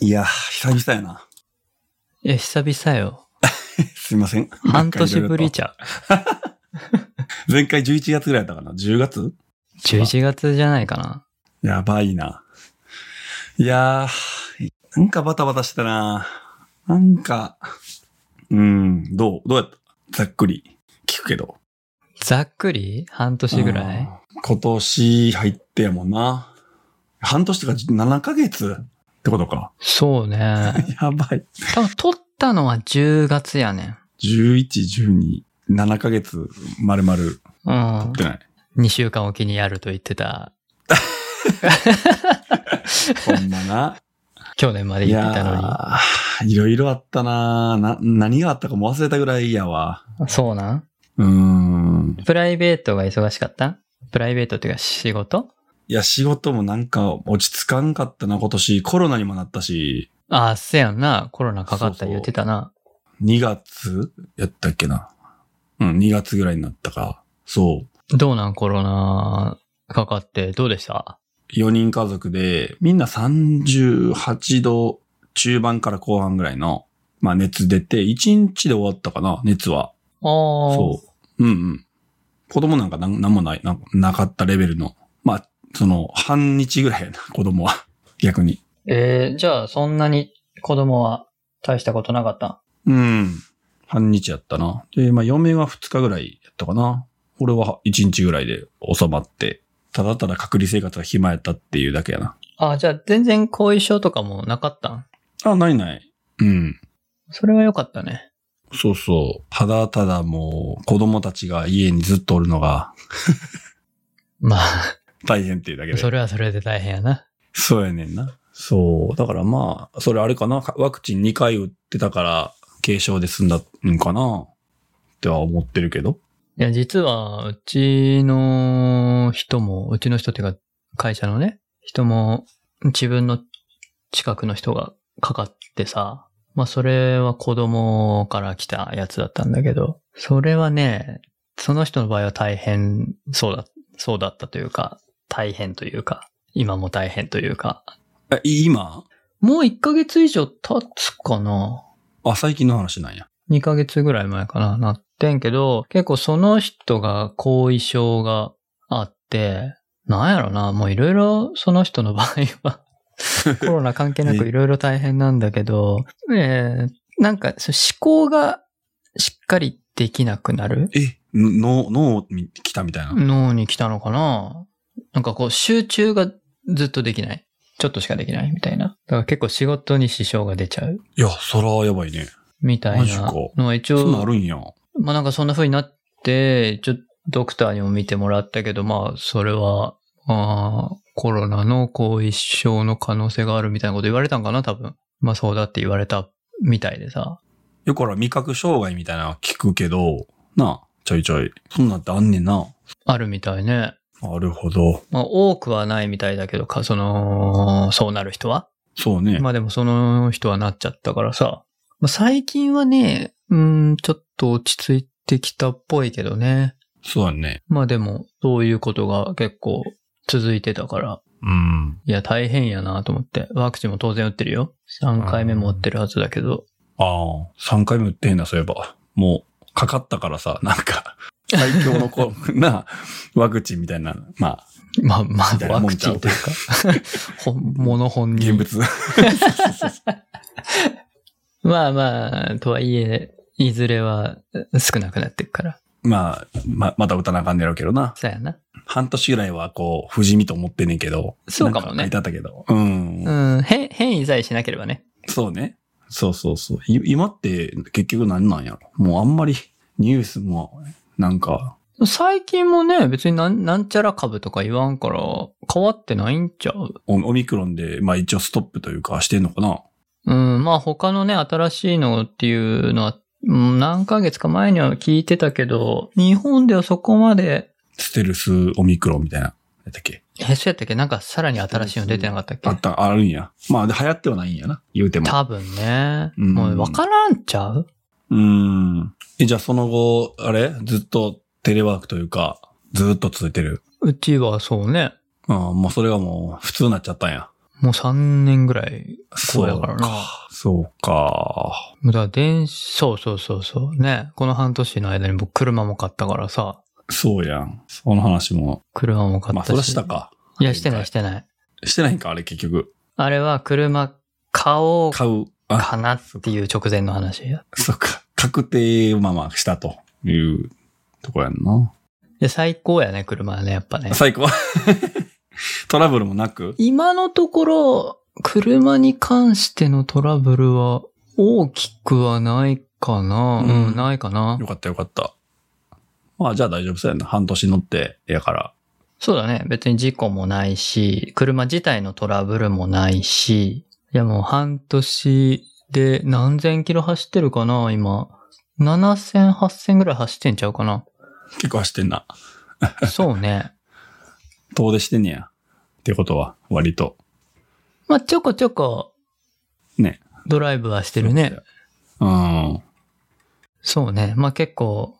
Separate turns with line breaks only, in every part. いや、久々やな。
いや、久々よ。
すいません。
半年ぶりちゃう。
前回11月ぐらいだったかな ?10 月
11月じゃないかな。
やばいな。いやー、なんかバタバタしてたな。なんか、うん、どうどうやったざっくり聞くけど。
ざっくり半年ぐらい
うん今年入ってやもんな。半年とか7ヶ月ってことか。
そう ね。
やばい。
多分撮ったのは10月やね
11、12、7ヶ月、丸 々取
ん。うん
っ。てない。
2週間おきにやると言ってた。
ほんまな。
去年まで
い
言
や
ってたの
ーいろいろあったなな、何があったかも忘れたぐらいやわ。
に。そうなん
うーん。
プライベートが忙しかったプライベートっていうか仕事
いや、仕事もなんか落ち着かんかったな、今年。コロナにもなったし、
ああ、せやんな。コロナかかっ
そうそ
た
う
言ってたな。
2月やったっけな。うん、2月ぐらいになったか。そう。
どうなんコロナかかってどうでした
4人家族で、みんな38度中盤から後半ぐらいの、まあ熱出て、1日で終わったかな、熱は。
ああ。
そう。うんうん。子供なんかなんなんもないな、なかったレベルの。まあ、その、半日ぐらいやな、子供は。 逆に。
えー、じゃあそんなに子供は大したことなかった
うん。半日やったな。で、まあ、嫁は2日ぐらいやったかな。俺は1日ぐらいで収まって、ただただ隔離生活が暇やったっていうだけやな。
あ、じゃあ全然後遺症とかもなかったん
あ、ないない。うん。
それは良かったね。
そうそう。ただただもう、子供たちが家にずっとおるのが
まあ、
大変っていうだけで。
それはそれで大変やな。
そうやねんな。そう。だからまあ、それあれかな。かワクチン2回打ってたから、軽症で済んだんかな。っては思ってるけど。
いや、実は、うちの人も、うちの人っていうか、会社のね、人も、自分の近くの人がかかってさ、まあ、それは子供から来たやつだったんだけど、それはね、その人の場合は大変そうだ、そうだったというか、大変というか、今も大変というか、
え、い今
もう1ヶ月以上経つかな
あ、最近の話なんや。
2ヶ月ぐらい前かな、なってんけど、結構その人が後遺症があって、なんやろな、もういろいろその人の場合は、コロナ関係なくいろいろ大変なんだけど、えーなんかそう思考がしっかりできなくなる
え、の脳、脳に来たみたいな。
脳に来たのかななんかこう集中がずっとできない。ちょっとしかできないみたいな。だから結構仕事に支障が出ちゃう
いや、そらやばいね。
みたい
マジ
な
か
のは一
そんなん
応
あるんや。
まあなんかそんな風になって、ちょっとドクターにも見てもらったけど、まあそれは、あーコロナの後遺症の可能性があるみたいなこと言われたんかな、多分。まあそうだって言われたみたいでさ。
よくほら、味覚障害みたいなの聞くけど、なあ、ちょいちょい。そんなんってあんねんな。
あるみたいね。
なるほど。
まあ多くはないみたいだけどか、その、そうなる人は。
そうね。
まあでもその人はなっちゃったからさ。まあ最近はね、うーん、ちょっと落ち着いてきたっぽいけどね。
そうだね。
まあでも、そういうことが結構続いてたから、
うん。
いや、大変やなと思って。ワクチンも当然打ってるよ。3回目も打ってるはずだけど。
ああ、3回目打ってへんな、そういえば。もう、かかったからさ、 なんか。最強のこ な、ワクチンみたいな、まあ、
まあま
みた
あ、
いな
ワ
もん
ク
ちゃ
チ
う
ンというか、 本物本
現
人。
物。
まあまあ、とはいえ、いずれは少なくなっていくから。
まあ、ま、また歌なあかんねやろうけどな。
そうやな。
半年ぐらいは、こう、不死身と思ってんねんけど。
そうかも
な
ね
ん書いてあったけど。うん。
うん、変、変異さえしなければね。
そうね。そうそうそう。い今って、結局何なんやろ。もうあんまり、ニュースも、なんか、
最近もね、別になん、なんちゃら株とか言わんから、変わってないんちゃう
オオミクロンで、まあ一応ストップというか、してんのかな。
うん、まあ他のね、新しいのっていうのは、うん何ヶ月か前には聞いてたけど、日本ではそこまで、
ステルスオミクロンみたいな。やったっけ
え、そうやったっけなんかさらに新しいの出てなかったっけ
あった、あるんや。まあ、で流行ってはないんやな。言うても。
多分ね。
うん
もう分からんちゃう
うーん。え、じゃあその後、あれずっとテレワークというか、ずっと続いてる。
うちはそうね。
ああ、もうそれがもう普通になっちゃったんや。
もう3年ぐらい。
そ
そう
う
やから
か
な。
そうか。
だから電子、そうそうそうそう。ね。この半年の間に僕車も買ったからさ。
そうやん。その話も。
車も買ったし。
まあ、それはしたか。
いや、してな
前
い
回
してない。
してないんか、あれ結局。
あれは車買おう
買う。あ、
かなっていう直前の話や。
そっか。確定、まあまあ、したというとこやんな。
で、最高やね、車はね、やっぱね。
最高。 トラブルもなく
今のところ、車に関してのトラブルは大きくはないかな。
う
うんん、ないかな
よ。かったよかった。まあ、じゃあ大丈夫そうやな。半年乗って、やから。
そうだね。別に事故もないし、車自体のトラブルもないし、いやもう半年で何千キロ走ってるかな、今。7000、8000ぐらい走ってんちゃうかな。
結構走ってんな。
そうね。
遠出してんねや。ってことは、割と。
まあ、ちょこちょこ、
ね。
ドライブはしてるね。
うん。
そうね。まあ、結構、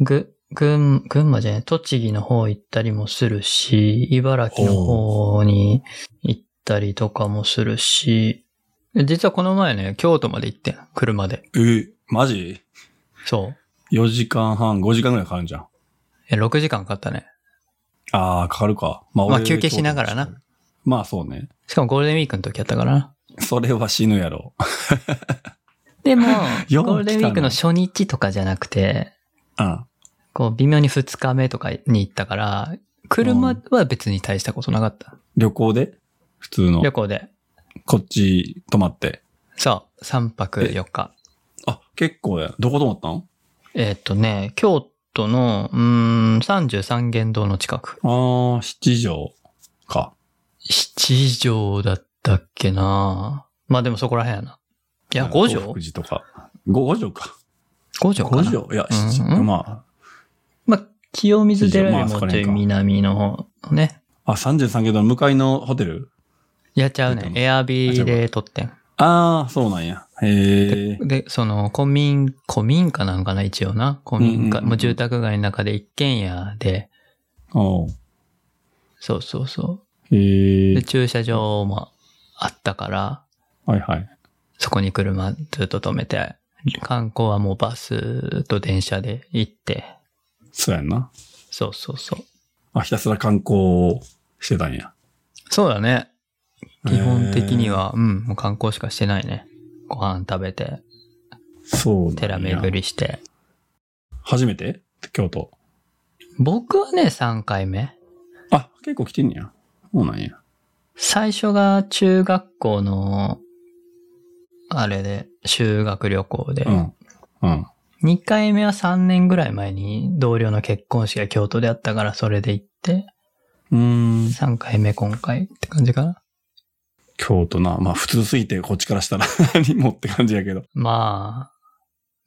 ぐ、群、群馬じゃない、栃木の方行ったりもするし、茨城の方に行ったりとかもするし、実はこの前ね、京都まで行ってん、車で。
え、マジ
そう。
?4 時間半、5時間ぐらいかかるんじゃん。
え6時間かかったね。
ああ、かかるか。まあ
まあ
俺
休憩しながらな。
まあそうね。
しかもゴールデンウィークの時やったからな。
それは死ぬやろ。
でも、
よう来たな
ゴールデンウィークの初日とかじゃなくて、
うん。
こう、微妙に二日目とかに行ったから、車は別に大したことなかった。
旅行で普通の
旅。行で。
こっち泊まって。
そう、3泊4日。
あ、結構や。どこ泊まったん
えーっとね、京都の、うーん、33元堂の近く。
ああ、七条か。
七条だったっけなまあでもそこら辺やな。いや、五条
福寺とか。五五条か。
五条かな
五条いや、七、
うんうん
ま
まあ、清水寺よ
まあ
り
そ
も
こら
ちょ
辺
い
か
南の方ね。
あ。あ、33軒の向かいのホテル
やっちゃう
出
ね
た。の
エアビーで撮ってん。
ああ、そうなんや。へえ。
で、その、古民、古民家なんかな、一応な。古民
うんうんう
家、
ん
もう住宅街の中で一軒家で、
おう
そうそうそ
へ
う。
え
で、。駐車場もあったから、
はいはい。
そこに車ずっと止めて、観光はもうバスと電車で行って、
そうやんな。
そうそうそう。
あ、ひたすら観光してたんや。
そうだね。基本的に
は
は、うん、もう観光しかしてないね。ご飯食べて、
そう
寺巡。りして。
初めて京都。
僕はね、3回目。
あ、結構来てんねや。そうなんや。
最初が中学校の、あれで、修学旅行で。
うん。うん。
2回目は3年ぐらい前に同僚の結婚式が京都であったからそれで行って、
うーん。
3回目今回って感じかな。
京都な。まあ普通すぎてこっちからしたら 何もって感じやけど。
ま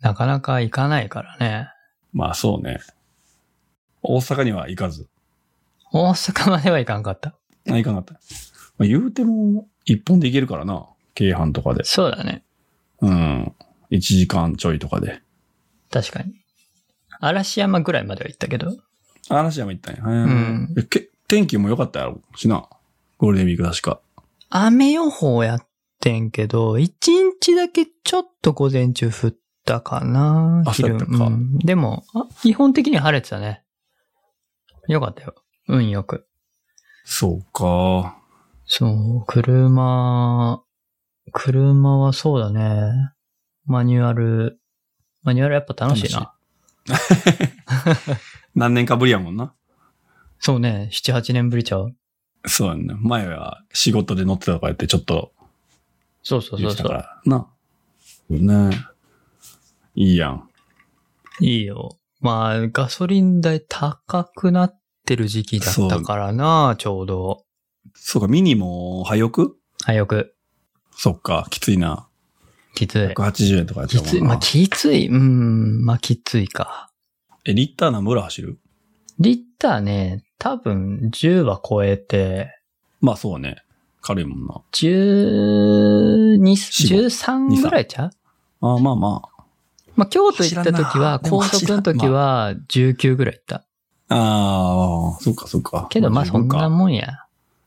あ、なかなか行かないからね。
まあそうね。大阪には行かず。
大阪までは行かんかった。
あ、行かなかった。まあ、言うても一本で行けるからな。京阪とかで。
そうだね。
うん。1時間ちょいとかで。
確かに。嵐山ぐらいまでは行ったけど。
嵐山行ったんや。う
うん
えけ天気も良かったやろしな。ゴールデンウィーク確か。
雨予報やってんけど、1日だけちょっと午前中降ったかな。
あ
昼
そうやったか
うんでも、あ基本的には晴れてたね。よかったよ。運よく。
そうか。
そう、車、車はそうだね。マニュアル、マニュアルやっぱ楽しいな。
何年かぶりやもんな。
そうね、7、8年ぶりちゃう。
そうやんね。前は仕事で乗ってたとかやって、ちょっと
そうそう
言っ
そう
てた
そ
か
う。
ら。な。ねいいやん。
いいよ。まあ、ガソリン代高くなってる時期だったからな、ちょうど。
そうか、ミニも、早く
はい、よく。
そっか、きついな。
きつ
180円とかやっ
い。
て
き
た
つい。
もん
まあ、
な。
きつい。うん、まあ、きついか。
え、リッター何分ぐらい走る
リッターね、多分10は超えて、
まあそうね。軽いもんな。
12、
四
13ぐらいちゃう
あまあま
まあ、京都行った時
走らんな
は、
でも
高
走
速
らん
の時は19ぐらい行った。
あ。ああ、そっかそっか。
けど、まあ、
十
そん
分か
なもんや。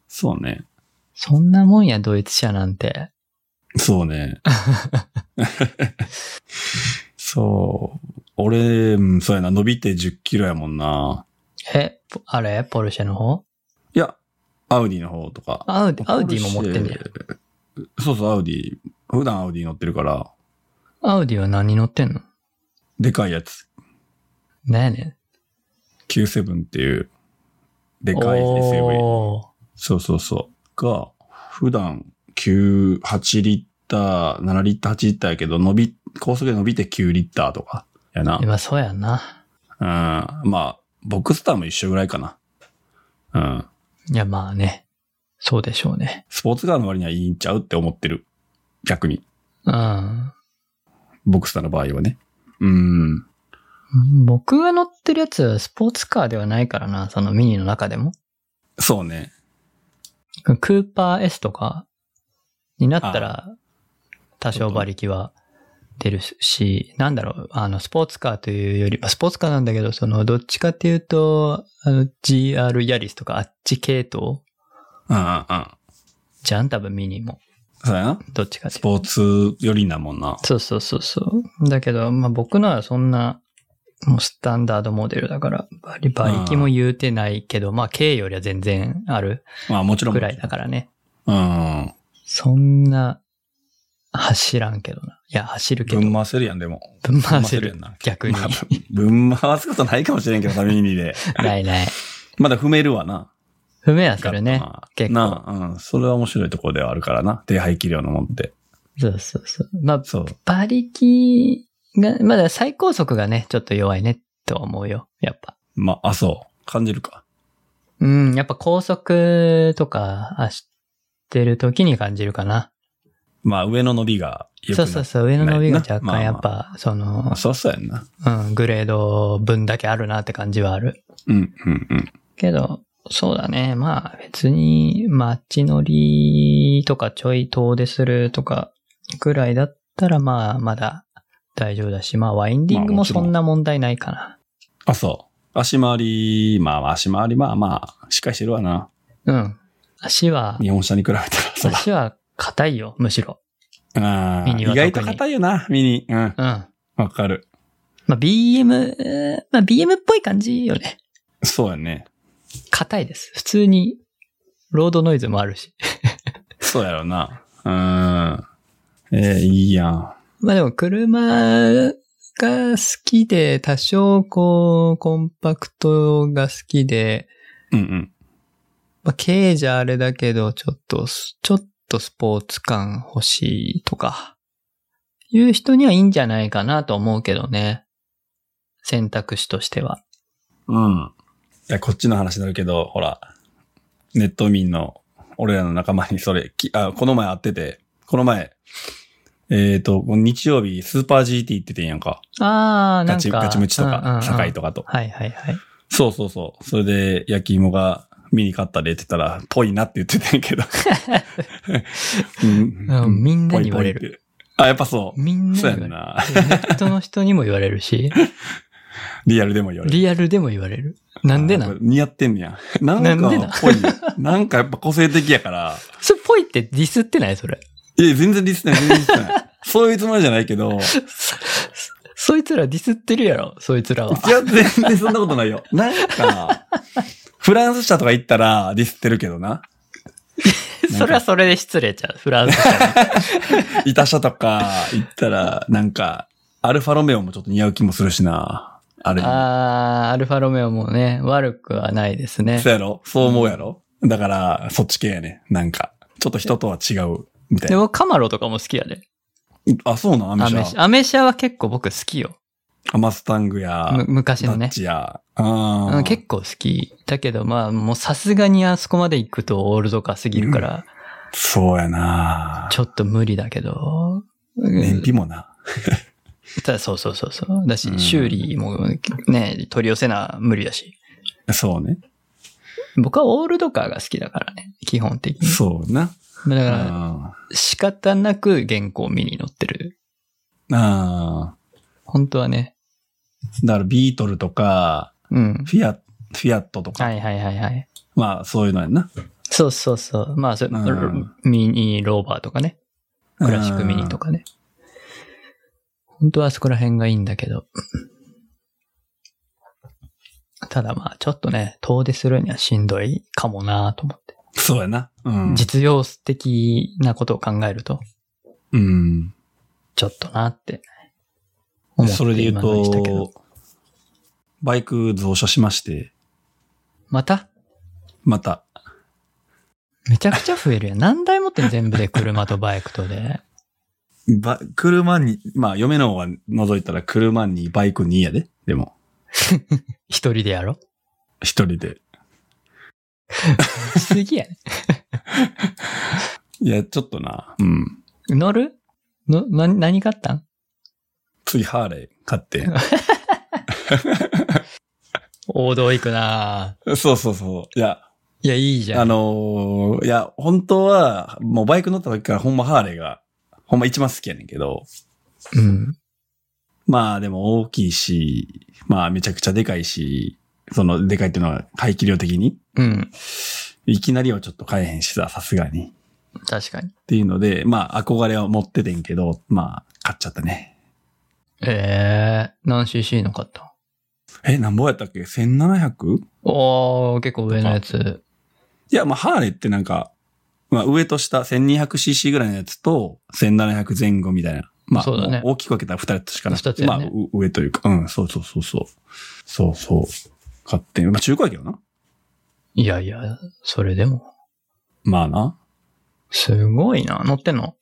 そうね。
そんなもんや、ドイツ車なんて。
そうね。 そう。俺、うんそうやな、伸びて10キロやもんな。
え、ポあれポルシェの方
いや、アウディの方とか。
アウディ、アウディも持ってんねや
ポ。ルシェそうそう、アウディ。普段アウディ乗ってるから、
アウディは何乗ってんの
でかいやつ。
なんやね
Q7 っていう、で
ん。
かい SUV。
おー
そうそうそう。が、普段9、8リッター、7リッター、8リッターやけど、伸び、高速で伸びて9リッターとか、やな。うん。
今そうやんな。
まあ、ボックスターも一緒ぐらいかな。うん。
いや、まあね。そうでしょうね。
スポーツカーの割にはいいんちゃうって思ってる。逆に。
うん。
ボックスターの場合はね。うん。
うん僕が乗ってるやつはスポーツカーではないからな、そのミニの中でも。
そうね。
クーパー S とかになったら多少馬力は出るし、なんだろう、あの、スポーツカーというより、まあスポーツカーなんだけど、その、どっちかっていうと、あの、GR ヤリスとかあっち系統
うんうんうん。
じゃん多分ミニも。
そうやな。
どっちかって
ス
いうと。
ポーツ寄りなもんな。
そうそうそうそう。だけど、まあ僕のはそんな、もうスタンダードモデルだから、馬力馬力も言うてないけど、まあ軽よりは全然ある
まあもちろん。
ぐらいだからね。
うん。
そんな、走らんけどな。いや、走るけど。
ぶん回せるやん、でも。
ぶん回せる
ぶんやんな。
逆に
ま。あぶん回すことないかもしれんけど、サミニで。
ないない。
まだ踏めるわな。
踏めはす るね。
まあ
結構
なあうん。それは面白いところではあるからな。低排気量のもんって。
そうそうそう。まあ、
そう。
馬力が、まだ最高速がね、ちょっと弱いね、とは思うよ。やっぱ。
まあ、あ、そう。感じるか。
うん、やっぱ高速とか走ってる時に感じるかな。
まあ、上の伸びが良く
そ
な
うそうそう。上の伸びが
ないな
若
まあま
干
あ
やっぱ、その
あ、そうそうやんな。
うん、グレード分だけあるなって感じはある。
うん、うん、うん。
けど、そうだね。まあ別に街乗りとかちょい遠出するとかぐらいだったらまあまだ大丈夫だし、まあワインディン
ま
グ
あ
も
もちろ
そ
ん
んな問題ないかな。
あ、そう。足回り、まあ、足回り、まあまあ、しっかりしてるわな。
うん。足は、
日本車に比べたら、そうだ。
足は硬いよ、むしろ。
あ
ミニは特に
意外と硬いよな、ミニ。うん。
うん。ま
わかる。
あ BM、えーまあ BM っぽい感じよね。
そうやね。
硬いです。普通にロードノイズもあるし。
そうやろな。うん。えーいいやん。
まあでも車が好きで、多少こう、コンパクトが好きで、
うんうん。
まあ、軽じゃあれだけど、ちょっとス、ちょっとスポーツ感欲しいとか、いう人にはいいんじゃないかなと思うけどね。選択肢としては。
うん。いや、こっちの話になるけど、ほら、ネット民の、俺らの仲間にそれ、きあ、この前会ってて、この前、えっ、と、日曜日、スーパー GT 行っててんやんか。
あー、な
ガ
ん
チ、
か。
ガチムチと
うんうんう
か
ん、
堺とかと。
はいはいはい。
そうそうそう。それで、焼き芋が、見に勝ったでって言ったら、ぽいなって言ってたんやけど。うん
うんみんなに言われる
ぽいぽいってあ、やっぱそう。
みんな
そうや
に
ん
言わ
な。
れる。ネットの人にも言われる し、
リアルでも言われる。
リアルでも言われる。なんでな
あやっ
ん
ぱ似合ってんねや。なんか
なんでなん
ぽいよ。なんかやっぱ個性的やから。
それぽいってディスってないそれ。
いや、全然ディスない、全然ディス ない。そういうつもりじゃないけど、い
そそいつらディスってるやろ、そい つらは。
や、全然そんなことないよ。 なんか、フランス社とか行ったらディスってるけどな。
それはそれで失礼ちゃう、フランスから。
イタ社とか行ったら、なんか、アルファロメオもちょっと似合う気もするしな。あれに。
あー、アルファロメオもね、悪くはないですね
そう。やろそう思うやろだから、そっち系やね。なんか、ちょっと人とは違う、みたい
で
な。
もカマロとかも好きやで。
あ、そうなんアメ
ア
車
メ。車。アメ車は結構僕好きよ。
アマスタングや、
む昔の
ダッ
ね。
チや。あ
う
ー
ん結構好き。だけどまあもうさすがにあそこまで行くとオールドカーすぎるから、
そうやな
ちょっと無理だけど。
燃費もな。
ただそうそうそうそう。だし、
うん
修理もね、取り寄せな無理だし。
そうね。
僕はオールドカーが好きだからね、基本的に。
そうな。
だか
う
ら
ん
仕方なく原稿見に乗ってる。
ああ。
本当はね。
だからビートルとか、
うん。
フィア、フィアットとか、
はいはいはいはい。
まあそういうのやんな。
そうそうそう。まあ、それ
うん
ミニローバーとかね。クラシックミニと
か。
かね。本当はあそこら辺がいいんだけど。ただまあ、ちょっとね、遠出するにはしんどいかもなと思って。
そうやな。うん。
実用的なことを考えると、
うん。
ちょっとなって思って
それで言う
今のにしたけど
と、バイク増車しまして、
また
また。
めちゃくちゃ増 えるやん。何台持ってん全部で車とバイクとで。
ば、車に、まあ、嫁の方は覗いたら車にバイク2やで。でも、
一人でやろ
一人で。
すぎやね。
いや、ちょっとな。うん。
乗るの、な、何買ったん
次、ハーレー買 って。
王道行くなぁ
そうそうそう。いや、
いや、いいじゃ
あ
ん。
のーいや、本当は、もうバイク乗った時からほんまハーレーが、ほんま一番好きやねんけど、
うん。
まあでも大きいし、まあめちゃくちゃでかいし、そのでかいっていうのは排気量的に、
うん。
いきなりはちょっと買えへんしさ、さすがに。
確かに。
っていうので、まあ憧れは持っててんけど、まあ買っちゃったね。
ええー、何 cc の買った
え、なんぼやったっけ ?1700?
おー、結構上のやつ。
いや、まあハーレーってなんか、まあ上と下 1200cc ぐらいのやつと1700前後みたいな。まあ、
そうだね
大きく分けたら2つしかなく
二つ
て、
や
まあ
ね
う上というか、うん、そうそうそうそう。そうそう。買って、まあ中古やけどな。
いやいや、それでも。
まあな。
すごいな。乗ってんの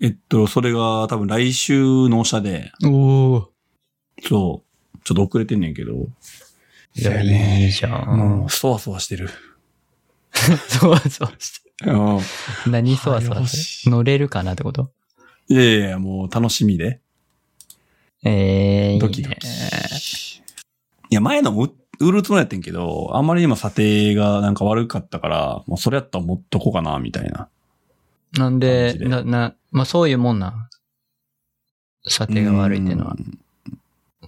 えっと、それが多分来週納車で、
おー。
そう、ちょっと遅れてんねんけど。
いや、いいじゃ
も
ん
う、。そわそわしてる。
そうそうして。
うん
何そわそ
あ
わ
よ
す
し
る乗れるかなってこと
いやいやいや、もう楽しみで。
ええー。
ドキド
いい
キ。
ね
いや、前のもう売るつもりやってんけど、あんまりにも査定がなんか悪かったから、もうそれやったら持っとこうかな、みたいな。
なんで、
感じで
な、な、まあ、そういうもんなん。査定が悪いっていうのは
う。ん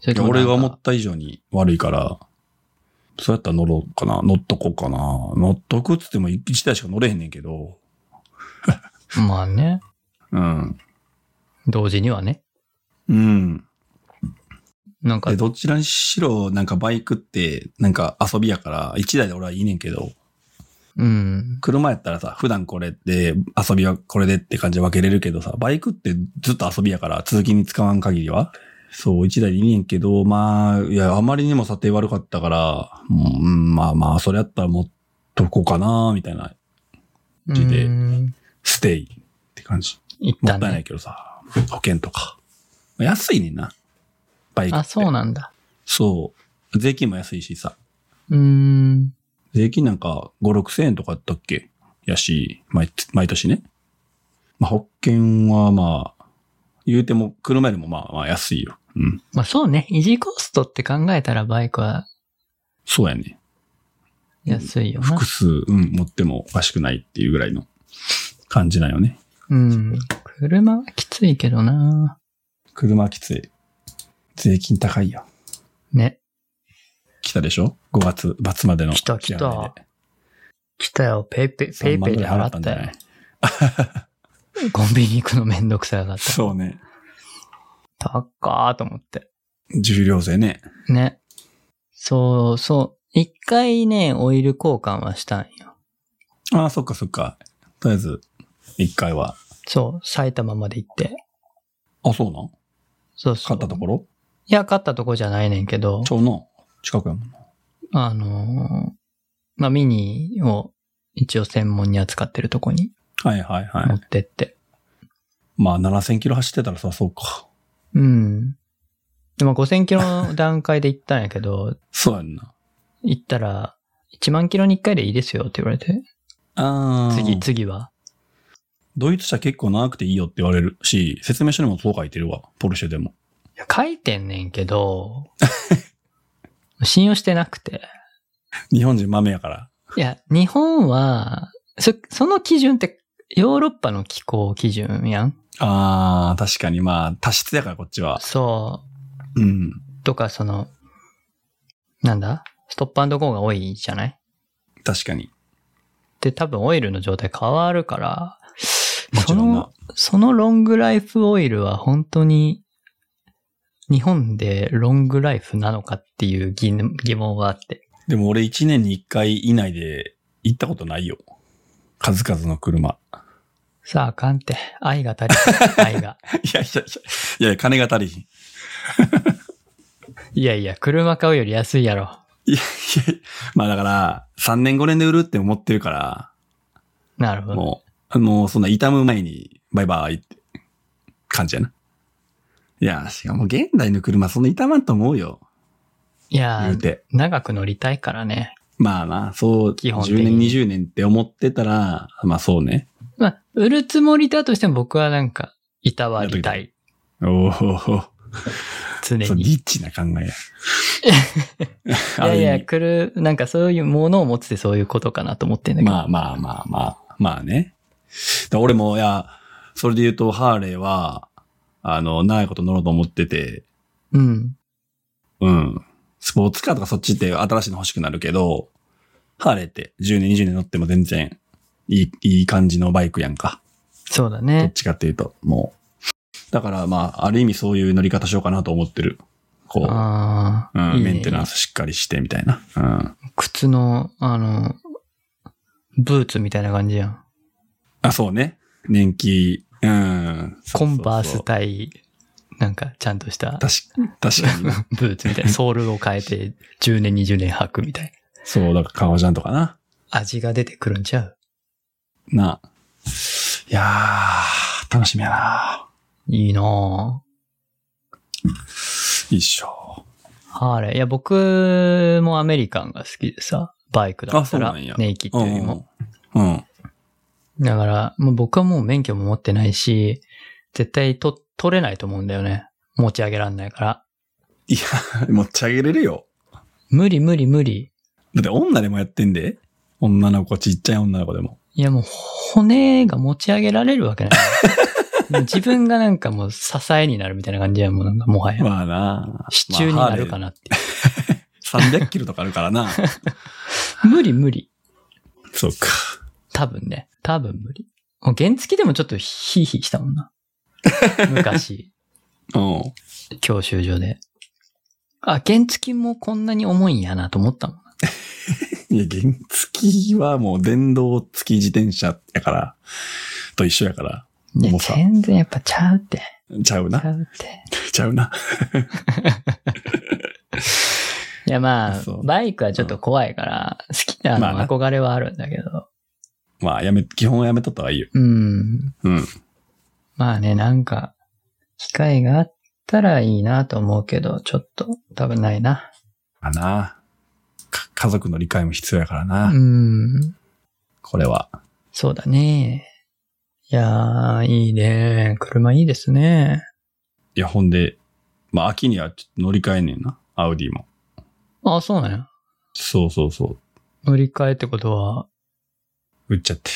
それ
い
と
や
もなん
俺
か
が思った以上に悪いから、そうやったら乗ろうかな、乗っとこうかな。乗っとくっつっても1台しか乗れへんねんけど、
まあね。
うん。
同時にはね。
うん。
なんか
で、、どちらにしろ、なんかバイクって、なんか遊びやから、1台で俺はいいねんけど、
うん。
車やったらさ、普段これで、遊びはこれでって感じで分けれるけどさ、バイクってずっと遊びやから、続きに使わん限りは。そう、一台でいいねんけど、まあ、いや、あまりにも査定悪かったから、もううん、まあまあ、それやったら持っとこうかな、みたいな、じで
うん
ステイって感じ。
行っ
も
た
ったいない
ね。
けどさ、保険とか。安いねんな。バイクって。
あ、そうなんだ。
そう。税金も安いしさ。
うーん。
税金なんか5、6千円とかやったっけやし、毎毎年ね。まあ、保険はまあ、言うても車よりもまあまあ安いよ。うん。
まあそうね。維持コストって考えたらバイクは
そうやね。
安いよな
複。数、うん、持ってもおかしくないっていうぐらいの感じなんよね。
うん。車はきついけどな。
車はきつい。税金高いよ。
ね。
来たでしょ ?5 月、罰までの。
来た来た
支払いで。
来たよ。ペイペイ、ペイペイで払った
3万ぐらい
よ。コンビニ行くのめんどくさかった。
そうね。
たっかーと思って。
重量税ね。
ね。そうそう。一回ね、オイル交換はしたんよ。
ああ、そっかそっか。とりあえず、1回は。
そう。埼玉まで行って。
あ、そうなん
そうそ
買
う。
ったところ
いや、買ったとこじゃないねんけど
ち。ょうの近くやもんな。
あのーまあ、ミニを一応専門に扱ってるとこに
はいはいは
持
い
っ。てって。
まあ7000キロ走ってたらさ、そうか。
うん。でも5000キロの段階で行ったんやけど、
そうやんな。
行ったら、1万キロに1回でいいですよって言われて。
あー
次、次は。
ドイツ車結構長くていいよって言われるし、説明書にもそう書いてるわ。ポルシェでも。
いや、書いてんねん けど、信用してなくて。
日本人豆やから。
いや、日本は、そ、その基準って、ヨーロッパの気候基準やん
あー、確かにまあ、多質やからこっちは。
そう。
うん。
とか、その、なんだストップゴーが多いじゃない
確かに。
って多分オイルの状態変わるから、
もち
そ
ろん
の
な、。
そのロングライフオイルは本当に日本でロングライフなのかっていう疑念疑問はあって。
でも俺1年に1回以内で行ったことないよ。数々の車。
さあ、あかんって。愛が足りひん。愛が。
いやいやいや、いや いや金が足りひん。
いやいや、車買うより安いやろ。
いやいや、まあだから、3年5年で売るって思ってるから、
なるほど。
もう、もうそんな痛む前に、バイバイって感じやな。いや、しかも現代の車そんな痛まんと思うよ。
いや
言う
ー、
て。
長く乗りたいからね。
まあな、そう、
基本的
10
に
年、20年って思ってたら、まあそうね。
まあ、売るつもりだとしても僕はなんか、いたわりたい。
おお、
常
そう
に。
リッチな考え
い
や。あ
や
る
い
意
や、
味
来る、なんかそういうものを持つってそういうことかなと思ってんだけど。
まあまあまあまあ、まあね。だ俺も、いや、それで言うと、ハーレーは、あの、長いこと乗ろうと思ってて、
うん。
うん。スポーツカーとかそっちって新しいの欲しくなるけど、ハーレーって10年、20年乗っても全然いい、いい感じのバイクやんか。
そうだ
どっ
ね。
ちかっていうと、もう。だからまあ、ある意味そういう乗り方しようかなと思ってる。こう、
あ
う
あ、
ん、
いいね
メンテナンスしっかりしてみたいな。うん。
靴の、あの、ブーツみたいな感じやん。
あ、そうね。年季、うん。
コンバース
タ
対、なんかちゃんとした
確かにな。
ブー ツみたいな。ソールを変えて10年、20年履くみたいな。
そう、だから革ジャンとかな。
味が出てくるんちゃう
な。いやー、楽しみやな。
いいなぁ。
いいっしょ。
ハーレー。いや、僕もアメリカンが好きでさ、バイクだ
あ
っ
そ
た
うな
ら、
んや
ネイキっていうよりも。
うん。うん。
だから、もう僕はもう免許も持ってないし、絶対と取れないと思うんだよね。持ち上げらんないから。
いや、 持ち上げれるよ。
無理無理無理。
だって女でもやってんで。女の子、ちっちゃい女の子でも。
いやもう骨が持ち上げられるわけない。 もう自分がなんかもう支えになるみたいな感じやもうなんかもはや。
まあ な
支柱になるか
な。
なっていう。
ハーレー300キロとかあるから な。
無理無理。
そうか。
多分ね。多分無理。もう原付でもちょっとヒーヒーしたも んな。昔、
うん。
教習所で。あ、原付もこんなに重いんやなと思ったもん。
いや、原付はもう電動付き自転車やから、と一緒やから、
いや
重さ。
全然やっぱちゃうって。
ちゃう
ち
な。
ゃうって。
ちゃうな。
いやまあ
そう、
バイクはちょっと怖いから、好きな
まあ
の
な
憧れはあるんだけど。
まあ、やめ、基本はやめとった方がいいよ。
うん。
うん。
まあね、なんか、機会があったらいいなと思うけど、ちょっと多分ないな。
かな。か家族の理解も必要やからな。
うん。
これは。
そうだね。いやー、いいね。車いいですね。
いや、ほんで、まあ、秋にはちょっと乗り換えんねんな。アウディも。
あ、そうなんや。
そうそうそう。
乗り換えってことは、
売っちゃって。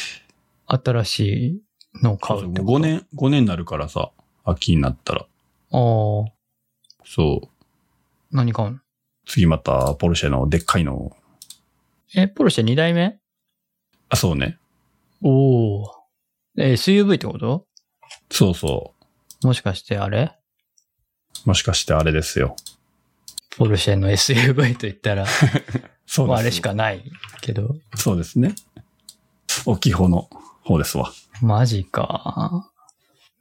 新しいのを買うってこと
5。年、5年になるからさ、秋になったら。
ああ、
そう。
何買うの
次また、ポルシェのでっかいのを
え、ポルシェ2代目
あ、そうね。
おお。え、SUV ってこと
そうそ
もしかしてあれ
う。もしかしてあれですよ。
ポルシェの SUV と言ったら、
そうです。
まああれし。かないけど。
そうですね。大きい方の方ですわ。
マジか。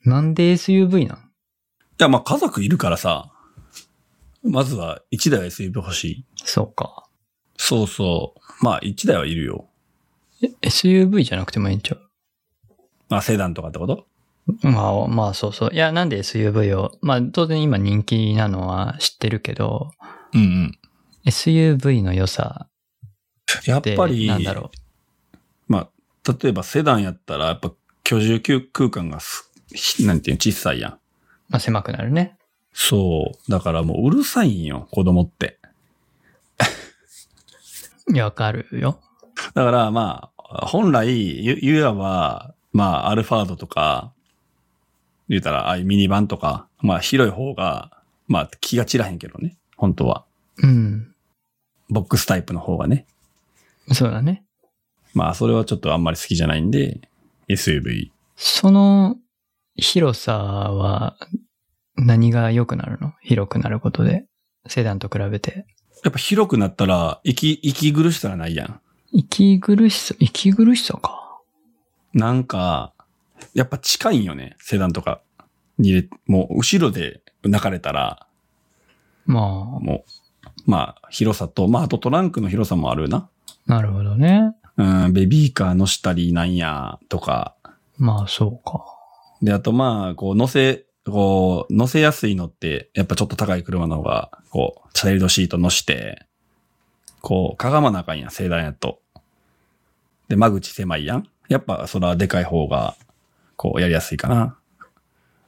なんで SUV なん
いや、まあ、家族いるからさ、まずは1台は SUV 欲しい。
そうか。
そうそう。まあ、1台はいるよ。
え SUV じゃなくてもいいんちゃう
まあ、セダンとかってこと
まあ、まあそうそう。いや、なんで SUV を。まあ当然今人気なのは知ってるけど、
うんうん。
SUV の良さ
やっ
って
ぱり、
なんだろ
まあ、例えばセダンやったら、やっぱ居住空間がす、なんていうの、小さいやん。
う。まあ狭くなるね。
そう。だからもううるさいんよ、子供って。
いや、わかるよ。
だからまあ、本来、ゆ、ゆやは、まあ、アルファードとか、言うたら、ああいうミニバンとか、まあ、広い方が、まあ、気が散らへんけどね。本当は。
うん。
ボックスタイプの方がね。
そうだね。
まあ、それはちょっとあんまり好きじゃないんで、SUV。
その広さは何が良くなるの広くなることで。セダンと比べて。
やっぱ広くなったら、息、息苦しさがないやん。
息苦しさ、息苦しさか。
なんか、やっぱ近いんよね、セダンとかに入れ、もう後ろで泣かれたら、
ま
もう、まあ、広さと、まあ、あとトランクの広さもあるな。
あ、なるほどね。
うん、ベビーカー乗したりなんや、とか。
まあ、そうか。
で、あとまあ、こう、乗せ、こう、乗せやすいのって、やっぱちょっと高い車の方が、こう、チャイルドシート乗して、こう、かがまなあかんやん、セダンやと。で、間口狭いやん。やっぱ、そら、でかい方が、こう、やりやすいかな。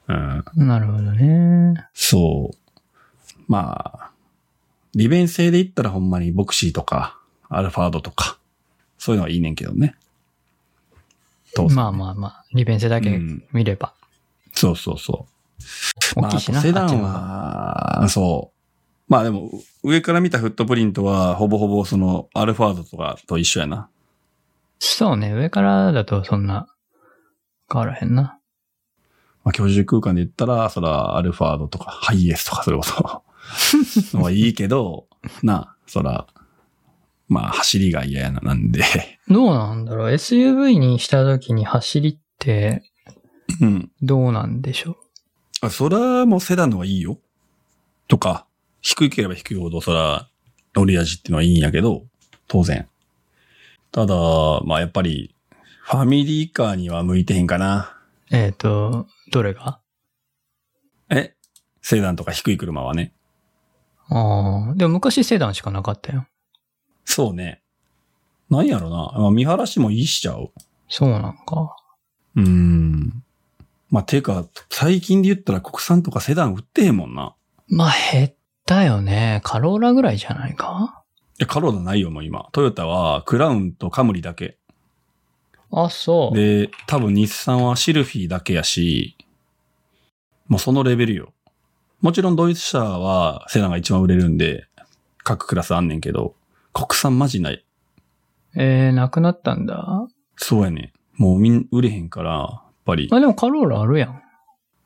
うん。
なるほどね。
そう。まあ、利便性で言ったらほんまにボクシーとか、アルファードとか、そういうのはいいねんけどね。どうぞ
まあまあまあ、利便性だけ見れば。
そうそうそう。
大きいしな、
まあ、セダ
あっちの
ン
方が
は、そう。まあでも、上から見たフットプリントは、ほぼほぼその、アルファードとかと一緒やな。
そうね、上からだとそんな変わらへんな。
まあ、居住空間で言ったら、そら、アルファードとか、ハイエースとか、それこ そ、のはいいけど、なあ、そら、まあ、走りが嫌やな、なんで。
どうなんだろう ?SUV にした時に走りって
うん。
どうなんでしょう
あそら、もうセダンの方がいいよ。とか、低ければ低いほど、そら、乗り味っていうのはいいんやけど、当然。ただ、まあやっぱり、ファミリーカーには向いてへんかな。
えっ、と、どれが
えセダンとか低い車はね。
ああ、でも昔セダンしかなかったよ。
そうね。なんやろな。まあ、見晴らしもいいしちゃう。
そうなんか。
うーん。まあ、てか、最近で言ったら国産とかセダン売ってへんもんな。
まあ、減ったよね。カローラぐらいじゃないか
え、カローラないよ、もう今。トヨタはクラウンとカムリだけ。
あ、そう。
で、多分日産はシルフィーだけやし、もうそのレベルよ。もちろんドイツ車はセダンが一番売れるんで、各クラスあんねんけど、国産マジない。
えー、なくなったんだ。
そうやねん。もうみん、売れへんから、やっぱり。
まあでもカローラあるやん。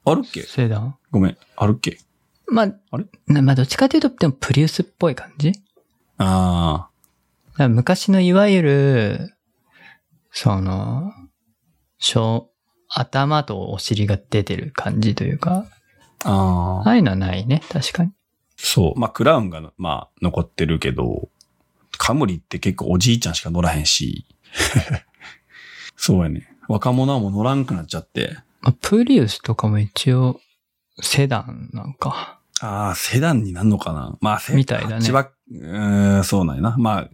あるっけ
セダン。
ごめん、あるっけ
まあ、
あれ
なまあどっちかというと、でもプリウスっぽい感じ
あ
だから昔のいわゆる、その、小、頭とお尻が出てる感じというか、
あ、あ
ああいうのはないね、確かに。
そう。まあ、クラウンが、まあ、残ってるけど、カムリって結構おじいちゃんしか乗らへんし。 そうやね。若者はもう乗らんくなっちゃって。
まあ、プリウスとかも一応、セダンなんか。
ああ、セダンになんのかなまあ、セ
みたいだね
千葉、うーん、そうなんやな。まあ、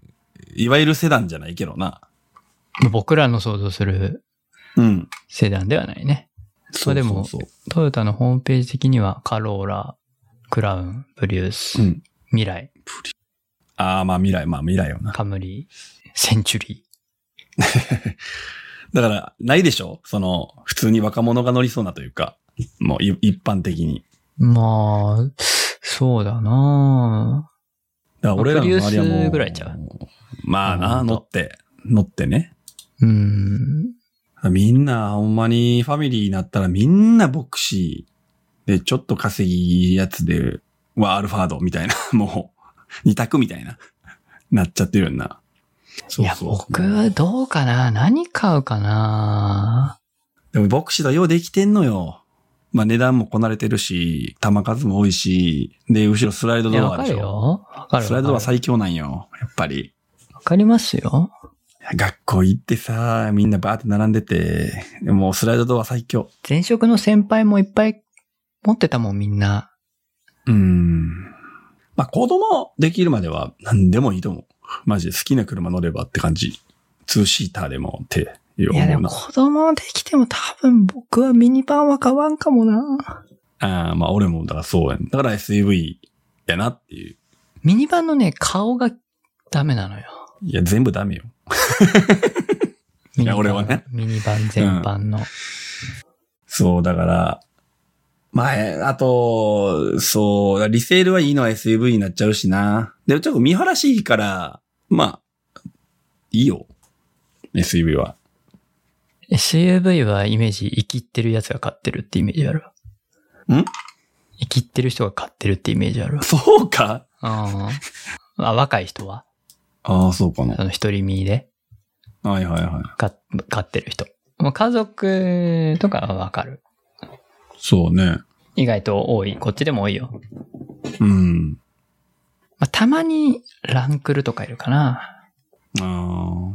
いわゆるセダンじゃないけどな。
まあ僕らの想像する
うん。
セダンではないね。
そう
でも
そうそ
トヨタのホームページ的には、カローラ、クラウン、プリウス、
う。うん。
ミライ、
ああ、まあ未来、まあ未来よな。
カムリ、センチュリ
だから、ないでしょその、普通に若者が乗りそうなというか、もうい一般的に。
ー。まあ、そうだなあ
だから俺らの周りは
プリウ
もう。
スぐらいちゃう
まあな、
うん
乗って、乗ってね。
うん。
みんな、ほんまにファミリーになったらみんなボクシーで、ちょっと稼ぎやつで、はアルファードみたいな、 もう、二択みたいな、なっちゃってるような。そ
いうや、
そう。
僕、どうかな何買うかな
でもボクシーだようできてんのよ。まあ値段もこなれてるし、弾数も多いし、で、後ろスライド
いや、
ドア
わか
でし
る
ょ。
よ。わかる
スライドド
わ
ア
か
最強なんよ、やっぱり。
る。わかりますよ。
学校行ってさ、みんなバーって並んでて、もうスライドドア最強。
前職の先輩もいっぱい持ってたもん、みんな。
うん。まあ子供できるまでは何でもいいと思う。マジで好きな車乗ればって感じ。ツーシーターでもっていう
い
思
や、で
う
も
な。
子供できても多分僕はミニバンは買わんかもな
ああまあ俺もだからそうやん。だから SUV やなっていう。
ミニバンのね、顔がダメなのよ。
いや、全部ダメよ。いや
ミニバン
俺はね。
ミニバン全般の。
そう、だから、まあ、えあと、そう、リセールはいいのは SUV になっちゃうしな。でもちょっと見晴らしいいから、まあ、いいよ。 SUV は。
SUV はイメージ、生きってるやつが買ってるってイメージあるわ。
ん
生きってる人が買ってるってイメージあるわ。
そうか
あーあ、若い人は
ああ、そうかな
そ。の一人身で
はいはいはい。
買買ってる人。もう家族とかはわかる。
そうね。
意外と多い。こっちでも多いよ。
うん。
まあ、たまにランクルとかいるかな。
ああ。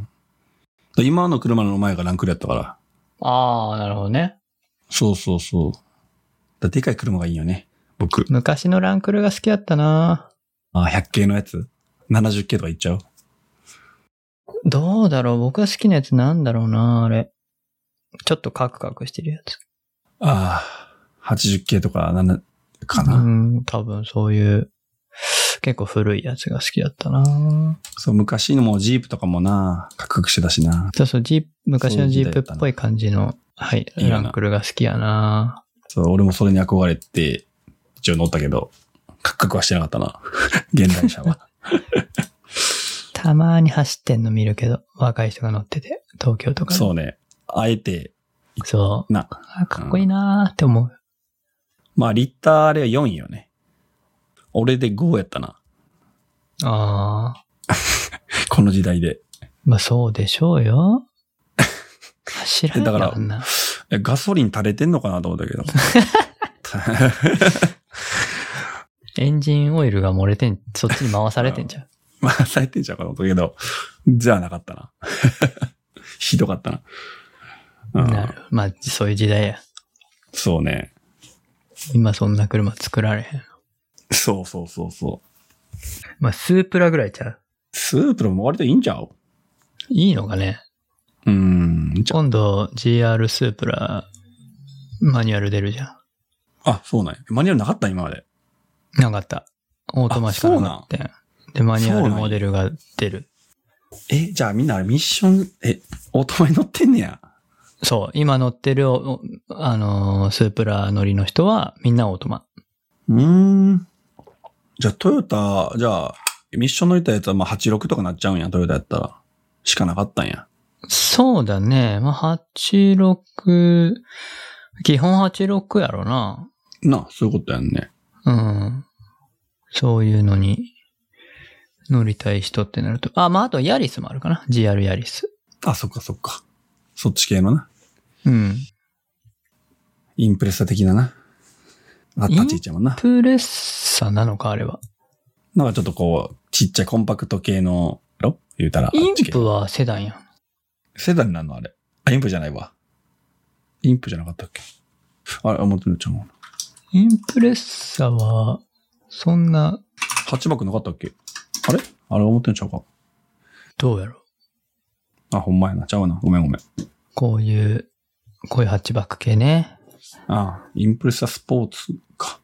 今の車の前がランクルやったから。
ああ、なるほどね。
そうそうそう。だでかい車がいいよね。僕。
昔のランクルが好きだったな。
ああ、100系のやつ ?70 系とかいっちゃう
どうだろう僕が好きなやつなんだろうな、あれ。ちょっとカクカクしてるやつ。
ああ、80系とか7かな。
うん、多分そういう、結構古いやつが好きだったな。
そう、昔のもうジープとかもな、カクカクしてたしな。
そうそう、ジープ、昔のジープっぽい感じの、はい、
いいよ
ラ
な
ンクルが好きやな。
そう、俺もそれに憧れて、一応乗ったけど、カクカクはしてなかった な。現代車は。
たまに走ってんの見るけど、若い人が乗ってて、東京とかで。
そうね。あえて、
そう。
な。
あかっこいいなーって思う。
まあ、リッターあれは4位よね。俺で5やったな。
ああ。
この時代で。
まあそうでしょ うよ。走らん
だから
よあんな。
えガソリン垂れてんのかなと思ったけど。
エンジンオイルが漏れてん、そっちに回されてんじゃん。
まあ、最低ちゃうかと思ったけど、じゃあなかったな。 ひどかったな。うん
なる。まあそういう時代や。
そうね。
今そんな車作られへん。
そうそうそうそう。
まあスープラぐらいちゃう。
スープロも割といいんちゃう
いいのかね。
うん。いいんちゃう
今度 GR スープラマニュアル出るじゃ
あ、そうなんや。マニュアルなかった今まで。
ん。なかった。オートマしかなかったやん。で、マニュアルモデルが出る。
え、じゃあみんなミッション、え、オートマに乗ってんねや。
そう。今乗ってるお、おあのースープラ乗りの人はみんなオートマ。
うーん。じゃあトヨタ、じゃあ、ミッション乗りたやつはまあ86とかなっちゃうんや、トヨタやったら。しかなかったんや。
そうだね。まあ、86、基本86やろな。
なあ、そういうことやんね。
うん。そういうのに乗りたい人ってなると。あ、まあ、あとヤリスもあるかな。GR ヤリス。
あ、そっかそっか。そっち系のな。
うん。
インプレッサ的なな。あ、立ち位置やもんな。
プレッサなのか、あれは。
なんかちょっとこう、ちっちゃいコンパクト系の、やろ言うたら。
イ
あ
ン
っち系
プはセダンやん。
セダンになるのあれ。あ、インプじゃないわ。インプじゃなかったっけあれ、あもうちょっと待って
インプレッサは、そんな、
ハッチバックなかったっけあれあれ思ってんちゃうか。
どうやろ
あ、ほんまやな。ちゃうな。ごめんごめん。
こういう、こういうハッチバック系ね。
ああ、インプレッサスポーツか。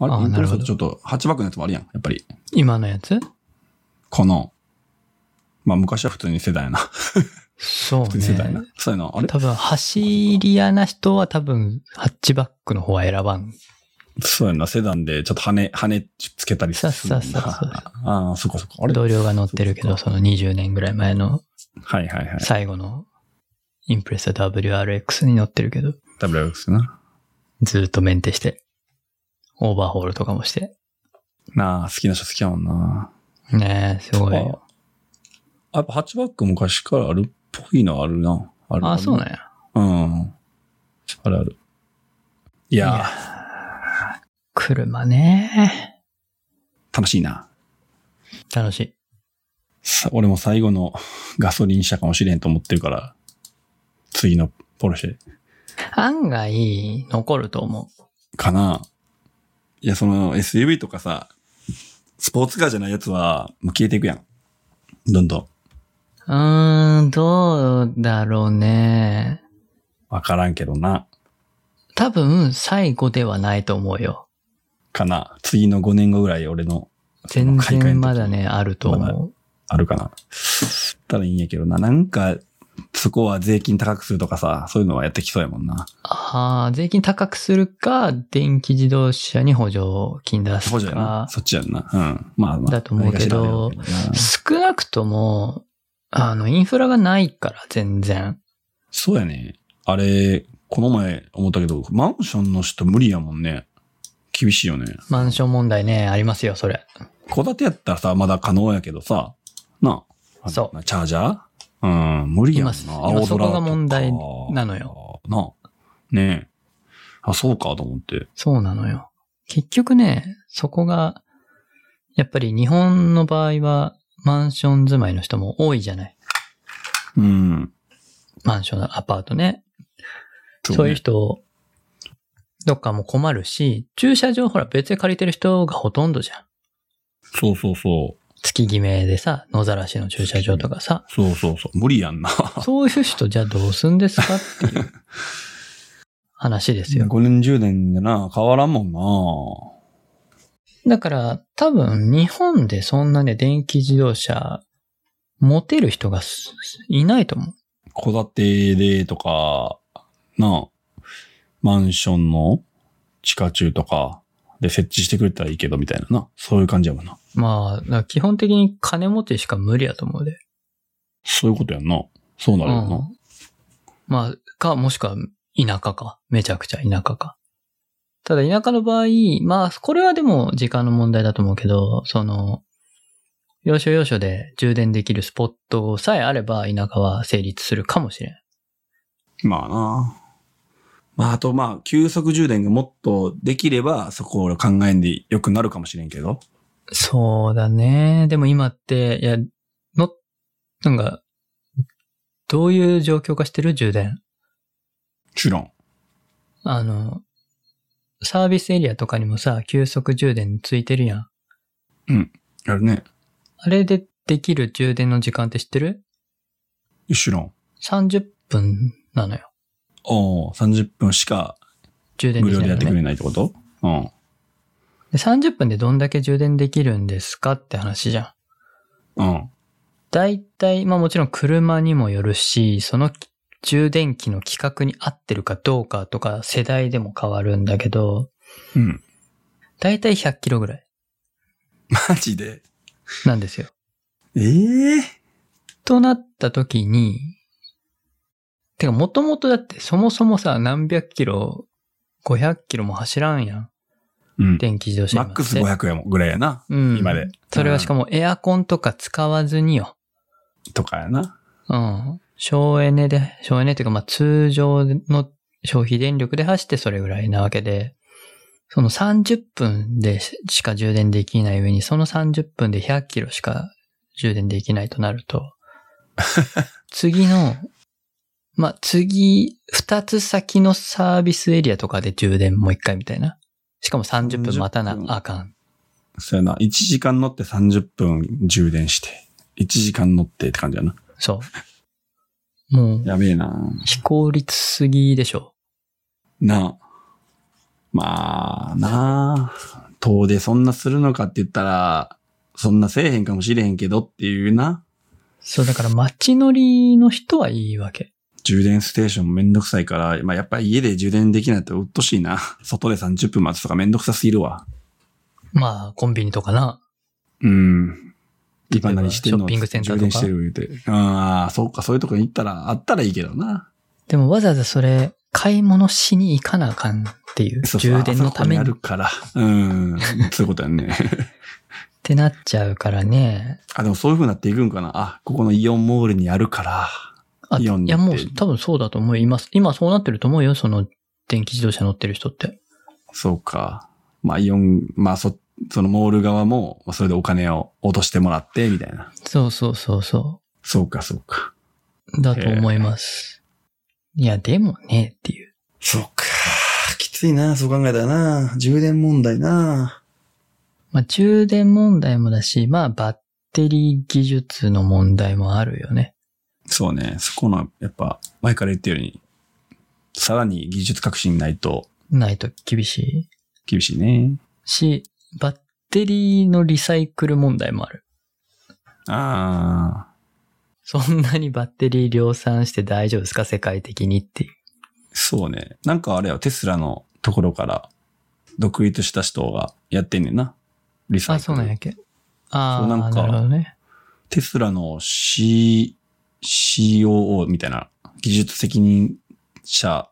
あれ
ああ
インプレッサっ
なるほど
てちょっと、ハッチバックのやつもあるやん。やっぱり。
今のやつ
この、まあ昔は普通にセダンやな。
そう
普通にセダンやな。。
ね
そうやな。あれ
多分、走り屋な人は多分、ハッチバックの方は選ばん。
そうやんな。セダンでちょっと羽、羽つけたりするんだ。
そうそうそうそう
ああ、そっかそっか。あれ
同僚が乗ってるけど、その20年ぐらい前の
はいはいはい。
最後のインプレッサ WRX に乗ってるけど、
WX な。
ずーっとメンテして、オーバーホールとかもして。
なあ、好きな人好きやもんな。
ねえ、すごいよ。
あやっぱハッチバック昔からあるっぽいのあるな。ある
ああ、そうなん
ね。
や。
うん。あるある。いやー
いや車ね。
楽しいな。
楽しい。
さ俺も最後のガソリン車かもしれんと思ってるから、次のポルシェ
案外、残ると思う。
かな。いや、その SUV とかさ、スポーツカーじゃないやつは、もう消えていくやん。どんどん。
うーん、どうだろうね。
わからんけどな。
多分、最後ではないと思うよ。
かな。次の5年後ぐらい俺の、そ
全
の買い替え
然
の時
まだね、あると
まだ
思う。
あるかな。たらいいんやけどな。なんか、そこは税金高くするとかさ、そういうのはやってきそうやもんな。
ああ、税金高くするか、電気自動車に補助金出す
そうじゃな
か
い。そっちやんな。うん。まあまあ。
だと思うけ
何かし
ど
らあるやろうけどな
少なくとも、あの、インフラがないから、全然。
そうやね。あれ、この前思ったけど、マンションの人無理やもんね。厳しいよね。
マンション問題ね、ありますよ、それ。
戸建てやったらさ、まだ可能やけどさ、なあ。。
そう
チャージャーうん、無理やもんな。
今
青空
今そこが問題
とか
なのよ。
なあ。ねえ。あ、そうかと思って。
そうなのよ。結局ね、そこが、やっぱり日本の場合は、マンション住まいの人も多いじゃない。
うん。
マンションのアパートね。そう
ね
いう。人、どっかも困るし、駐車場ほら別で借りてる人がほとんどじゃん。
そうそうそう。
月決めでさ、野ざらしの駐車場とかさ、
そうそうそう。無理やんな。
そういう人じゃあどうすんですかって いう話ですよ。
5年10年でな、変わらんも
だから多分日本でそんなね、電気自動車持てる人がすいないと思う。
んな。戸建てでとか、なあ、マンションの地下中とかで設置してくれたらいいけどみたいなな。そういう感じやもんな。
まあ、だから基本的に金持ちしか無理やと思うで。
そういうことやんな。そうなるよな。
うんまあ、か、もしくは田舎か。めちゃくちゃ田舎か。ただ田舎の場合、まあ、これはでも時間の問題だと思うけど、その、要所要所で充電できるスポットさえあれば田舎は成立するかもしれん。
まあな。まあ、あとまあ、急速充電がもっとできれば、そこを考えんでよくなるかもしれんけど。
そうだね。でも今って、いや、の、なんか、どういう状況化してる充電。
知らん。
あの、サービスエリアとかにもさ、急速充電ついてるやん。
やるね。
あれでできる充電の時間って知ってる
知らん。あ
?30 分なのよ。
あ、30分しか
充電
無
でき
料
ない
で
の、ね。
やってくれないってことうん。
で30分でどんだけ充電できるんですかって話じゃん。
うん。
だいたい、まあもちろん車にもよるし、その充電器の規格に合ってるかどうかとか世代でも変わるんだけど、
うん。
だいたい100キロぐらい
マジで
なんですよ。
ええ
となった時に、てかもともとだってそもそもさ、何百キロ、500キロも走らんやん。
うん。
電気自動車
マ
今
ッ
って
クス500円もぐらいやな。
うん。
今で。
それはしかもエアコンとか使わずによ。
とかやな。
うん。省エネで、省エネっていうか、まあ、通常の消費電力で走ってそれぐらいなわけで、その30分でしか充電できない上に、その30分で100キロしか充電できないとな ると、次の、まあ、次、2つ先のサービスエリアとかで充電もう一回みたいな。しかも30分待たな
30分
あかん。
そうやな。1時間乗って30分充電して。1時間乗ってって感じやな。
そう。もう、
やべえな。
非効率すぎでしょ。
なあ。まあ、なあ。遠出そんなするのかって言ったら、そんなせえへんかもしれへんけどっていうな。
そう、だから街乗りの人はいいわけ。
充電ステーションもめんどくさいから、まあやっぱり家で充電できないとうっとしいな。 外で30分待つとかめんどくさすぎるわ。
まあ、コンビニとかな。
うん。今
例えば
何してんの
ショッピングセンターと
充
か
電してる言うて。ああ、そうか、そういうとこに行ったら、あったらいいけどな。
でもわざわざそれ、買い物しに行かなあかんっていう、
そうそう
充電のため
あ
に
そ
っ
こあるから。 うん。そういうことやね。
てなっちゃうからね。
あ、でもそういう風になっていくんかな。あ、ここのイオンモールにあるから。
あい
イオンに
や、もう
行って
多分そうだと思います。今そうなってると思うよ、その電気自動車乗ってる人って。
そうか。まあ、イオン、まあ、そ、そのモール側も、まあそれでお金を落としてもらって、みたいな。
そうそうそうそ
そうか、そうか。
う。だと思います。いや、でもね、っていう。
そうか。きついな、そう考えたらな。充電問題な。
まあ、充電問題もだし、まあ、バッテリー技術の問題もあるよね。
そうね。そこの、やっぱ、前から言ったように、さらに技術革新ないと
ないと厳しい。
厳しいね。
し、バッテリーのリサイクル問題もある。
ああ、
そんなにバッテリー量産して大丈夫ですか世界的にっていう。
そうね。なんかあれよ、テスラのところから、独立した人がやってんねんな。リサイ
あ、
クル。
そうなんやっけ。あ
そうな
あ、
んか
なるほどね。
テスラの C、 COO みたいな、技術責任者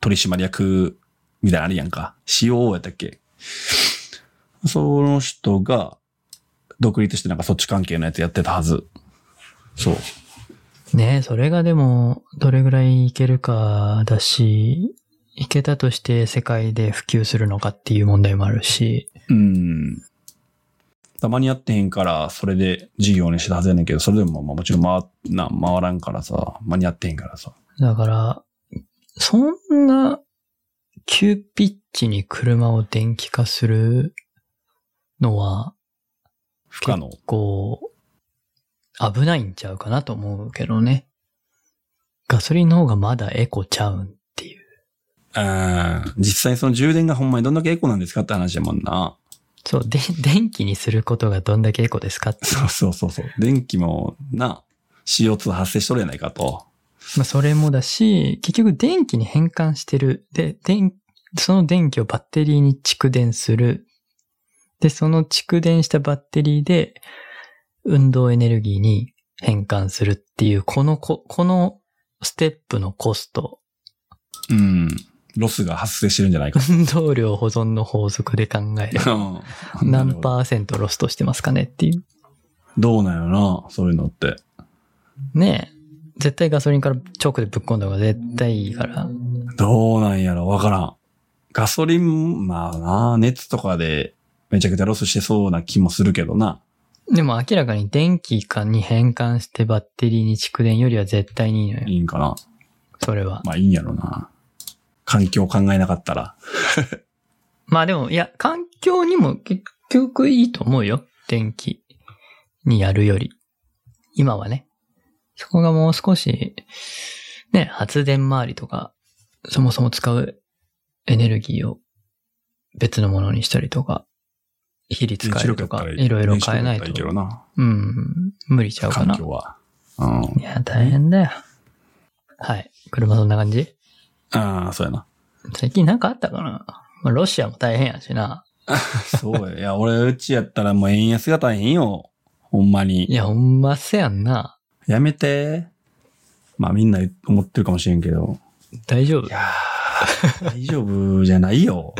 取締役みたいなのあるやんか。COO やったっけその人が独立してなんかそっち関係のやつやってたはず。そう。
ねえ、それがでも、どれぐらいいけるかだし、いけたとして世界で普及するのかっていう問題もあるし、
うん。たまにやってへんから、それで事業にしてたはずやねんけど、それでもまあもちろん回な回らんからさ、間に合ってへんからさ。
だから、そんな、急ピッチに車を電気化するのは、
不可能。
こう、危ないんちゃうかなと思うけどね。ガソリンの方がまだエコちゃうんっていう。
うん。実際その充電がほんまにどんだけエコなんですかって話やもんな。
そう、で、 電気にすることがどんだけエコです かって。
そうそうそうそう。電気もな、CO2 発生しとるやないかと。
まあ、それもだし、結局電気に変換してる。で、電、その電気をバッテリーに蓄電する。で、その蓄電したバッテリーで、運動エネルギーに変換するっていう、このこ、このステップのコスト、
うん。ロスが発生してるんじゃないか。。
運動量保存の法則で考える
うん
何パーセントロストしてますかねっていう。
どうなんやろな、そういうのって。
ねえ。絶対ガソリンからチョークでぶっ込んだ方が絶対いいから。
どうなんやろわからん。ガソリン、まあな、熱とかでめちゃくちゃロスしてそうな気もするけどな。
でも明らかに電気かに変換してバッテリーに蓄電よりは絶対にいいのよ。
いいんかな。
それは。
まあいいんやろな。環境考えなかったら。
まあでも、いや、環境にも結局いいと思うよ。電気にやるより。今はね。そこがもう少し、ね、発電周りとか、そもそも使うエネルギーを別のものにしたりとか、比率変えるとか、いろいろ変えな
原子力やったらい
い
い
と
け。どな。
うん、無理ちゃうか
環
な。
境は。うん。
いや、大変だよ。はい。車そんな感じ
ああ、そうやな。
最近なんかあったかな、まあ、ロシアも大変やしな。
そうや。いや、俺、うちやったらもう円安が大変よ。ほんま
い
に。
や、ほんませやんな。
やめて。まあみんな思ってるかもしれんけど。
大丈夫
い。やー大丈夫じゃないよ。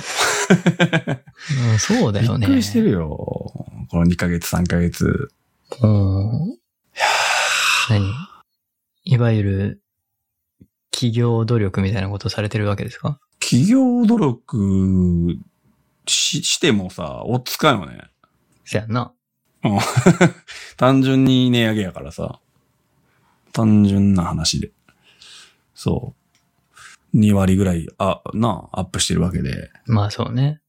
うん、 そうだ
び
よ
っ
ね。
くりしてるよ。この2ヶ月、3ヶ月。
うん。何いわゆる、企業努力みたいなことされてるわけですか
企業努力ししてもさ、おっつかんよね。
せやんな。
単純に値上げやからさ。単純な話で。そう。2割ぐらい、あ、なあ、アップしてるわけで。
まあそうね。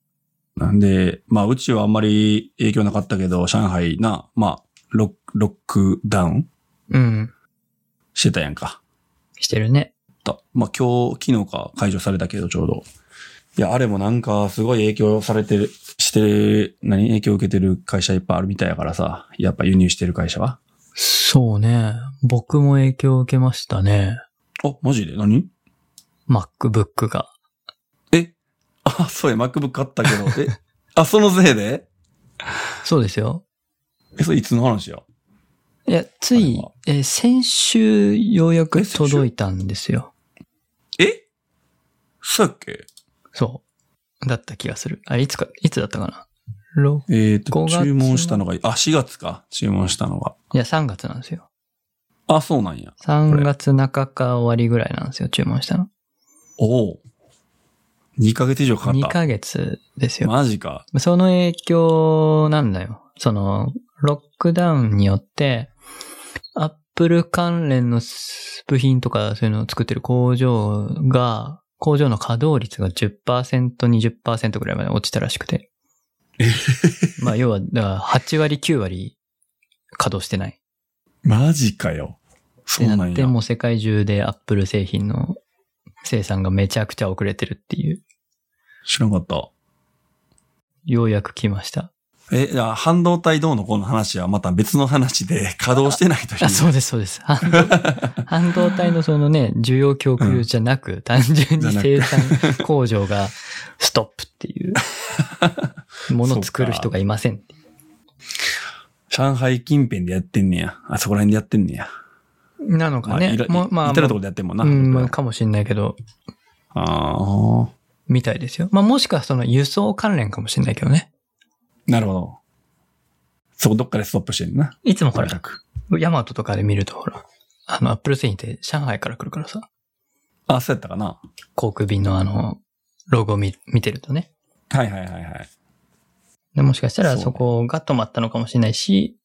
なんで、まあ、うちはあんまり影響なかったけど、上海な、まあ、ロック、ロックダウン
うん。
してたやんか。
してるね。
だまあ、今日、昨日か解除されたけど、ちょうど。いや、あれもなんか、すごい影響されてる、して、何影響受けてる会社いっぱいあるみたいやからさ。やっぱ輸入してる会社は。
そうね。僕も影響を受けましたね。
あ、マジで何
MacBook が。
あ、そうや、MacBook 買ったけど。 え、あ、そのせいで
そうですよ。
え、それいつの話や
いや、つ
あれ
い
は、
えー先週ようや
え
く
先週
届いたんですよ。
えそうやっけ
そう。だった気がする。あ、いつか、いつだったかな ?6、
えっ、と、
5月の
注文したのが、あ、4月か。注文したのが。
いや、3月なんですよ。
あ、そうなんや。
3月中か終わりぐらいなんですよ、注文したの。
おお。2ヶ月以上かかった。
2ヶ月ですよ。
マジか。
その影響なんだよ。その、ロックダウンによって、アップル関連の部品とかそういうのを作ってる工場が、工場の稼働率が10%、20%ぐらいまで落ちたらしくて。まあ、要は、だから8割、9割稼働してない。
マジかよ。
っ
そ
て
うな
なんって、
や。
もう世界中でアップル製品の生産がめちゃくちゃ遅れてるっていう、
知らんかった。
ようやく来ました。
え、じゃあ半導体どうのこうの話はまた別の話で 稼働してないと
あ、そうです、そうです。半 導半導体のそのね、需要供給じゃなく、単純に生産工 場がストップっていう、ものを作る人がいませんっていう
上海近辺でやってんねや。あそこら辺でやってんねや。
なの
ま
か
あ、
ね
い。ら
もうまあ、
いたるところでやってんもんな。
うん、かもしんないけど、
ああ、
みたいですよ。まあ、もしくはその輸送関連かもしんないけどね。
なるほど。そこどっかでストップしてんな。
いつもほ
とに
ら
か、く。
ヤマトとかで見るとほら、あの、アップル製品って上海から来るからさ、
あ、そうやったかな。
航空便のあの、ロゴを見見てるとね。
はいはいはいはい。
でもしかしたら
そうね
そこが止まったのかもしれないし、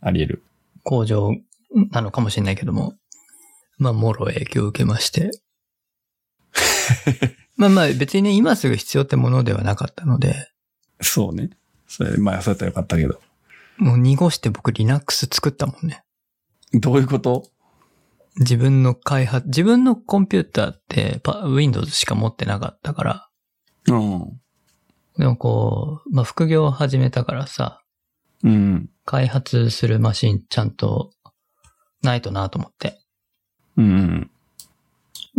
あり得る。
工場なのかもしれないけども、まあ、もろ影響を受けまして。まあまあ、別にね、今すぐ必要ってものではなかったので、
そうね。それ、まあ、そうやったらよかったけど。
もう濁して僕 Linux 作ったもんね。
どういうこと
自分の開発、自分のコンピューターってパ Windows しか持ってなかったから、
うん。
でもこう、まあ、副業を始めたからさ、
うん。
開発するマシンちゃんとないとなと思って。
うん。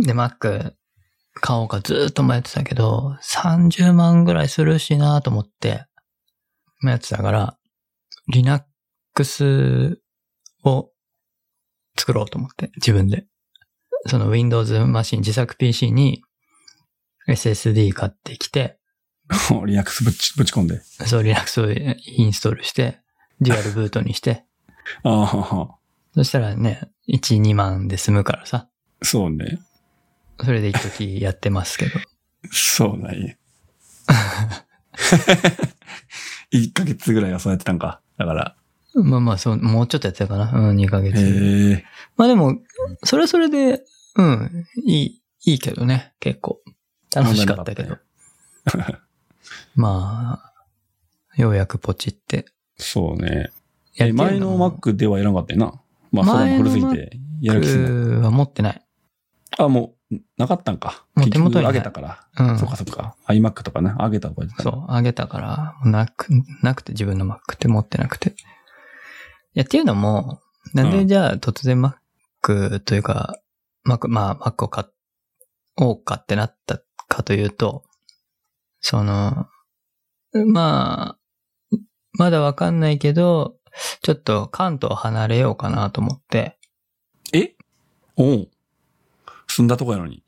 で、Mac 買おうかずーっと迷ってたけど、30万ぐらいするしなと思って、迷ってたから、Linux を作ろうと思って、自分で。その Windows マシン、自作 PC に SSD 買ってきて、
リラックスぶち、ぶち込んで。
そう Linux をインストールして、デュアルブートにして、
あ
そしたらね、1、2万で済むからさ。
あ、そうね。
それで一時やってますけど。
そうなんや。1ヶ月ぐらいはそうやってたんか。だから。
まあまあ、そう、もうちょっとやってたかな。うん、2ヶ
へ
月。
え。
まあでも、それはそれで、うん、いい、いいけどね、結構。楽しかったけど。 まあ、ようやくポチって
そうね。
やって
え
るな。
前の Mac ではいらなかったよな。まあ、それ
前
も
の
古すぎて、やる気しない。
Mac は持ってない。
あ、もう、なかったんか。
もう
結局
手元にない
上げたから。
うん。
そうかそうか。iMac とかね、上げた方がいいかな
そう、あげたから、もうなく、なくて自分の Mac って持ってなくて。いや、っていうのも、なん
う
で
ん
じゃあ突然 Mac というか、Mac、まあ Mac を買おうかってなったかというと、その、まあ、まだわかんないけど、ちょっと関東離れようかなと思って、
えおう。住んだとこやのに。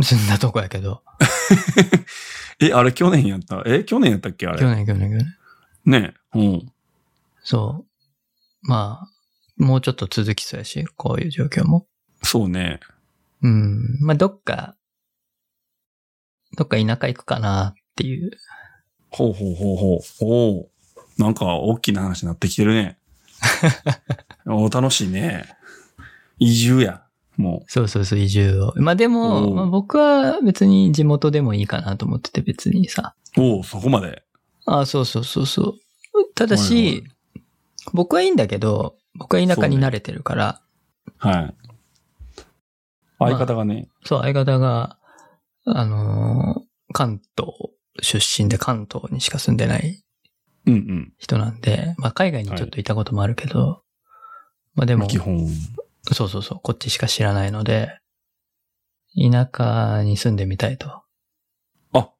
住んだとこやけど、
え、あれ去年やったえ、去年やったっけあ
去
れ。
年去年去年。
ねえ。うん。
そう。まあ、もうちょっと続きそうやし、こういう状況も。
そうね。
うん。まあ、どっか、どっか田舎行くかなっていう。
ほうほうほうほう。おう。なんか、大きな話になってきてる ね。お楽しいね。移住や。も
そうそうそう、移住を。まあ、でも、
うん
まあ、僕は別に地元でもいいかなと思ってて別にさ。
う。おう、そこまで。
ああ、そうそうそうそう。ただし、
はいはい
僕はいいんだけど、僕は田舎に慣れてるから、
はい。相方がね。
そう,、相方が、あのー関東出身で関東にしか住んでない
うんうん。
人なんで、まあ、海外にちょっといたこともあるけど、まあ、で
で
も、
基本。
そうそうそう、こっちしか知らないので、田舎に住んでみたいと。
あ、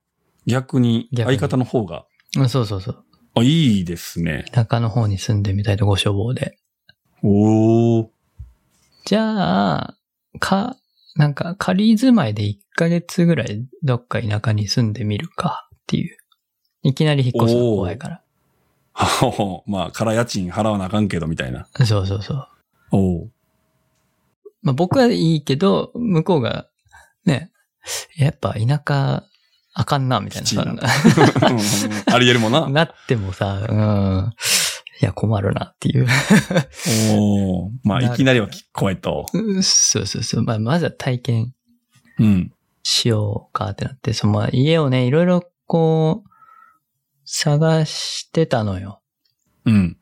逆に、
逆に
相方の方が。
うんそうそうそう。
あ、いいですね。
田舎の方に住んでみたいとご所望で。
おお。
じゃあ、か、なんか仮住まいで1ヶ月ぐらいどっか田舎に住んでみるかっていう。いきなり引っ越すの怖いから。
はは まあ、から家賃払わなあかんけど、みたいな。
そうそうそう。
おう。
まあ僕はいいけど、向こうが、ね、やっぱ田舎あかんな、みたいな
きちいな
さ。
ありえるもんな。
なってもさ、うん。いや、困るなっていう。
おお。まあ、
なる
いきなりは怖いと。
うんそうそうそう。まあ、まずは体験
うん。
しようかってなって、その、まあ、家をね、いろいろこう、探してたのよ。
うん。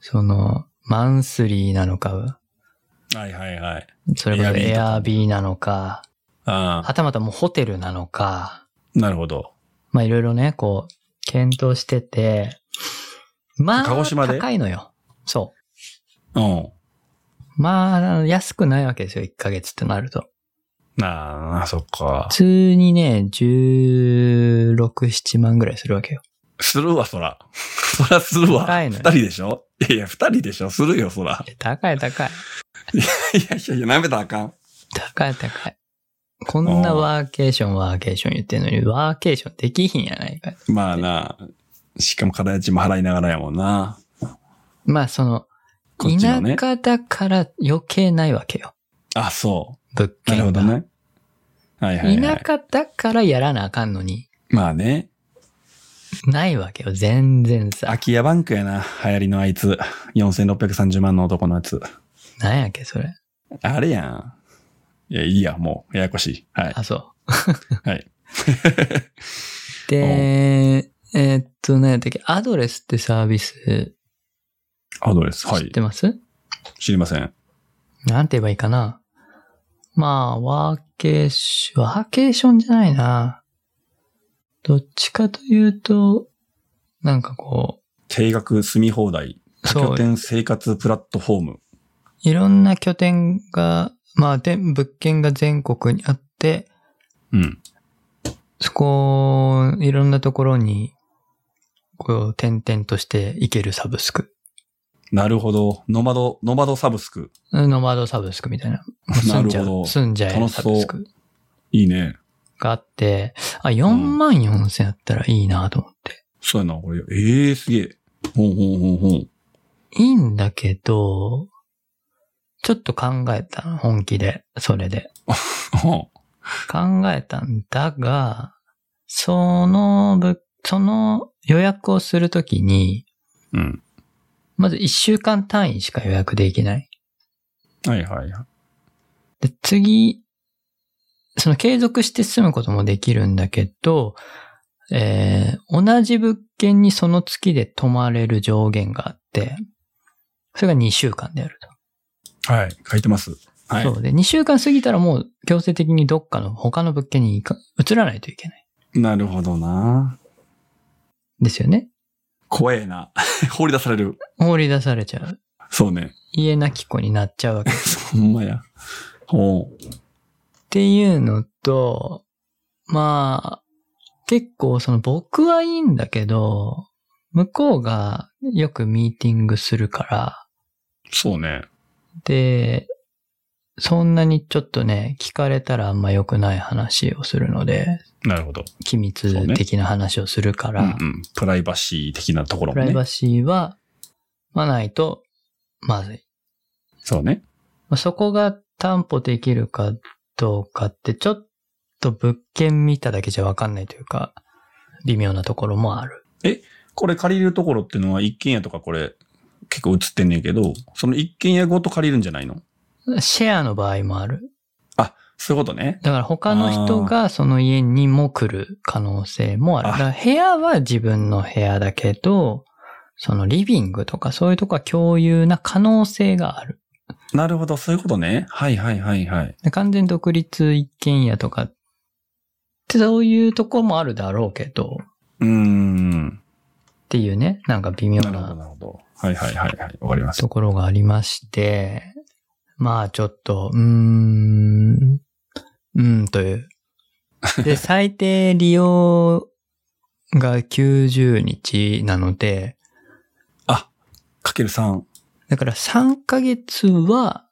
その、マンスリーなのか、
はいはいはい。
それこそ
Airbnb と
エ
か
アービーなのか、
ああ、
はたまたもうホテルなのか、
なるほど。
まあ、いろいろね、こう、検討してて、まあ、
鹿児島で
高いのよ。そ
うん。
う。まああの、安くないわけですよ、1ヶ月ってなると。
ああ、そっか
普。通にね、16、7万ぐらいするわけよ。
するわ、そら。 そらするわ。
高いの
二人
よ
でしょいやいや、二人でしょするよ、そら。
高い高い。
いやいやいや、舐めたらあかん。
高い高い。こんなワーケーション、ワーケーション言ってんのに、ワーケーションできひんやないか。
まあな。しかも片家賃も払いながらやもんな。
まあ、その、
こっちのね
田。舎だから余計ないわけよ。
あ、そ
物
う。なるほ
件
ど
が。
ね。はいはい、はい。
田舎だからやらなあかんのに、
まあね。
ないわけよ。全然さ
空。き家バンクやな。流行りのあいつ。4630万の男のやつ。
なんやっけ、それ。
あれやん。いや、いいや、もう。ややこしい。はい。
あ、そう。
はい。
で、えーっと、何やったっけ、アドレスってサービス
アドレス。
知
は
っ
い
て。ます、
知りません。
なんて言えばいいかな。まあ、ワーケーション、ワーケーションじゃないな。どっちかというと、なんかこ
定額住み放題。
う、
多
そ
拠
う、
点生活プラットフォーム。
いろんな拠点が、まあ、で、物件が全国にあって、
うん。
そこ、いろんなところに、こう、点々としていけるサブスク。
なるほど。ノマド、ノマドサブスク。
ノマドサブスクみたいな。
な
住ん
る
じ
ほ
ゃう。
ど。
住んじゃえるサブスク
いいね。
があって、あ、4万4千あったらいいなと思って。
そうやな、これ。ええすげえ。ほんほんほんほん。
いいんだけど、ちょっと考えたの本気で、それで。
は
考えたんだが、そのぶ、その予約をするときに、
あうん。
まず1週間単位しか予約できない。
はいはいはい。
で、次、その継続して住むこともできるんだけど、えー同じ物件にその月で泊まれる上限があって、それが2週間であると。
はい。書いてます。はい。
そうで、2週間過ぎたらもう強制的にどっかの他の物件に行か移らないといけない。
なるほどな。
ですよね。
怖えな。 放り出される。
放り出されちゃう。
そうね。
家なき子になっちゃうわけ。っ
ほんまや。ほう。
ていうのと、 まあ、結構その僕はいいんだけど、向こうがよくミーティングするから、
そうね。
で、そんなにちょっとね、聞かれたらあんま良くない話をするので、
なるほど。
機
そうね
密的な話をするか
うん
ら、
うん。プライバシー的なところ
プ
も
ライ
ね。
バシーは、まあないと、まずい。
そうね。
まあ、そこが担保できるかどうかって、ちょっと物件見ただけじゃわかんないというか、微妙なところもある。
これ借りるところってのは一軒家とかこれ結構映ってんねんけど、その一軒家ごと借りるんじゃないの
シェアの場合もある。
そういうことね。
だから他の人がその家にも来る可能性もある。
あ
だから部屋は自分の部屋だけど、そのリビングとかそういうとこは共有な可能性がある。
なるほど、そういうことね。はいはいはいはい。
で完全独立一軒家とかってそういうとこもあるだろうけど、
うーん。
っていうね、なんか微妙
なるほど、
な
なるほど。はいはいはいはい。わかります。
ところがありまして、まあちょっと、うーん、うんという。 で、最低利用が90日なので、
かける3。
だから3ヶ月は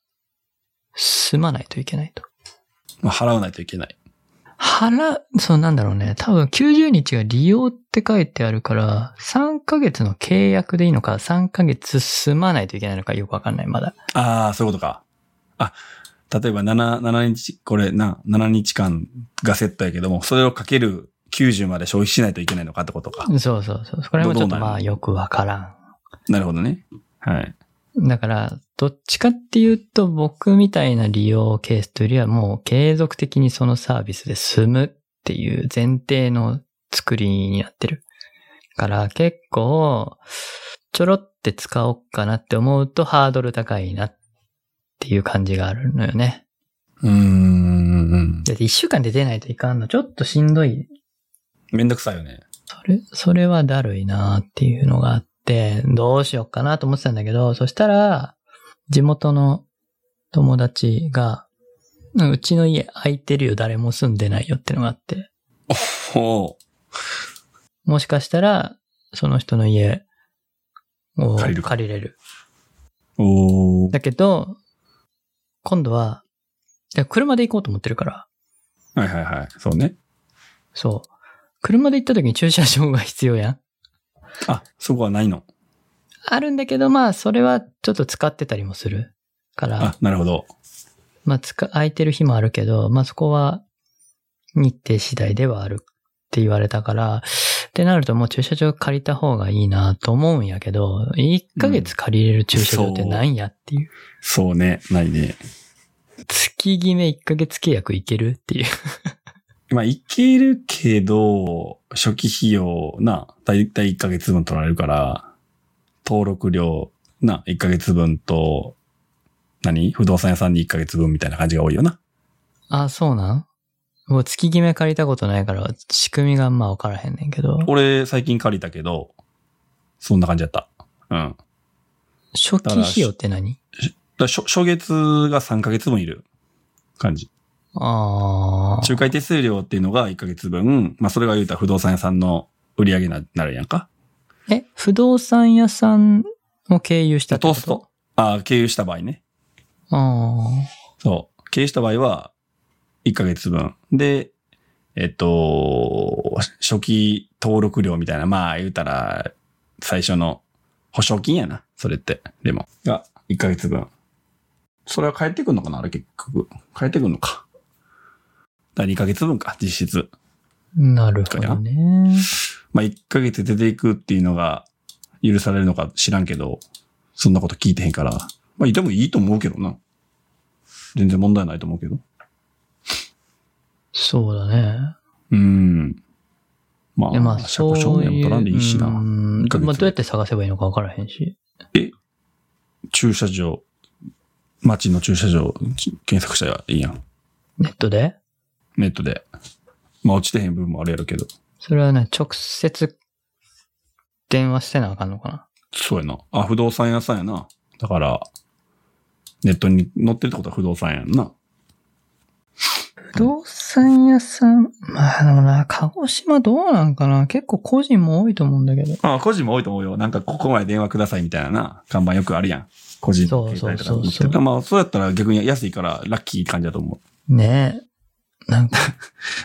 住まないといけないと。
まあ、払わないといけない。
払、そうなんだろうね。多分90日が利用って書いてあるから、3ヶ月の契約でいいのか、3ヶ月住まないといけないのかよくわかんない、まだ。
ああ、そういうことか。あ、例えば7、7日、これな、7日間がセットやけども、それをかける90まで消費しないといけないのかってことか。
そうそうそう。これもちょっ
ど
と
うなんや
まあよくわからん。
なるほどね。はい。
だから、どっちかっていうと、僕みたいな利用ケースというよりは、もう継続的にそのサービスで済むっていう前提の作りになってる。だから、結構、ちょろって使おうかなって思うとハードル高いなっていう感じがあるのよね。
うーん。
だって一週間で出ないといかんの、ちょっとしんどい
めんどくさいよね。
それ、それはだるいなっていうのがあって、どうしようかなと思ってたんだけど、そしたら、地元の友達が、うんうちの家空いてるよ、誰も住んでないよってのがあって、
ほう。
もしかしたら、その人の家を
借りる
借りれる。
おー
だけど、今度は、いや車で行こうと思ってるから、
はいはいはい。そうね。
そう。車で行った時に駐車場が必要やん。
あ、そこはないの。
あるんだけど、まあ、それはちょっと使ってたりもするから、
あ、なるほど。
まあ、つか、空いてる日もあるけど、まあ、そこは日程次第ではあるって言われたから、ってなるともう駐車場借りた方がいいなと思うんやけど、1ヶ月借りれる駐車場ってないんやっていう。
そうね。ないね。
月決め1ヶ月契約いけるっていう。
まあ、いけるけど、初期費用な、だいたい1ヶ月分取られるから、登録料な、1ヶ月分と、何不動産屋さんに1ヶ月分みたいな感じが多いよな。
あ、そうなんもう月決め借りたことないから、仕組みがあんまわからへんねんけど、
俺、最近借りたけど、そんな感じだった。うん。
初期費用って何
だ初初月が3ヶ月分いる感じ。
ああ。
仲介手数料っていうのが1ヶ月分、まあそれが言うたら不動産屋さんの売り上げにななるやんか。
え、不動産屋さんを経由し
で
たってこ
通
と
すと、ああ、経由した場合ね。
あ
そう。経由した場合は、1ヶ月分。で、えっと、初期登録料みたいな、まあ言うたら、最初の保証金やな。それって。でも。が、1ヶ月分。それは返ってくんのかなあれ結局。返ってくんのか。だから2ヶ月分か、実質。
あ。なるほどね。
まあ、1ヶ月出ていくっていうのが許されるのか知らんけど、そんなこと聞いてへんから。まあ、いてもいいと思うけどな。全然問題ないと思うけど。
そうだね。
うん。まあ、
え、まあ、
車
そう
庫
いう。
証明も取らんでいいし
う
な。
ん
一ヶ月
まあ、どうやって探せばいいのかわからへんし。
駐車場、街の駐車場き検索したらいいやん。
ネットで
ネットで。まあ、落ちてへん部分もあるやろうけど。
それはね、直接電話してなあかんのかな。
そうやな。あ、不動産屋さんやな。だから、ネットに載ってるってことは不動産やんな。
不動産屋さん、まあでもな、鹿児島どうなんかな結構個人も多いと思うんだけど。
ああ、個人も多いと思うよ。なんか、ここまで電話くださいみたいなな、看板よくあるやん。個人の携帯とか
そうそうそうそう
まあ、そうやったら逆に安いから、ラッキー感じだと思う。
ねえ。なんか、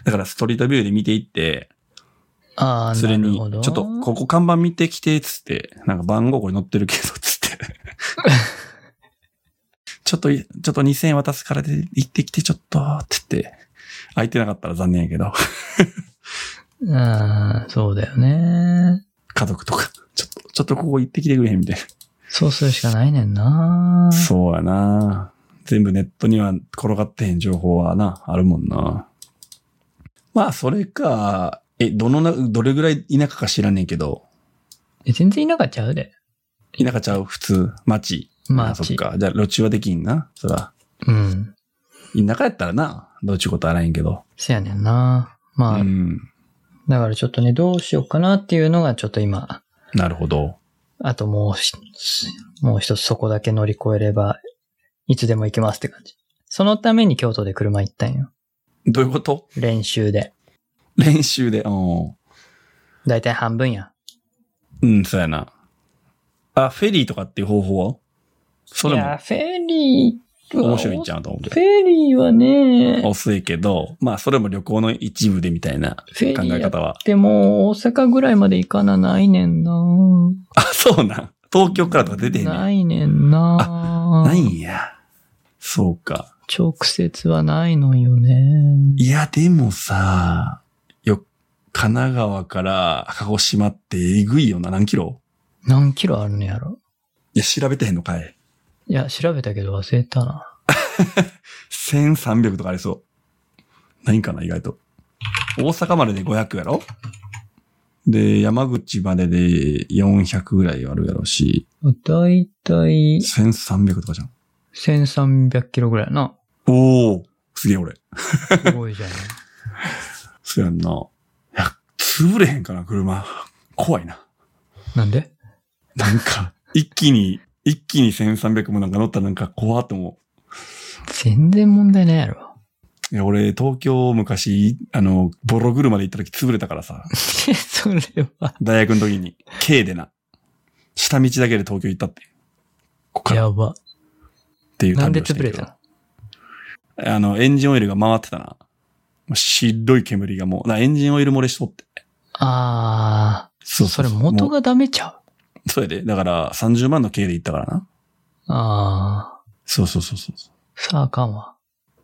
だから、ストリートビューで見ていって、
ああ、
そ
な
れ
る
に、ち
ほ
ょ
ど。
っと、ここ看板見てきて、つって、なんか番号これ載ってるけど、つって。 ちょっと、ちょっと2000円渡すからで行ってきて、ちょっと、つって。空いてなかったら残念やけど、
うん、そうだよね。
家族とか、ちょっと、ちょっとここ行ってきてくれへんみたいな。
そうするしかないねんな。
そうやな全部ネットには転がってへん情報はな、あるもんな。まあ、それか、え、どのな、どれぐらい田舎か知らんねんけど、
え全然いなかっちゃうで。
田舎ちゃう、普通、町。
まあ、
そっ
ち。
か。じゃあ、路中はできんな。そら。
うん。
田舎やったらな、どうちゅうことはないんけど。
せやねんな。まあ、
うん。
だからちょっとね、どうしようかなっていうのがちょっと今、
なるほど。
あともうひ、もう一つそこだけ乗り越えれば、いつでも行けますって感じ。そのために京都で車行ったんよ。
どういうこと
練習で。
練習で。うん。
だいたい半分や。
うん、そうやな。あ、フェリーとかっていう方法はそれ
いや、
も
フェリーは
面白いんちゃうと思うけど
フ。ェリーはね、
遅いけど、まあ、それも旅行の一部でみたいな
フェリ
考
ー
え
やっ
方は。
ても大阪ぐらいまで行かなないねんな。
あ、そうなん。東京からとか出てへんねん。
な
ない
ねんな。
いんや。そうか。
直接はないのよね。
いや、でもさ、よ、神奈川から鹿児島ってえぐいよな。何キロ
何キロあるのやろ。
いや、調べてへんのかい。
いや、調べたけど忘れたな。
1300とかありそう。ないんかな、意外と。大阪までで500やろで、山口までで400ぐらいあるやろし、
だいたい
1300とかじゃん。
1300キロぐらいやな。
おおすげえ俺。
すごいじゃん。
そうやんな。いや、潰れへんかな、車。怖いな。
なんで
なんか、一気に、一気に1300もなんか乗ったらなんか怖って思
全然問題ない やろ。
う。いや、俺、東京昔、あの、ボロ車で行った時潰れたからさ、
それは。
大学の時に、軽でな、下道だけで東京行ったって。こっからっ
やば。
ていう
なん
旅
で
をして
潰
んけ
れ
ど
た
あの、エンジンオイルが回ってたな。もう白い煙がもう、なエンジンオイル漏れしとって。
あ
そ
あ、それ元
も
がダメちゃう。
うそうやで。だから、30万の軽で行ったからな。
ああ、
そうそうそうそう。
さああかんわ。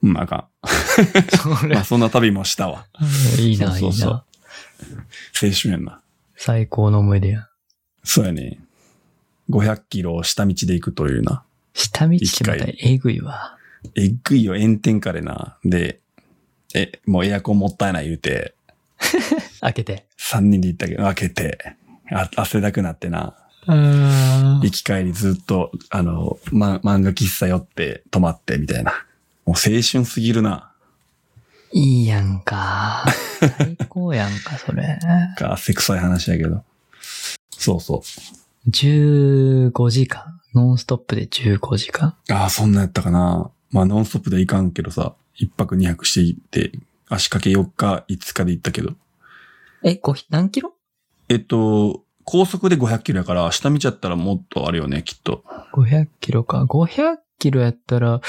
うん、あか
そ
ん。ま
れ
あ、、そんな旅もしたわ。
いいな、い
そうそう
い
そう
な。
青春やんな。
最高の思い出や。
そうやね。500キロを下道で行くというな。
下道ってまたえぐいわ。
えっぐいよ、炎天下でな。で、え、もうエアコンもったいない言うて、
開けて。
3人で行ったけど、開けて、あ汗だくなってな。
あ
行き帰りずっと、あの、ま、漫画喫茶寄って、泊まって、みたいな。もう青春すぎるな。
いいやんか。最高やんか、それ。
か、汗臭い話やけど。そうそ
15時間。ノンストップで15時間。
う。ああ、そんなんやったかな。まあ、ノンストップではいかんけどさ、一泊二泊していって、足掛け4日、5日で行ったけど。
え、こう何キロ
えっと、高速で500キロやから、下見ちゃったらもっとあるよね、きっと。
?500 キロか。500キロやったら、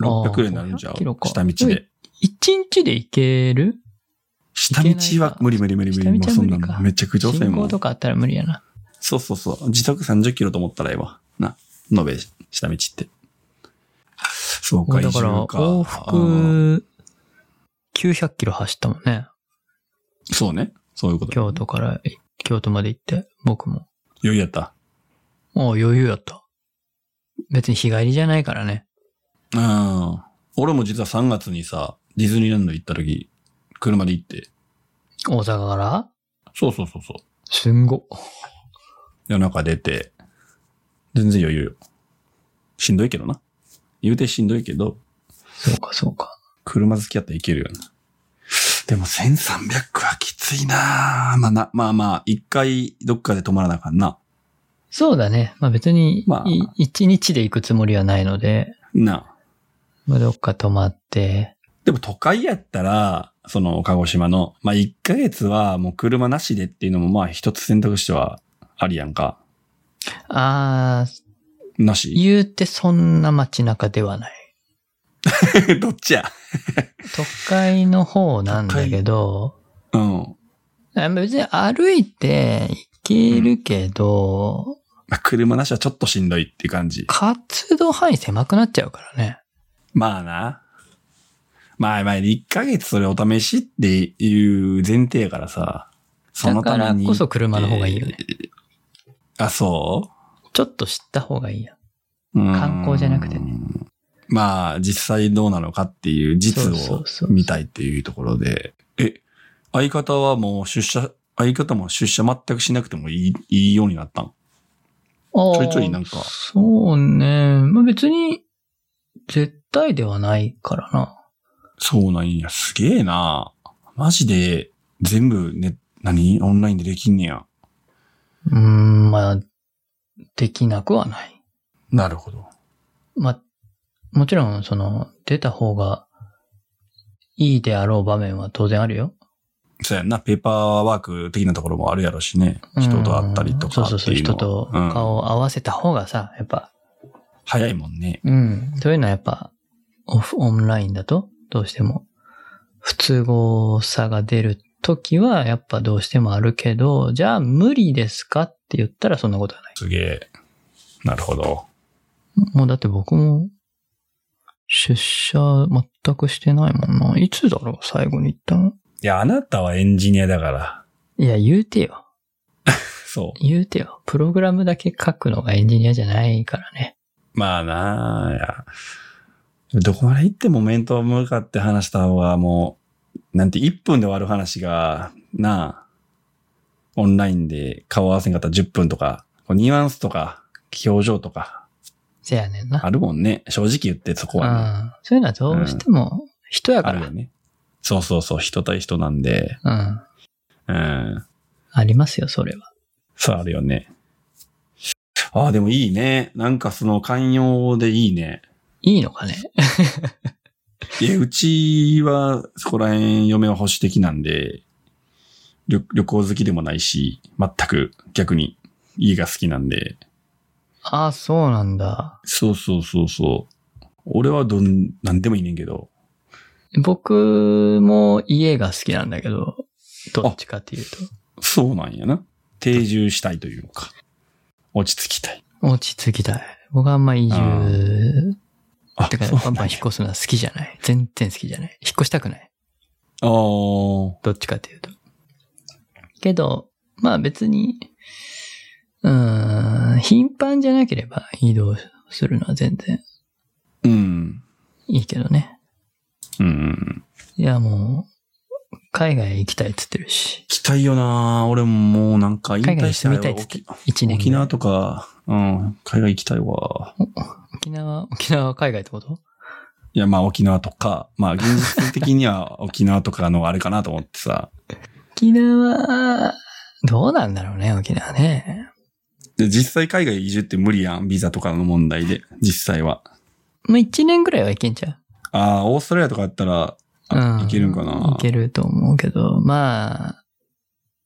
600キロになるんじゃう
500キロか
下道で。
1日で行ける
下道は無理無理無理無
下
理。もう
道は
そ
無
ん
理か
なんめちゃくちゃ遅い
信
も
号
ん。
とかあったら無理やな。
そうそうそう。自宅30キロと思ったらええわ。な。延べ、下道って。そうか、
だから、
移住か
往
あー
復、900キロ走ったもんね。
そうね。そういうこと。
京都から、い京都まで行って、僕も。
余裕やった。
もう余裕やった。別に日帰りじゃないからね。
うん。俺も実は3月にさ、ディズニーランド行った時、車で行って。
大阪から
そうそうそうそう。
すんご。
夜中出て、全然余裕よ。しんどいけどな。言うてしんどいけど、
そうか、そうか。
車好きやったらいけるよな。でも1300はきついなぁまあな、まあまあ、一回どっかで止まらなあかんな。
そうだね。まあ別に、
まあ
い一日で行くつもりはないので、
なあ。
まあどっか泊まって、
でも都会やったら、その鹿児島の、まあ1ヶ月はもう車なしでっていうのもまあ一つ選択肢はありやんか。
あー、
なし
言うてそんな街中ではない。
どっちや
都会の方なんだけど、
うん。ま
あ別に歩いて行けるけど、
あ車なしはちょっとしんどいっていう感じ。
活動範囲狭くなっちゃうからね。
まあな。まあまあ、1ヶ月それお試しっていう前提やからさ。その
だ
た
か
め
ら
に。
こそ車の方がいいよね。
あ、そ
ちょっと知った方がいいや。
ううん
観光じゃなくてね
まあ、実際どうなのかっていう実
そうそ
を
うそう
見たいっていうところで。え、相方はもう出社、相方も出社全くしなくてもいい、いいようになったん
ち
ょいちょいなんか
そうね。まあ、別に、絶対ではないからな。
そうなんや。すげえな。マジで、全部ね、何オンラインでできんねや。
うーん、まあ、できなくはない。
なるほど。
まあ、もちろん、その、出た方が、いいであろう場面は当然あるよ。
そうやんな、ペーパーワーク的なところもあるやろしね。人と会ったりとか
うんそうそう
って
そう、
いうの
人
は
と
うん
顔を合わせた方がさ、やっぱ、
早いもんね。
うん。そういうのはやっぱ、オフ、オンラインだと、どうしても、不都合さが出るときは、やっぱどうしてもあるけど、じゃあ無理ですかって言ったらそんなことはない。
すげえ。なるほど。
もうだって僕も、出社全くしてないもんな。いつだろう最後に行ったの
いや、あなたはエンジニアだから。
いや、言うてよ。
そ
言うてよ。プログラムだけ書くのがエンジニアじゃないからね。
う。まあなあ、いや。どこまで行っても面と向かって話した方がもう、なんて1分で終わる話が、なあ、オンラインで顔合わせんかったら10分とか、こうニュアンスとか、表情とか、
せやねんな。
あるもんね。正直言ってそこはね。
うん。そういうのはどうしても、人や
あ
か
る
ら。
よね。そうそうそう、人対人なんで、
うん。
うん。
ありますよ、それは。
そうあるよね。ああ、でもいいね。なんかその寛容でいいね。
いいのかね
いや、うちは、そこら辺、嫁は保守的なんで、旅旅行好きでもないし、全く逆に家が好きなんで。
ああ、そうなんだ。
そうそうそうそう。俺はどん、なんでもいいねんけど、
僕も家が好きなんだけど、どっちかっていうと。
そうなんやな。定住したいというか、落ち着きたい。
落ち着きたい。僕はあんま移住、
あ、
てか
そうなんや
バンバン引っ越すのは好きじゃない。全然好きじゃない。引っ越したくない。
あー
どっちかっていうと。けど、まあ別に、うーん、頻繁じゃなければ移動するのは全然
うん。
いいけどね。
うん。
いやもう、海外行きたいっつってるし、
行きたいよな俺ももうなんか引
海外
退
に
した
住
ら
みたいっつって
沖
1年
沖
ぐらい
縄とか、うん、海外行きたいわ。
沖縄、沖縄は海外ってこと
いや、まあ沖縄とか、まあ現実的に は沖縄とかのあれかなと思ってさ。
沖縄、どうなんだろうね、沖縄ね。
で、実際海外移住って無理やん。ビザとかの問題で、実際は。
まあ1年ぐらいはいけんちゃう
ああ、オーストラリアとかやったら、あ
うん
いけるんかない
けると思うけど、まあ、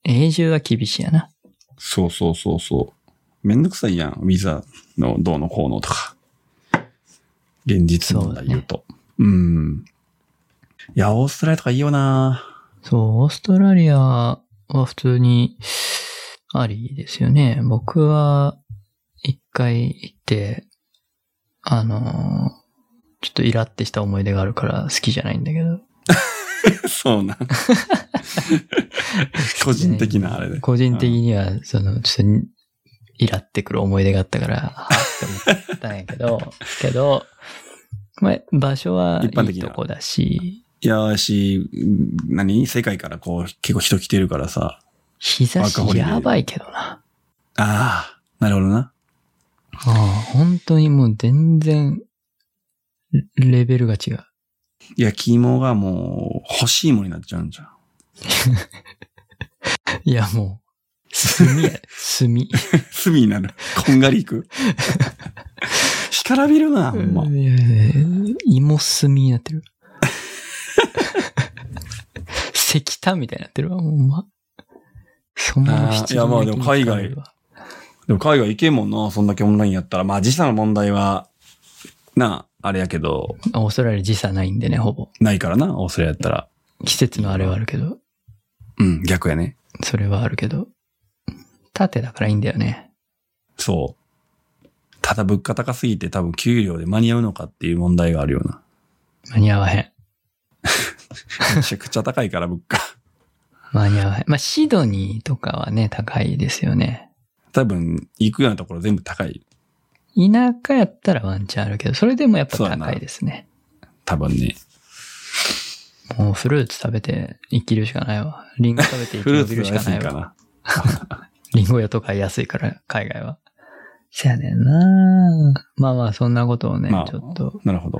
永住は厳しいやな。
そうそうそうそう。めんどくさいやん。ビザのどうのこうのとか。現実問題言うと。うん。いや、オーストラリアとかいいよ な
そう、オーストラリアは普通にありですよね。僕は一回行って、あの、ちょっとイラってした思い出があるから好きじゃないんだけど、
そう なん。個人的なあれで。
個人的にはその、ちょっとイラってくる思い出があったから、はぁって思ったんや けど、けど、まあ、場所はい
一般的
い
な
とこだし、
いやーし、うん何世界からこう、結構人来てるからさ。
日差
ワークホ
し
リデー
やばいけどな。
ああ、なるほどな。
ああ、本当にもう全然、レベルが違う。
いや、肝がもう、欲しいものになっちゃうんじゃん。
いや、もう、炭や、炭。
罪になる。こんがりいく。 干からびるな、ほんま。
いやいやいや芋炭になってる。石炭みたいになってるわ、ほんま。そん
あー
な七
いやまあでも
分の一に使われ
海
るわ
でも海外行けんもんな、そんだけオンラインやったら。まあ時差の問題は、なあ、あれやけど、
オーストラリア時差ないんでね、ほぼ。
ないからな、オーストラリアやったら。
季節のあれはあるけど、
うん、逆やね。
それはあるけど。縦だからいいんだよね。
そう。ただ物価高すぎて多分給料で間に合うのかっていう問題があるような。
間に合わへん。
めちゃくちゃ高いから物価。
間に合わへん。まあ、シドニーとかはね、高いですよね。
多分、行くようなところ全部高い。
田舎やったらワンチャンあるけど、それでもやっぱ高いですね。
多分ね。
もうフルーツ食べて生きるしかないわ。リンゴ食べて生
フ
き
ルーツ
延びる
の
し
安
かないい
か
わ。
な。
リンゴ屋とか安いから、海外は。せやねんなまあまあ、そんなことをね、
まあ
ちょっと
なるほど。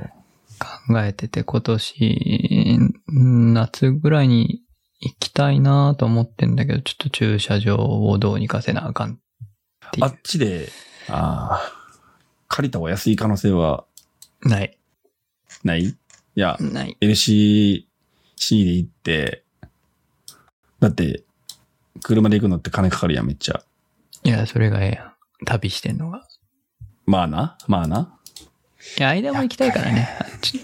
考えてて、今年、うん夏ぐらいに行きたいなと思ってんだけど、ちょっと駐車場をどうにかせなあかんってい
あっちで、ああ、借りた方が安い可能性は
う。ない。
ないいや、
ない。
LCC で行って、だって、車で行くのって金かかるやん、めっちゃ。
いや、それがええやん。旅してんのが。
まあな、まあな。
いや、間も行きたいからね。 あっち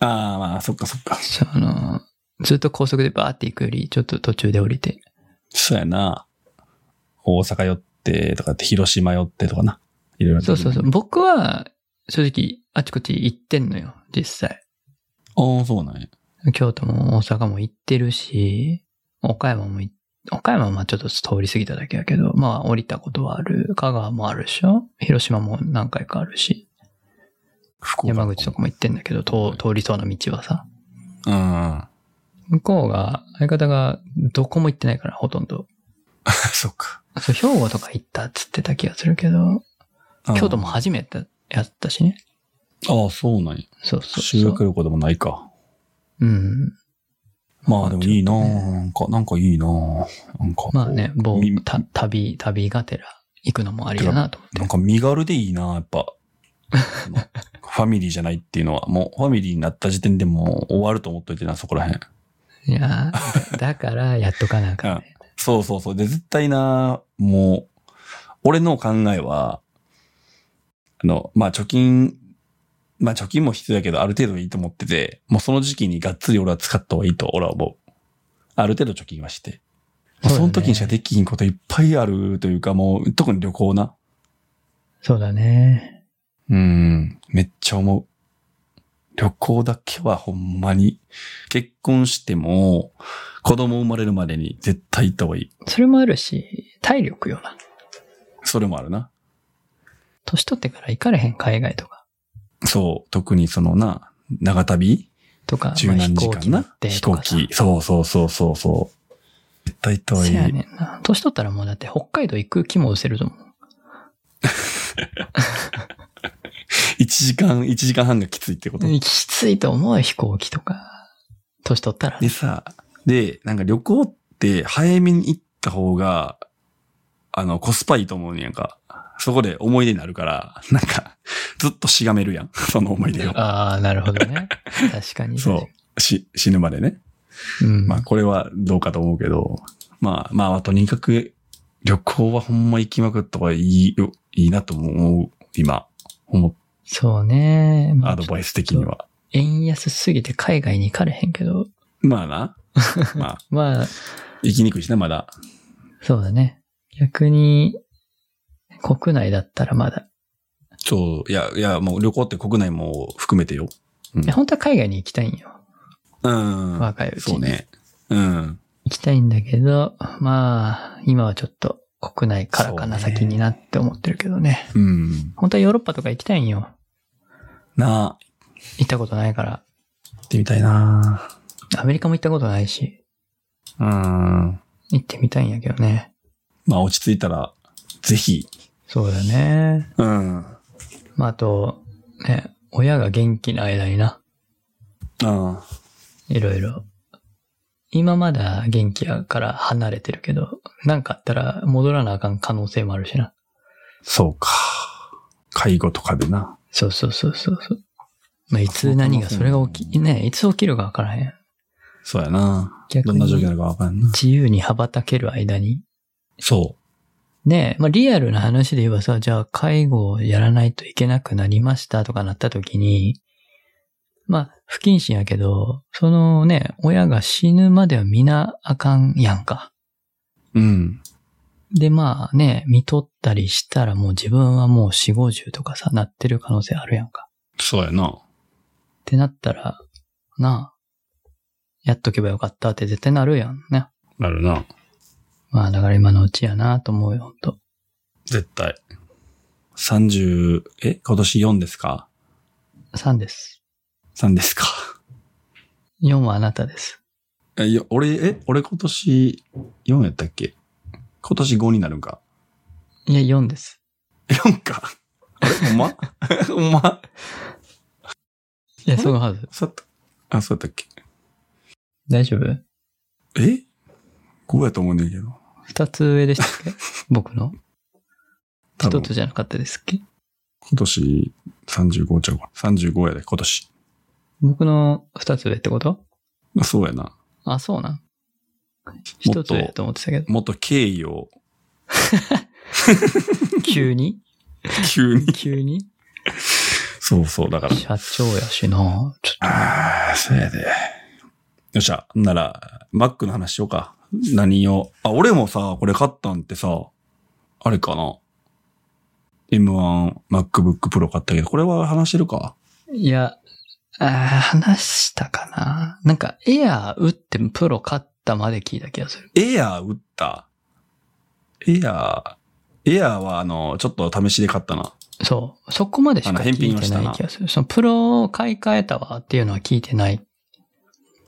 ああ、まあ、そっかそっか。
その、ずっと高速でバーって行くより、ちょっと途中で降りて。
そうやな。大阪寄ってとかって、広島寄ってとかな。いろいろ。
そうそうそう。。僕は、正直、あちこち行ってんのよ、実際。
ああ、そうなんや。
京都も大阪も行ってるし、岡山もい岡山はまあちょっと通り過ぎただけやけど、まあ降りたことはある。香川もあるでしょ広島も何回かあるし、
福岡。
山口とかも行ってんだけど、と通りそうな道はさ。
うん。
向こうが、相方がどこも行ってないから、ほとんど。
そっか。
そう、兵庫とか行ったっつってた気がするけど、
あー
京都も。初めてやったしね。
ああ、そうなんや。
そうそう
修
そう。
学旅行でもないか。
うん。
まあでもいいな
ちょっとね
ぁなんか、なんかいいなぁなんかこう。
まあね、某
み
た旅、旅がてら行くのもありだなと思
なん
って。
か身軽でいいな、やっ ぱ。そのファミリーじゃないっていうのは、もうファミリーになった時点でもう終わると思っといてな、そこら辺。
いやーだ からやっとかなあかんね。
そうそうそう。で、絶対な、もう、俺の考えは、あの、まあ貯金まあ貯金も必要だけど、ある程度いいと思ってて、もうその時期にがっつり俺は使った方がいいと、俺は思う。ある程度貯金はして。まあ
そうだね
その時にしかできひんこといっぱいあるというか、もう、特に旅行な。
そうだね。
うん、めっちゃ思う。旅行だけはほんまに、結婚しても、子供生まれるまでに絶対行った方がいい。
それもあるし、体力よな。
それもあるな。
年取ってから行かれへん、海外とか。
そう、特にそのな、長旅
とか、
十何時間
乗っ
な。
て
飛
と
行
かさ。
機。そうそうそうそうそう。絶対行った方がい
せ
い。
やねんな。年取ったらもうだって北海道行く気も失せると思う。
1時間、一時間半がきついってこと。
きついと思うよ飛行機とか。年取ったら
で。さ、で、なんか旅行って早めに行った方が、あの、コスパいいと思うねやんか。そこで思い出になるから、なんか、ずっとしがめるやん。その思い出を。
ああ、なるほど ね。確かに。
そう。し、死ぬまでね。
う。ん。
まあ、これはどうかと思うけど、まあ、まあ、とにかく、旅行はほんま行きまくった方がいいよ、いいなと思う、今。思っ
そうね。まあ
アドバイス的には。
円安すぎて海外に行かれへんけど。
まあ な。まあ、
まあ、
行きにくいしな、まだ。
そうだね。逆に、国内だったらまだ。
そう、いや、いや、もう旅行って国内も含めてよ。
いや本当は海外に行きたいんよ。
うん。
若いうちに。
そうね。うん。
行きたいんだけど、まあ、今はちょっと国内からかな、
そうね
先になって思ってるけどね。
うん。
本当はヨーロッパとか行きたいんよ。
なあ、
行ったことないから。
行ってみたいな
アメリカも行ったことないし、
うん。
行ってみたいんやけどね。
まあ、落ち着いたら、ぜひ。
そうだね。
うん。うん。
まあ、あと、ね、親が元気な間にな、いろいろ。今まだ元気やから離れてるけど、なんかあったら戻らなあかん可能性もあるしな。
そうか。介護とかでな。
そうそうそうそうそう。まあ、いつ何が、それが起き、ね、いつ起きるかわからへん。
そうやな。
逆
どん
に
な状況になるかわかんない。
自由に羽ばたける間に。
そ
ねえ、まあ、リアルな話で言えばさ、じゃあ介護をやらないといけなくなりましたとかなった時に、まあ、不謹慎やけど、そのね、親が死ぬまでは皆あかんやんか。
う。うん。
で、まあね、見とったりしたらもう自分はもう四五十とかさ、なってる可能性あるやんか。
そうやな。
ってなったら、なあ、やっとけばよかったって絶対なるやんね。
なるな。
まあ、だから今のうちやなと思うよ、ほんと。
絶対。30、え今年4ですか
3です。
?3 ですか。
4はあなたです。
え、いや、俺、え、俺今年4やったっけ今年5になるんか。
いや、4です。
4か。あれほんまほんま
いや、
あれ
そうはず。
そうやった。あ、そうやったっけ
大丈夫
え ?5 やと思うねんけど。
二つ上でし たっけ僕の。
多
一
分
つじゃなかったですっけ
今年35ちゃうか。35やで、今年。
僕の二つ上ってこと
あそうやな。
あ、そうなん。
も
一
っ
つ
と
上と思ってたけど。
もっと敬意を
急に
急に。
急に
そうそう、だから。
社長やしなちょっ
ああ、そうやで。よっしゃ。なら、マックの話しようか。何を。あ、俺もさ、これ買ったんってさ、あれかな。M1 MacBook Pro 買ったけど、これは話してるか。
と。いや、あー話したかななんか、エアー打ってプロ勝ったまで聞いた気がする。
エアー打った。エアー、エアーはあの、ちょっと試しで買ったな。
そう。そこまでしか
あの返
聞
品
い
は
て
したな
ない気がする。そのプロを買い替えたわっていうのは聞いてない。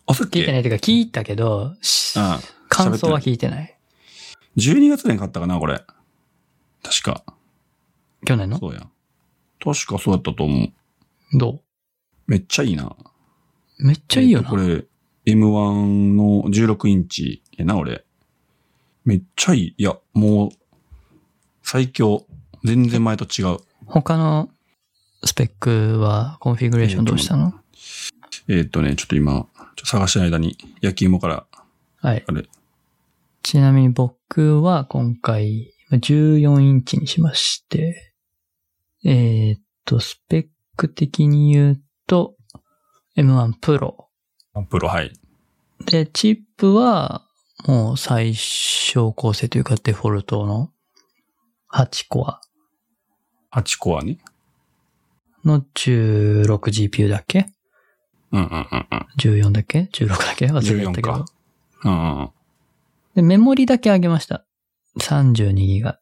あ、さっき
聞いてないというか、聞いたけど、し
うん
感想は聞いてない。
12月に買ったかな、これ。確か。
去年の
そうやん。確かそうやったと思う。
ど
めっちゃいいな。
うめっちゃいいよ
え
な。
っとこれ、M1 の16インチやな、俺。めっちゃいい。いや、もう、最強。全然前と違う。
他のスペックはコンフィグレーションどうしたの
えーっとね、ちょっと今、ちょっと探してる間に、焼き芋から、
はい
あれ。
ちなみに僕は今回まあ14インチにしまして、えーっと、スペック的に言うと、M1 プロ。
アンプロ、はい。
で、チップは、もう最小構成というかデフォルトの8コア
8コアね。
の 16GPU だっけ
うんうんうんうん。
?14 だっけ ?16 だっけ忘れちゃっ
14
たけど
か。うんうん。
で、メモリだけ上げました。32ギガ。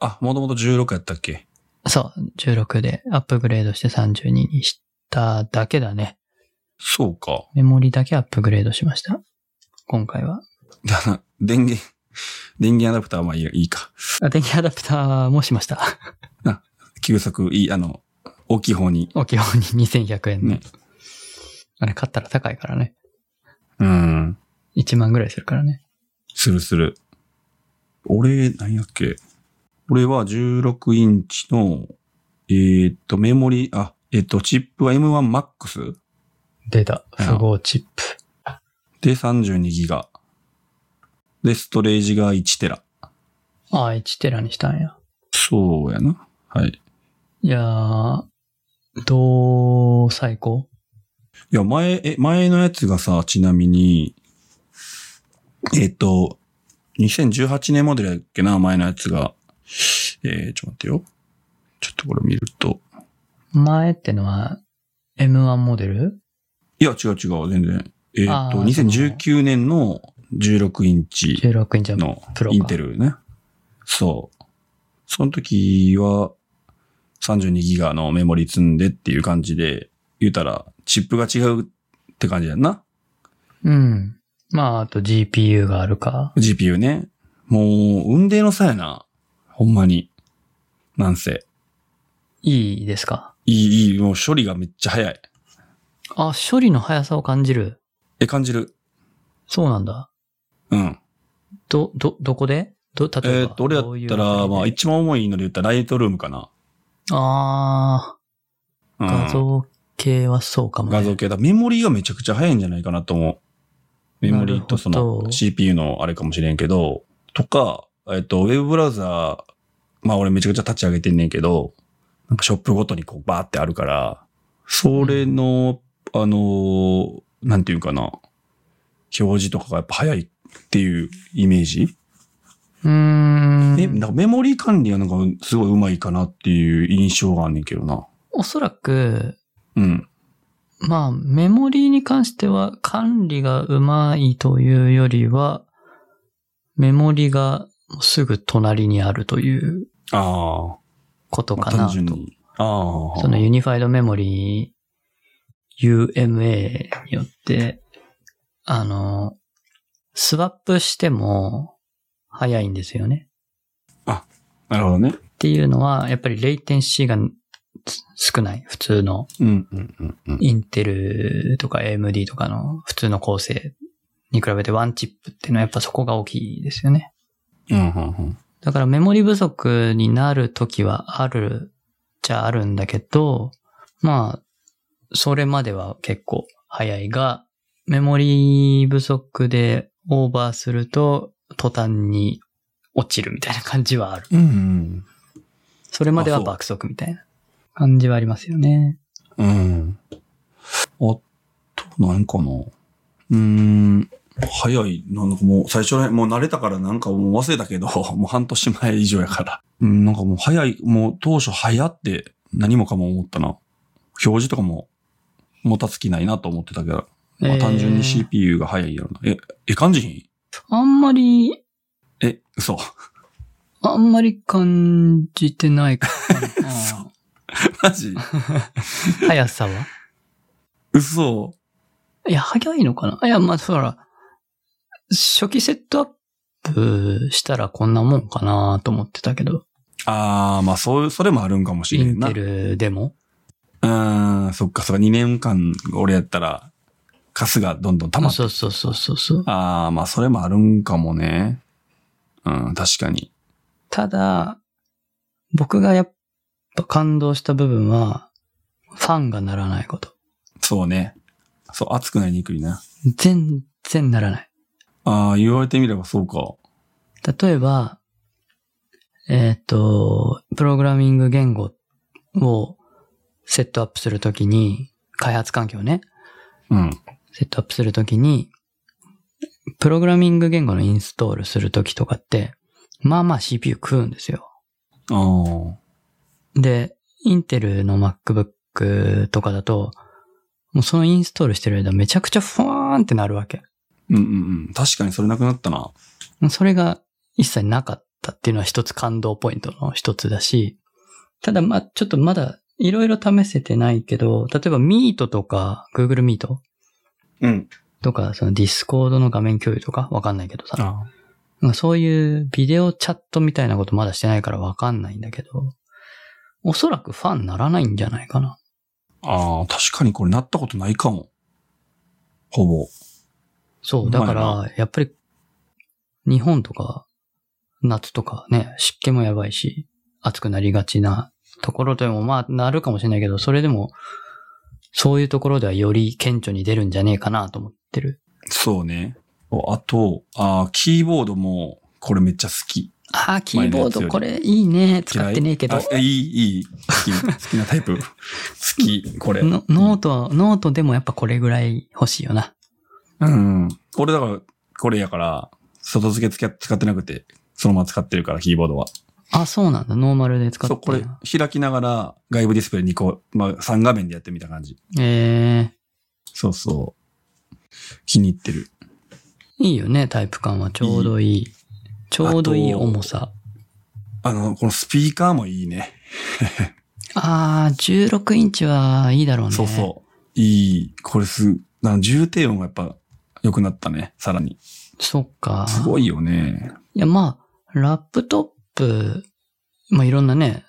あ、もともと16やったっけ
そう、16でアップグレードして32にしただけだね。
そうか。
メモリだけアップグレードしました。今回は。
だな、電源、電源アダプターはまあいいいいか。
あ電気アダプターもしました。
急速、いい、あの、大きい方に。
お基本に2100円の。
ね
あれ、買ったら高いからね。
うん。
1万ぐらいするからね。
するする。俺、何やっけ。俺は16インチの、えーっと、メモリ、あ、えーっと、チップは M1MAX
出た。
うん
符号チップ。
で32ギガ。で、ストレージが1テラ。
ああ、1テラにしたんや。
そうやな。はい。
いやー、どう、最高
いや、前、え、前のやつがさ、ちなみに、えーっと、2018年モデルやっけな、前のやつが。えー、ちょっと待ってよ。ちょっとこれ見ると。
前ってのは、M1 モデル
いや、違う違う、全然。えっ、
あー
と、
その
2019年の16インチ
?16 インチの。
の
プロか
インテルね。そう。その時は32ギガのメモリ積んでっていう感じで、言うたら、チップが違うって感じやんな。
うん。まあ、あと GPU があるか。
GPU ね。もう、運命の差やな。ほんまに。なんせ。
いいですか
いい、いい、もう処理がめっちゃ早い。
あ、処理の速さを感じる。
え、感じる。
そうなんだ。
うん。
ど、ど、どこでど、例えば。
えっ、と、俺やったら、まあ、
あ
一番重いので言ったらライトルームかな。
あー、
うん、
画像系はそうかも、ね。
画像系だ。メモリーがめちゃくちゃ早いんじゃないかなと思う。メモリーとそ
なるほ
の
ど
CPU のあれかもしれんけど、とか、えっと、ウェブブラウザー、まあ俺めちゃくちゃ立ち上げてんねんけど、なんかショップごとにこうバーってあるから、それの、あのー、なんていうかな、表示とかがやっぱ早いっていうイメージ、
うーん。
えなんかメモリー管理がなんかすごい上手いかなっていう印象があんねんけどな。
おそらく、
うん。
まあ、メモリーに関しては管理がうまいというよりは、メモリがすぐ隣にあるという
あ
こと
あ、まあ
かな
単
と。
純に。ああ。
そのユニファイドメモリー UMA によって、あの、スワップしても早いんですよね。
なるほどね。
っていうのは、やっぱりレイテンシーが少ない。普通の
うんうんうんうん。
インテルとか AMD とかの普通の構成に比べてワンチップっていうのはやっぱそこが大きいですよね。
うんうんうん。
だからメモリ不足になる時はあるじゃあるんだけど、まあ、それまでは結構早いが、メモリ不足でオーバーすると途端に落ちるみたいな感じはある。
うん
それまでは
あそう
爆速みたいな感じはありますよね。
うん。うん。あと、なんかな。うーん。早い。なんかもう、最初らへんもう慣れたからなんかもう忘れたけど、 もう半年前以上やから。うん、なんかもう早い、もう当初早って何もかも思ったな。表示とかも、もたつきないなと思ってたけど、まあ
えー
単純に CPU が早いやろな。え、え、感じひん
あんまり、
え、嘘。
あんまり感じてないか な。
そうマジ
速さは
嘘。
いや、速いのかないや、まあ、そら、初期セットアップしたらこんなもんかなと思ってたけど、
あー、まあ、そう、それもあるんかもし
イ
れん
ン
な。
テルでも。
ああ、そっか、そっか、2年間俺やったら、カスがどんどん溜まって。
そうそうそうそうそう。
ああ、まあそれもあるんかもね。うん、確かに。
ただ、僕がやっぱ感動した部分は、ファンがならないこと。
そうね。そう、熱くなりにくいな。
全然ならない。
ああ、言われてみればそうか。
例えば、えっ、と、プログラミング言語をセットアップするときに、開発環境ね、
うん。
セットアップするときに、プログラミング言語のインストールするときとかって、まあまあ CPU 食うんですよ。
あー
で、インテルの MacBook とかだと、もうそのインストールしてる間めちゃくちゃフワーンってなるわけ。
うんうんうん。確かにそれなくなったな。
それが一切なかったっていうのは一つ感動ポイントの一つだし、ただまあちょっとまだいろいろ試せてないけど、例えば Meet とか Google Meet
うん。
とかその Discord の画面共有とかわかんないけどさ、
あ
なんかそういうビデオチャットみたいなことまだしてないからわかんないんだけど、おそらくファンならないんじゃないかな。
あー、確かにこれなったことないかも。ほぼ。
そう
ま
う、
い
だ
な
から、やっぱり、日本とか、夏とかね、湿気もやばいし、暑くなりがちなところでも、まあ、なるかもしれないけど、それでも、そういうところではより顕著に出るんじゃねえかなと思ってる。
そうね。あと、あーキーボードも、これめっちゃ好き。
ああ、キーボード、
前のやつより
これいいね。使
嫌
ってねえけど
あ。いい、いい。好き。好きなタ イプ。好き、これ。
のノート、ノートでもやっぱこれぐらい欲しいよな。
うん。俺だから、これやから、外付け使使ってなくて、そのまま使ってるから、キーボードは。
あ、そうなんだ。ノーマルで使って
そう、これ、開きながら、外部ディスプレイ2個、まあ、3画面でやってみた感じ。
え
そうそう。気に入ってる。
ー、いいよね。タイプ感はちょうどいい。ちょうどいい
あと
重さ。
あの、このスピーカーもいいね。
ああ、16インチはいいだろうね。
そうそう。いい。これす、あの、重低音がやっぱ、良くなったね。さらに。
う。そっか。
すごいよね。
いや、まあ、ラップトップ、まあいろんなね、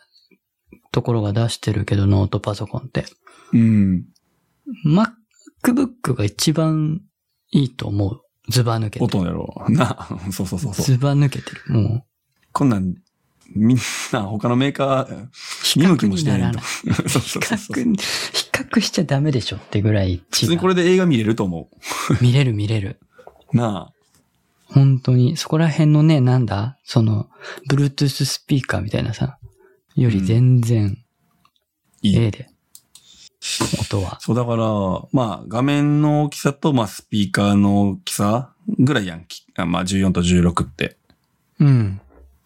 ところが出してるけど、ノートパソコンって。
うん。
MacBook が一番いいと思う。ズバ抜けてる。
音やろう。な、 そうそうそうそう。
ズバ抜けてる。もう、
こんなん、みんな、他のメーカー、
比
見向き
較
も
に
して
な
な
ら
いと
ない。。
そう
比
そうそうそう。
較に、比較しちゃダメでしょってぐらい
普
違
通にこれで映画見れると思
見れる見れる。
う。な
本当に、そこら辺のね、なんだその、Bluetooth スピーカーみたいなさ、より全然、
あ。いい。
A で、音は。
そうだから、まあ画面の大きさと、まあスピーカーの大きさぐらいやん。きあまあ14と16って
うん。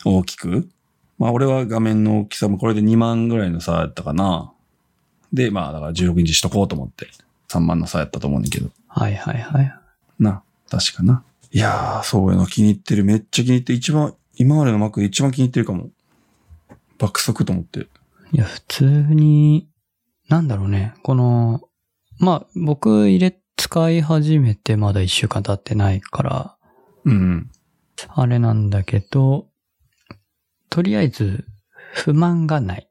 大きく。まあ俺は画面の大きさもこれで2万ぐらいの差やったかな。で、まあだから16インチしとこうと思って3万の差やったと思うんだけど。
はいはいはい。
な、確かな。いやー、そうやな。気に入ってる。めっちゃ気に入って、一番、今までの Mac で一番気に入ってるかも。爆速と思って。
いや、普通に、なんだろうね。この、まあ、僕入れ、使い始めてまだ一週間経ってないから、
うん。
あれなんだけど、とりあえず、不満がない。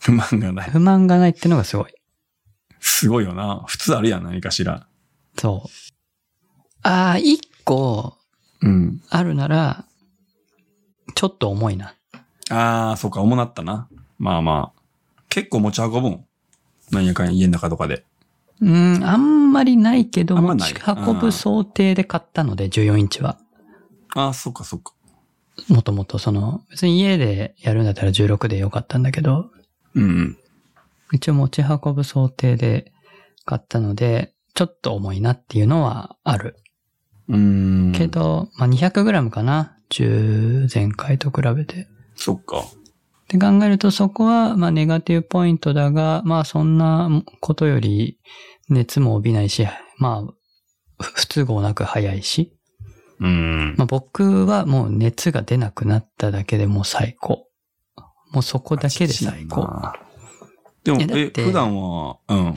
不満がない。
不満がないってのがすごい。
すごいよな。普通あるやん、何かしら。
そう。ああ、一個
うん。
あるなら、ちょっと重いな。
ああ、そうか、重なったな。まあまあ。結構持ち運ぶん。なんやかんや家の中とかで。
うん、あんまりないけど、
あんま
持
ない
ち運ぶ想定で買ったので、14インチは。
ああ、そうか、そうか。
もともとその、別に家でやるんだったら16でよかったんだけど、
うんうん。
一応持ち運ぶ想定で買ったので、ちょっと重いなっていうのはある。
うーん。
け。ど、まあ、200g かな。10前回と比べて。
そっか。
って考えるとそこは、まあ、ネガティブポイントだが、まあ、そんなことより熱も帯びないし、まあ、ふ不都合なく早いし、
うーん。
まあ、僕はもう熱が出なくなっただけでもう最高。もうそこだけで最高。
あ。でも、
いやだっ
え、
て
普段は、うん。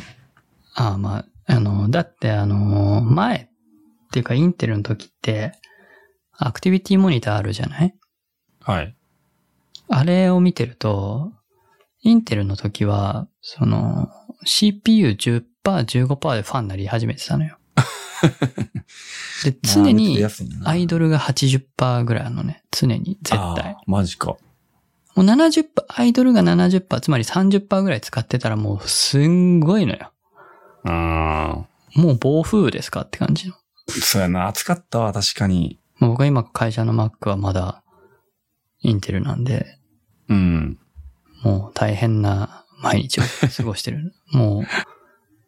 ああ、まあ、あの、だってあの、前っていうかインテルの時って、アクティビティモニターあるじゃない
はい。
あれを見てると、インテルの時は、その、CPU10%、15%でファンになり始めてた のよ。で、常にアイド
ル
ルが80%ぐらいなのね。常に、絶対。。
あーマジか。
もう70%、アイドルが70%、つまり30%ぐらい使ってたらもうすんごいのよ。
うーん。
もう暴風ですかって感じの。
そうやな。暑かったわ、確かに。
まあ僕は今会社の Mac はまだインテルなんで、
うん。
もう大変な毎日を過ごしてる。もう、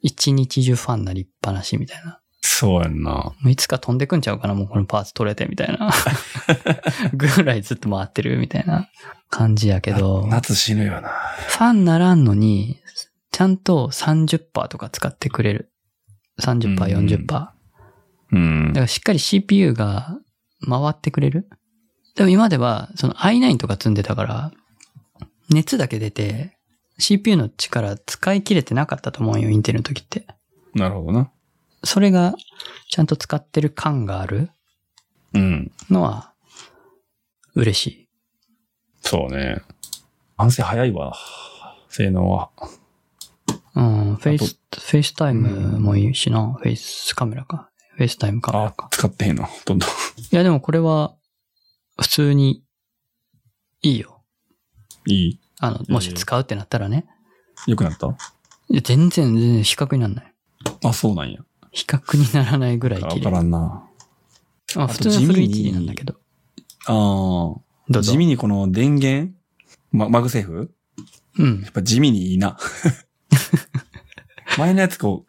一日中ファンになりっぱなしみたいな。
そうやんな。
もういつか飛んでくんちゃうかな、もうこのパーツ取れてみたいな。ぐらいずっと回ってるみたいな感じやけど、フ
夏死ぬよな。
ァンならんのに、ちゃんと30%とか使ってくれる。30%、40%。だ
うん
か。らしっかり CPU が回ってくれる。でも今までは、その i9 とか積んでたから、熱だけ出て、CPU の力使い切れてなかったと思うよ、インテルの時って。
なるほどな。
それが、ちゃんと使ってる感がある
うん。
のは、嬉しい。
そうね。反省早いわ。性能は。
うん、フェイ
あ
ス、フェイスタイムもいいしな。フェイスカメラか。フェイスタイムカメラ
あ
か、。
使ってへんの。ほとんど。
いや、でもこれは、普通に、いいよ。
いい
あの、もし使うってなったらね。
良くなった
いや全然、全然比較にならない。
あ、そうなんや。
比較にならないぐらい
わ
綺
から
麗。
んな。
まあ、普通の古い TV なんだけど。
あ
ど
あ。
うぞ
地。味にこの電源ま、マグセーフ
うん
や。っぱ地味にいい な。前のやつこ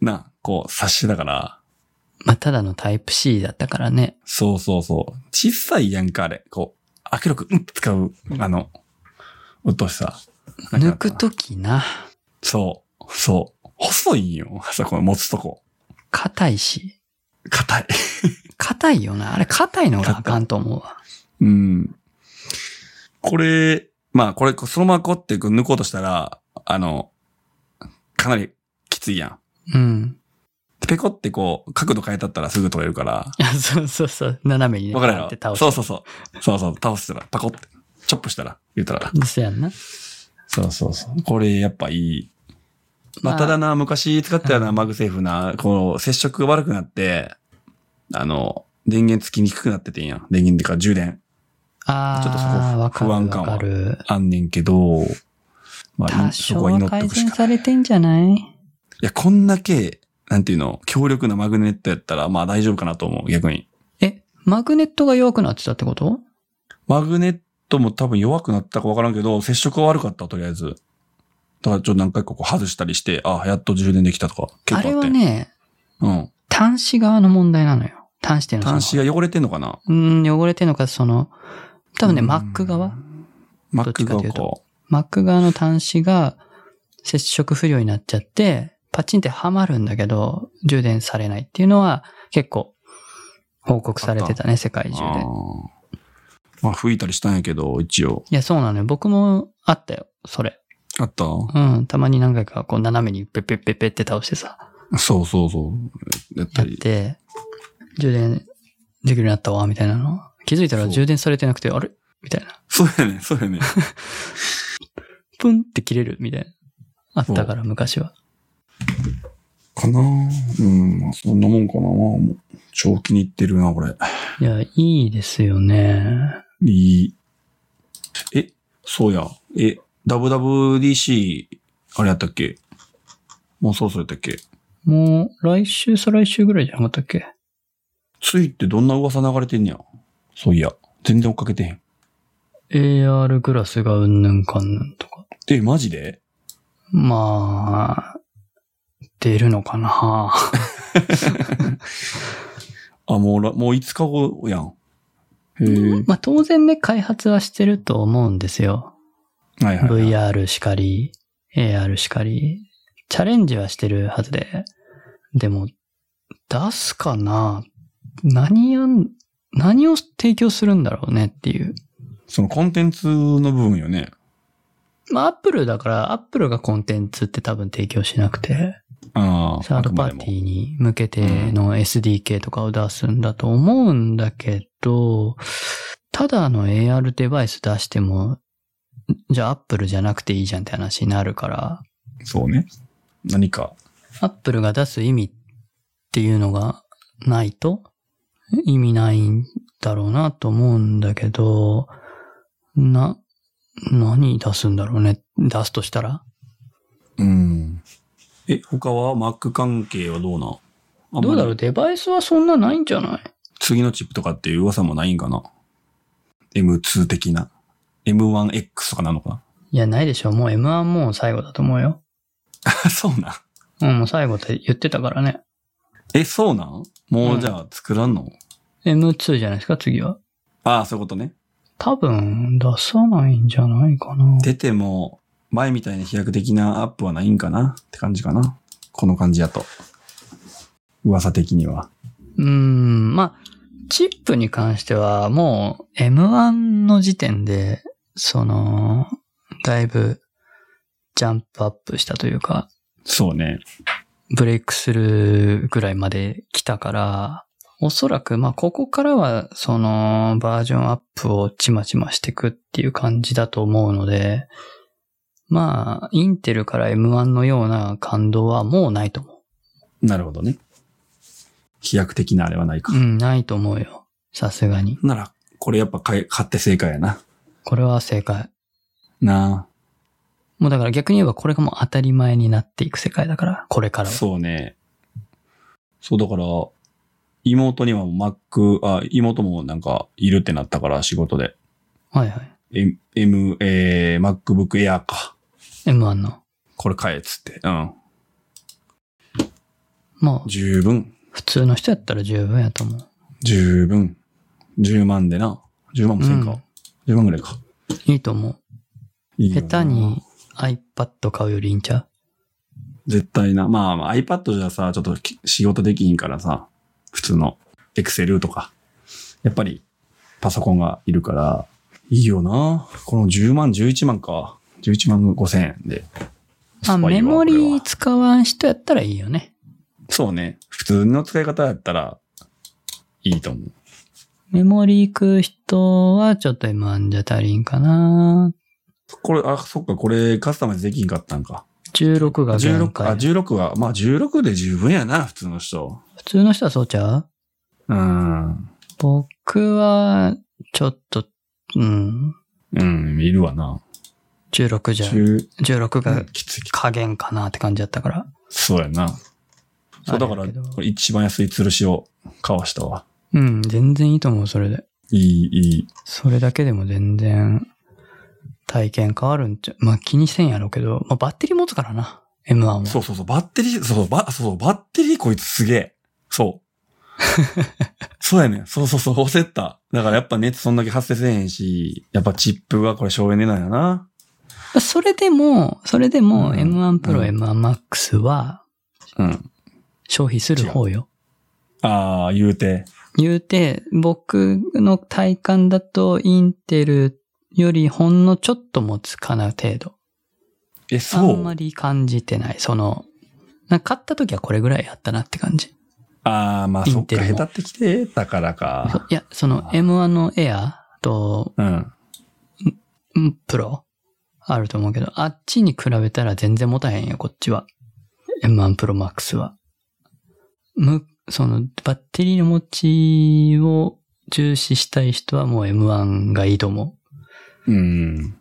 う、な、こう察してたから。
まあ、ただのタイプ C だったからね。
そうそうそう。小さいやんか、あれ。こう、握力、うんって使う、あの、うっとしさ。なんか
抜くときな、
そう、そう。細いんよ。あそこ持つとこ。
硬いし。
硬い。
硬いよな。あれ、硬いのがあかんと思うわ。
うん。これ、まあこれ、そのままこうやってこう抜こうとしたら、あの、かなりきついやん。
うん。
ペコってこう、角度変えたったらすぐ取れるから。
いやそうそうそう。斜めにね、
わかる
パー
や
って倒
ろ
し
そうそうそう。そうそう、倒したら、パコって、チョップしたら、言ったら。
て。そうやんな。
そうそうそう。これ、やっぱいい。ま
まあ
あ、ただな、昔使ってた
う
な、マグセーフな、こう、接触が悪くなって、あの、電源つきにくくなっててんやん。電源っていうか、充電。
ああ、
ちょっとそこ
わかる
不安感
わ
は
かる。
あんねんけど、まあ、
多
いそ
少
こは
は
祈っと
改
くし
善
か。
されてんじゃない
いや、こんだけ、なんていうの、強力なマグネットやったら、まあ大丈夫かなと思う、逆に。
え、マグネットが弱くなってたってこと
マグネットも多分弱くなったかわからんけど、接触は悪かった、とりあえず。だからちょっと何回かこう外したりして、あ、やっと充電できたとか、結
あ
構あ
れ
っ
は
て。
ね、
うん。
端子側の問題なのよ。端子っていうのは
端
そ
子
の。
が汚れてんのかな
うん、汚れてんのか、その、多分ね、Mac 側。どっち
?Mac
かと
側
いう
か。
と Mac 側の端子が接触不良になっちゃって、パチンってはまるんだけど、充電されないっていうのは結構報告されてたね、世界中
あ
で。
ーまあ、吹いたりしたんやけど、一応。
いや、そうなのよ。僕もあったよ、それ。
あった
うん、たまに何回かこう斜めにペッペッペッペッって倒してさ、
そうそうそう。やった
やっ
り。
て、充電できるようになったわ、みたいなの。気づいたら
そう
充電されてなくて、あれみたいな。
そうやね、そうやね。
プンって切れる、みたいな。あったから、昔は。
かなうん、まあそんなもんかな。まあ、もう、長期にいってるな、これ。
いや、いいですよね。
いい。え、そうや。え、WWDC、あれやったっけもうそろそろやったっけ
もう、来週、再来週ぐらいじゃなかったっけ
ついってどんな噂流れてんねや。そういや。全然追っかけてへん。
?AR グラスがうんぬんかんぬんとか。
え、マジで
まあ、出るのかな
あ、もうら、もう5日後やん。へえ。
まあ、当然ね、開発はしてると思うんですよ。
はいはい、はい。
VR しかり、AR しかり、チャレンジはしてるはずで、でも、出すかな何やん、何を提供するんだろうねっていう。
そのコンテンツの部分よね。
まあ、アップルだから、アップルがコンテンツって多分提供しなくて、
ああ。
サードパ
あく
ー
ま
テ
でも
ィーに向けての SDK とかを出すんだと思うんだけど、ただの AR デバイス出しても、じゃあアップルじゃなくていいじゃんって話になるから、
そうね。何か。
アップルが出す意味っていうのがないと意味ないんだろうなと思うんだけど、な、何出すんだろうね。出すとしたら
うん。え、他は Mac 関係はどうなんあんまり
どうだろうデバイスはそんなないんじゃない
次のチップとかっていう噂もないんかな ?M2 的な。M1X とかなのか
いや、ないでしょ。もう M1 もう最後だと思うよ。
あ、そうなん。
うん、もう最後って言ってたからね。
え、そうなんもうじゃあ作らんの、
M2 じゃないですか、次は。
ああ、そういうことね。
多分、出さないんじゃないかな。
出ても、前みたいな飛躍的なアップはないんかなって感じかな。この感じやと。噂的には。
うーん、まあ、チップに関しては、もう M1 の時点で、その、だいぶ、ジャンプアップしたというか、
そうね。
ブレイクするぐらいまで来たから、おそらく、まあ、ここからは、その、バージョンアップをちまちましていくっていう感じだと思うので、まあ、インテルから M1 のような感動はもうないと思
なるほどね。飛躍的なあれはないか。
う。うん、ないと思うよ。さすがに。
なら、これやっぱ買い買って正解やな。
これは正解。
な
もうだから逆に言えばこれがもう当たり前になっていく世界だから、これか
あ。
らは。
そうね。そう、だから、妹にはもう Mac、あ、妹もなんかいるってなったから、仕事で。
はいはい。
M、M えー、MacBook Air か。
M1 の。
これ買えっつって。うん。
もう、
十分。
普通の人やったら十分やと思う。
十分。10万でな。10万も
う
せんか
ん。。
10万ぐらいか。
いいと思う。
いいよな
下手に。iPad 買うよりいいんちゃ
絶対な。まあ、まあ、iPad じゃさ、ちょっとき仕事できひんからさ、普通の Excel とか。やっぱり、パソコンがいるから、いいよな。この10万、11万か。11万5千円で。
うまあ、
スパイ
メ
は
モ
これ
リ
は
使わん人やったらいいよね。
そうね。普通の使い方やったら、いいと思う。
メモリ食う人はちょっと M1 じゃ足りんかな。
これ、あ、そっか、これカスタマイズできんかったんか。
16が限
16、あ、
界。
16は、まあ16で十分やな、普通の人。
普通の人はそうちゃう
うん。
僕は、ちょっと、うん、
うん、いるわな。
16じゃ、
中
16が
きついきつい。
加減かなって感じだったから。
そうやな。そう、だから、
あれやけど
これ一番安い吊るしを買わしたわ。
うん、全然いいと思う、それで。
いい、いい。
それだけでも全然、体験変わるんちゃう。まあ気にせんやろうけど、まあバッテリー持つからな、M1 は。
そうそうそう、バッテリー、そう、ば、そうそう、バッテリーこいつすげえ。 そう。そうやねん。そうそうそう、焦った。だからやっぱ熱そんだけ発生せえへんし、やっぱチップはこれ省エネなんやな。
それでも、それでも
うん
M1 Pro、
うん
M1 Max は
うん。
消費する方よ。
ああ、言うて。
言うて、僕の体感だとインテルよりほんのちょっと持つかな程度。
え、
あ
そ
んま
う。
り感じてない。その、なんか買った時はこれぐらいやったなって感じ。
ああ、まあ
イ
そっ
ンテ
か、
ルも
下手ってきてたからか。
いや、その
あ
M1 の Air と
うん。
うん、プロあると思うけど、あっちに比べたら全然持たへんよ、こっちは。M1 Pro Max は。む、その、バッテリーの持ちを重視したい人はもう M1 がいいと思
うん。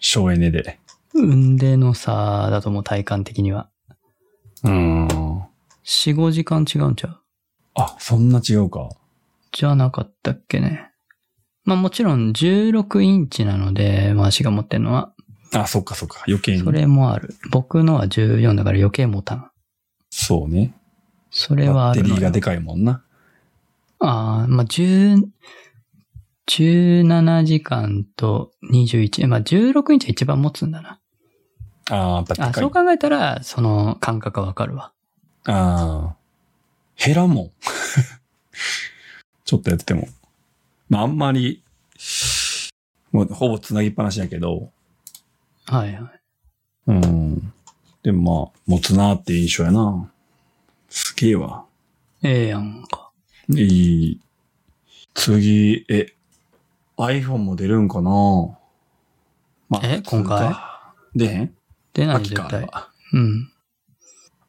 省エネで。
う。運での差だと思う、体感的には。
うん。
4、5時間違うんちゃう
あ、そんな違うか。
じゃなかったっけね。まあもちろん16インチなので、まあ足が持ってるのは、
あ、そっかそっか。余計に。
それもある。僕のは14だから余計持たん。
そうね。
それは
バ
あ
ッテ
るの
リ
よ
ーがでかいもんな。
ああ、まあ、10 17時間と21、まあ、16インチが一番持つんだな。
ああ、やっぱでかい。
あそう考えたら、その感覚はわかるわ。
あー減らんもん。 ちょっとやってても。まあ、あんまり、もうほぼ繋ぎっぱなしやけど、
はいはい。
うん。でもまあ、持つなーっていう印象やな。すげえわ。
ええやんか。
いい。次、え、iPhone も出るんかなま
え今回
か出へん
出ない
秋
絶
か
対。うん。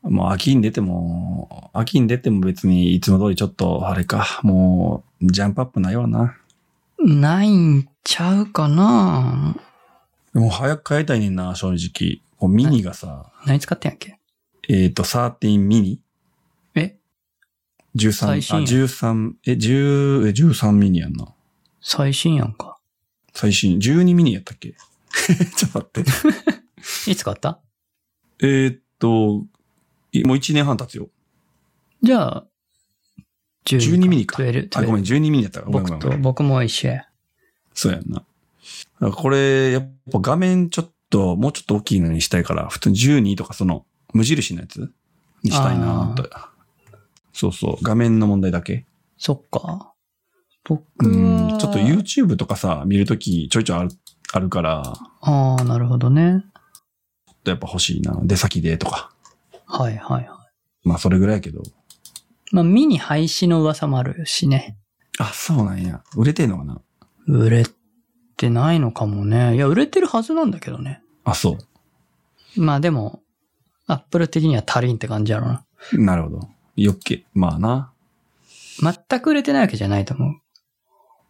もう秋に出ても、秋に出ても別にいつも通りちょっと、あれか、もう、ジャンプアップないわな。
ないんちゃうかな
でも早く変えたいねんな、正直。こうミニがさ、
何使ってんやっけ
えっ、と、13ミニ
え
?13、あ、
最新
13、え、10、え、13ミニやんな。
最新やんか。
最新、12ミニやったっけ ちょっと待って。
いつ買った
えーっと、いもう1年半経つよ。
じゃあ、
12ミリか
12
あ、ごめん、12ミリやった。ごめんごめ
僕
ん
と
ごめ、ん。
僕も一緒や。
そうやんな。だからこれ、やっぱ画面ちょっと、もうちょっと大きいのにしたいから、普通に12とかその、無印のやつにしたいなと。そうそう、画面の問題だけ。
そっか。僕
う
は
ん、ちょっと YouTube とかさ、見るときちょいちょいあるあるから、
ああ、なるほどね。
やっぱ欲しいな。出先でとか。
はいはいは
まあ、それぐらいやけど。
い。まあ、ミニ廃止の噂もあるしね。
あ、そうなんや。売れてんのかな
売れてないのかもね。いや、売れてるはずなんだけどね。
あ、そ
まあでも、アップル的には足りんって感じやろな。
う。なるほど。よっけ。まあな。
全く売れてないわけじゃないと思う。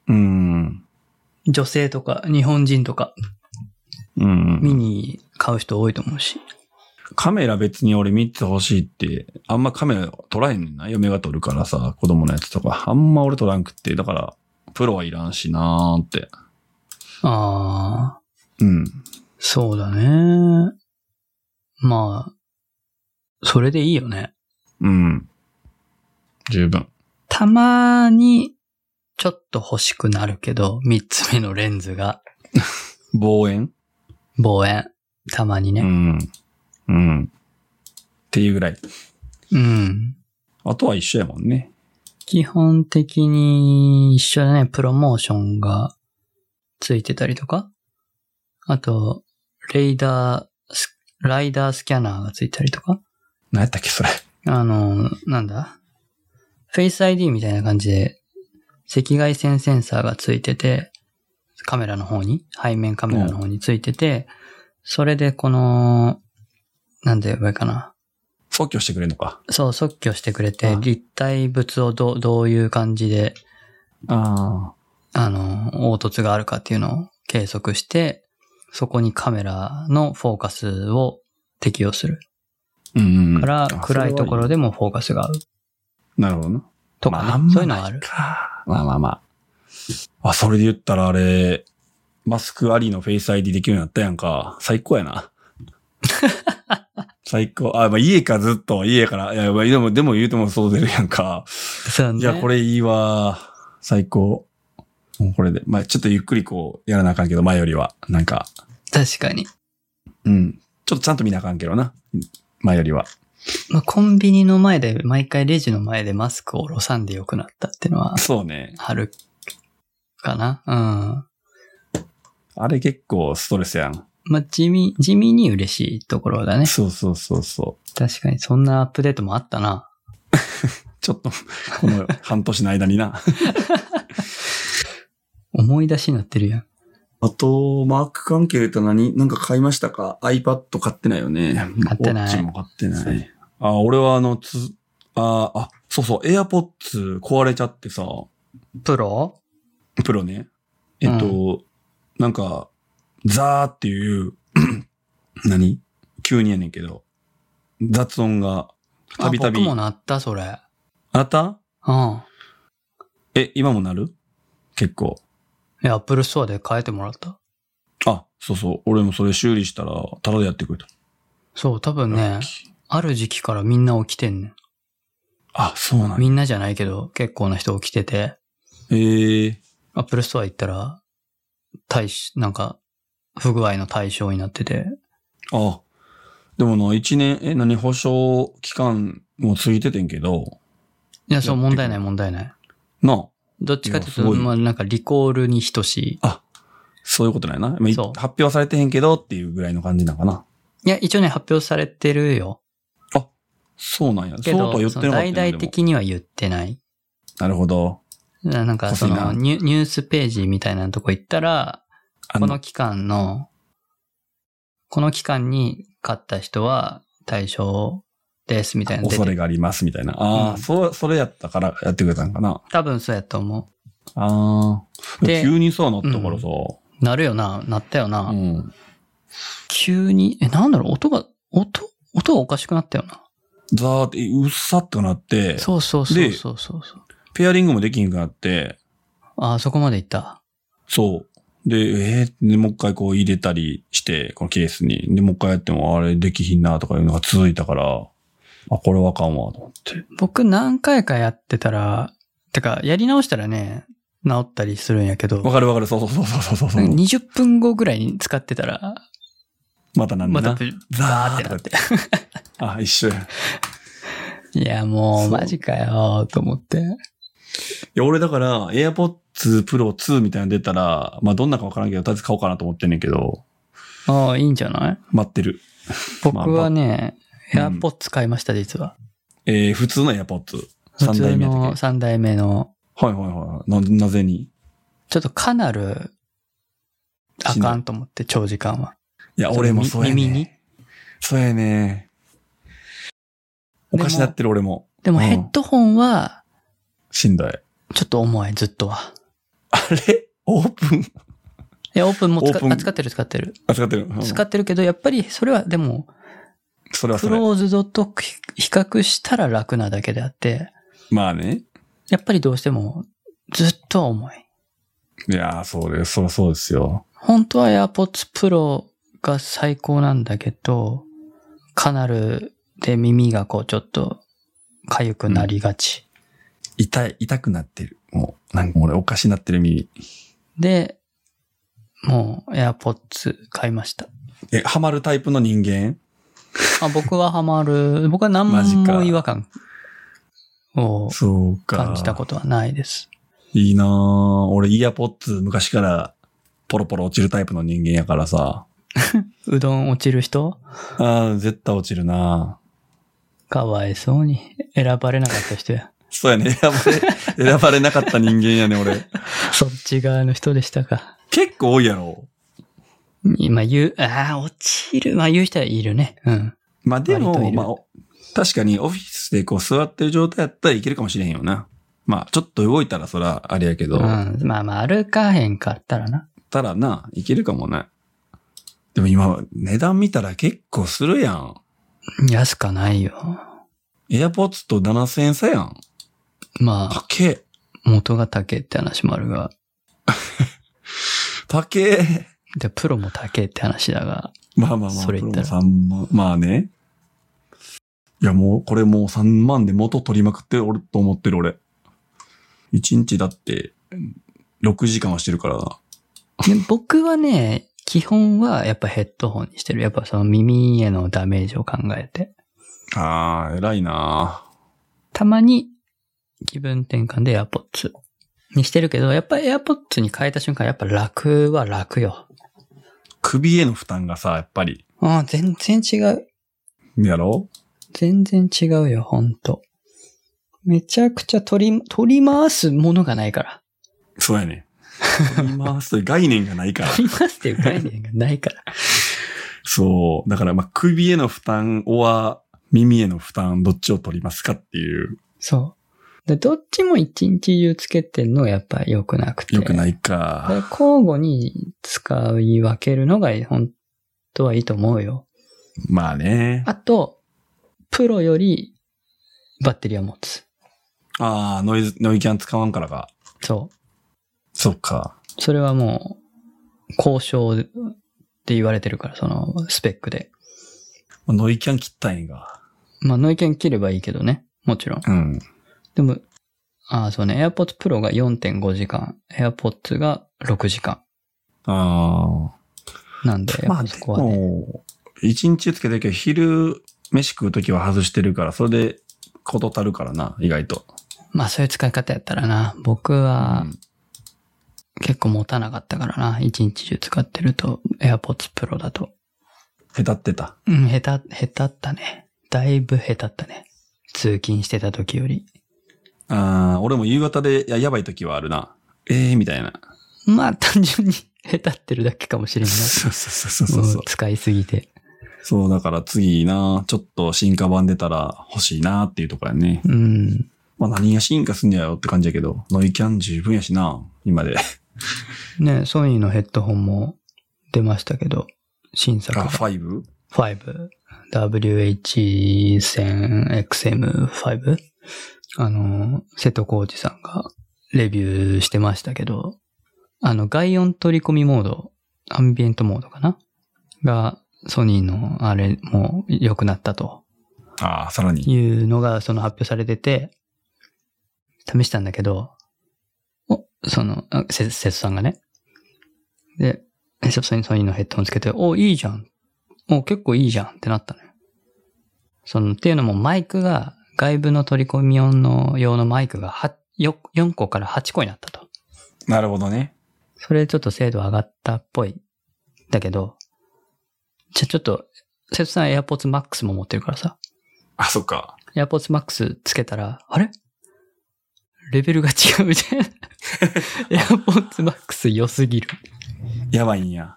うん。
女性とか、日本人とか、
う
ミ
ん。
ニ買う人多いと思うし。
カメラ別に俺見てほしいって、あんまカメラ撮らへんねんな。嫁が撮るからさ、子供のやつとか。あんま俺撮らんくって。だから、プロはいらんしなーって。
ああ、
うん。
そうだね。まあ、それでいいよね。
うん。十分。
たまに、ちょっと欲しくなるけど、三つ目のレンズが、
望遠
望遠。たまに
う
ね。
ん。うん。っていうぐらい。
うん。
あとは一緒やもんね。
基本的に一緒だね。プロモーションがついてたりとか。あと、レーダース、ライダースキャナーがついたりとか。
何やったっけ、それ。
あの、なんだフェイス ID みたいな感じで、赤外線センサーがついてて、カメラの方に、背面カメラの方についてて、それでこの、なんで上かな。
即興してくれんのか。
そう、即興してくれて
あ、
立体物をどどういう感じで、
ああ。
あの、凹凸があるかっていうのを計測して、そこにカメラのフォーカスを適用する。
うん、うん。
から、
あ
暗いところ
それはい
でもフォーカスが合う
いなるほどな。
とかね、
まああんま
そういうのは ある。
か。まあまあまあ。あ、それで言ったらあれ、マスクありのフェイス ID できるようになったやんか。最高や な。最高。あ、まあ家かずっと、家から。いや、まあでも、でも言うてもそう出るやんか。
そうね
いや、これいいわ。最高。もうこれで。まあちょっとゆっくりこう、やらなあかんけど、前よりは。なんか、
確かに。
うん。ちょっとちゃんと見なあかんけどな。前よりは。
まあ、コンビニの前で、毎回レジの前でマスクを下ろさんでよくなったってのは、
そうね。
あるかな。
あれ結構ストレスやん。
うん。まあ、地味、地味に嬉しいところだね。
そうそうそうそう。
確かに、そんなアップデートもあったな。
ちょっと、 この半年の間に な。
思い出しになってるやん。
あと、マーク関係と何なんか買いましたか ?iPad 買ってないよね。
買ってない
Watch も買ってない。あ、俺はあの、つ、あ、あ、そうそう、AirPods 壊れちゃってさ、
プロ
プロね。えっと、なんか、ザーっていう、 何急にやねんけど、雑音が、たびたび
僕。もなった、それ。
あなた
うん。
え、今もなる結構。
え、アップルストアで変えてもらった。
あ、そうそう、俺もそれ修理したら、タダでやってくれた。
そう、多分ね、ある時期からみんな起きてんねん。
あ、そうなんや
みんなじゃないけど、結構な人起きてて。
えー、
アップルストア行ったら、対し、なんか、不具合の対象になってて。
あ、でもな、一年、え、何、保証期間もついててんけど、
いや、そ
やってくる
う、問題ない問題ない。
なあ、
どっちかってい
いや
うと、
すごい
まあ、なんか、リコールに等し
そういうことなんやな。まあい
そう
発表はされてへんけどっていうぐらいの感じなんかな。
い。いや、一応ね、発表されてるよ。
そうなんや。
け
そうと
ど
は、言っ
そ
て
の
なかった
大
んや
々。
でも
的には言ってない。
なるほど。
ななんか、そ
欲しいな
のニュ、ニュースページみたいなとこ行ったら、
あ
こ
の
の期間の、この期間に買った人は対象ですみたいなの出
恐
て
れ
る。
がありますみたいな。ああ、
うん
そう、それやったからやってくれたんかな。
多分そうやと思
ああ。
で
急にそうなったからさ。
う。なるよな、なったよな。
うん。
急に、え、なんだろう、音が、音、音がおかしくなったよな。
ザーって、うっさっとなって、
そうそうそうそうそうそう。
ペアリングもできんくなって、
ああ、そこまで行った。
そう。で、えー、で、もう一回こう入れたりして、このケースに。で、もう一回やっても、あれできひんなとかいうのが続いたから、あ、これはあかんわ、と思って。
僕何回かやってたら、てか、やり直したらね、治ったりするんやけど
わ、かるわかる、そうそうそうそうそうそう。
20分後ぐらいに使ってたら、
またなんだ
ま
な。
たブ
ザ
ーってなって。
あ、一緒や。い
いや、も
そうう
マジかよ、と思って。
や、俺だから、AirPods Pro 2みたいなの出たら、まあ、どんなかわからんけど、とりあえず買おうかなと思ってんねんけど、
ああ、いいんじゃない
待ってる。
僕はね、
まあ
AirPods 買いました、実は。
えー、普通の AirPods。
普
三
通
代目やったっ
の3代目の、
けはいはいはい。な、なぜに
ちょっとかなる、あ
しんどい
かんと思って、長時間は。
いや、俺もそうやね。
耳に。
そうやね。おかしなってる俺も。
でも
うん
ヘッドホンは、
しんどい。
ちょっと重い、ずっとは。
あれオープン
いや、オープンも使
オープン
あ使ってる、使ってる。
あ、使ってる。うん
使ってるけど、やっぱりそれはでも、
それは
ク
それ。
ローズドと比比較したら楽なだけであって、
まあね。
やっぱりどうしてもずっとは重い。
いやー、それ、そらそうですよ。
本当は AirPods Pro が最高なんだけど、カナルで耳がこうちょっと痒くなりがち。
痛い、痛くなってる。もう、なんか俺おかしなってる耳。
で、もう AirPods 買いました。
え、ハマるタイプの人間
あ僕はハマる、僕は何
マジ
も
か
違和感を
そうか。
感じたことはないです。
いいなー俺、イヤーポッツ昔からポロポロ落ちるタイプの人間やからさ。
うどん落ちる人
ああ、絶対落ちるな
かわいそうに選ばれなかった人や。
そうやね。選ばれ、選ばれなかった人間やね、俺。
そっち側の人でしたか。
結構多いやろ。
今言う、ああ、落ちる。まあ言う人はいるね。うん。
まあで
割とい
も、
る
まあ、お確かにオフィスでこう座ってる状態やったらいけるかもしれへんよな。まあ、ちょっと動いたらそらあれやけど、
うん。まあまあ、歩かへんかったらな。
たらな、いけるかもね。でも今、値段見たら結構するやん。
安かないよ。
エアポッツと7000円差やん。
まあ、
たけえ。
元が高えって話もあるが。
たけえ。
で、プロも高えって話だが。
まあまあまあ、
それ言ったら
プロも3万。まあね。いやもう、これもう3万で元取りまくっておると思ってる俺。1日だって、6時間はしてるからな。
で僕はね、基本はやっぱヘッドホンにしてる。やっぱその耳へのダメージを考えて。
ああ、偉いな
たまに気分転換で AirPods にしてるけど、やっぱ AirPods に変えた瞬間やっぱ楽は楽よ。
首への負担がさ、やっぱり。
ああ、全然違う。
やろ
全然違うよ、ほんと。めちゃくちゃ取り、取り回すものがないから。
そうやね。取り回すという概念がないから。
取り回すっていう概念がないから。
そう。だから、まあ、首への負担、おは耳への負担、どっちを取りますかっていう。
そう。で、どっちも一日中つけてんのがやっぱ良くなくて。。
よくないいか。
交互に使い分けるのが本当はいいと思うよ。
まあね。
あと、プロよりバッテリーは持つ。
ああ、ノイズ、ノイキャン使わんからか。
そ
そっか。
う。それはもう、交渉って言われてるから、そのスペックで。
まあノイキャン切ったんやが。
まあ、ノイキャン切ればいいけどね。もちろん。
うん。
でも、ああ、そうね。AirPods Pro が4.5時間、AirPods が6時間。
あ
なんで、
あ。
や
ま
っ
あ、
ぱ
で
そこはね。
も、一日つけてるけど、昼、飯食うときは外してるから、それで、こと足るからな、意外と。
まあそういう使い方やったらな、僕は
うん
結構持たなかったからな、一日中使ってると、AirPods Pro だと。
下手ってた。
うん、下手、下手ったね。だいぶ下手ったね。通勤してた時より。
ああ、俺も夕方で、いや、やばい時はあるな。ええー、みたいな。
まあ単純に 下手ってるだけかもしれん な
そうそうそうそうそう
うん。使いすぎて。
そう、だから次な、ちょっと進化版出たら欲しいなっていうところやね。
うん。
まあ何が進化すんねやろって感じやけど、ノイキャン十分やしな、今で。
ね、ソニーのヘッドホンも出ましたけど、新作
あ、
が。
5?
5、WH1000XM5? あの、瀬戸康史さんがレビューしてましたけど、あの、外音取り込みモード、アンビエントモードかなが、ソニーのあれも良くなったと
ああ、さらに。
いうのが、その発表されてて、試したんだけど、お、その、あせ、せつさんがね。で、せつさんにソニーのヘッドホンつけて、お、いいじゃん。お、結構いいじゃんってなったのよ。その、っていうのもマイクが、外部の取り込み音の用のマイクがはよ4個から8個になったと。
なるほどね。
それちょっと精度上がったっぽい。だけど、じゃあちょっと、瀬戸さん AirPods Max も持ってるからさ、
あ、そっか。
AirPods Max つけたら、あれレベルが違うみたいな。AirPods Max 良すぎる。
やばいんや。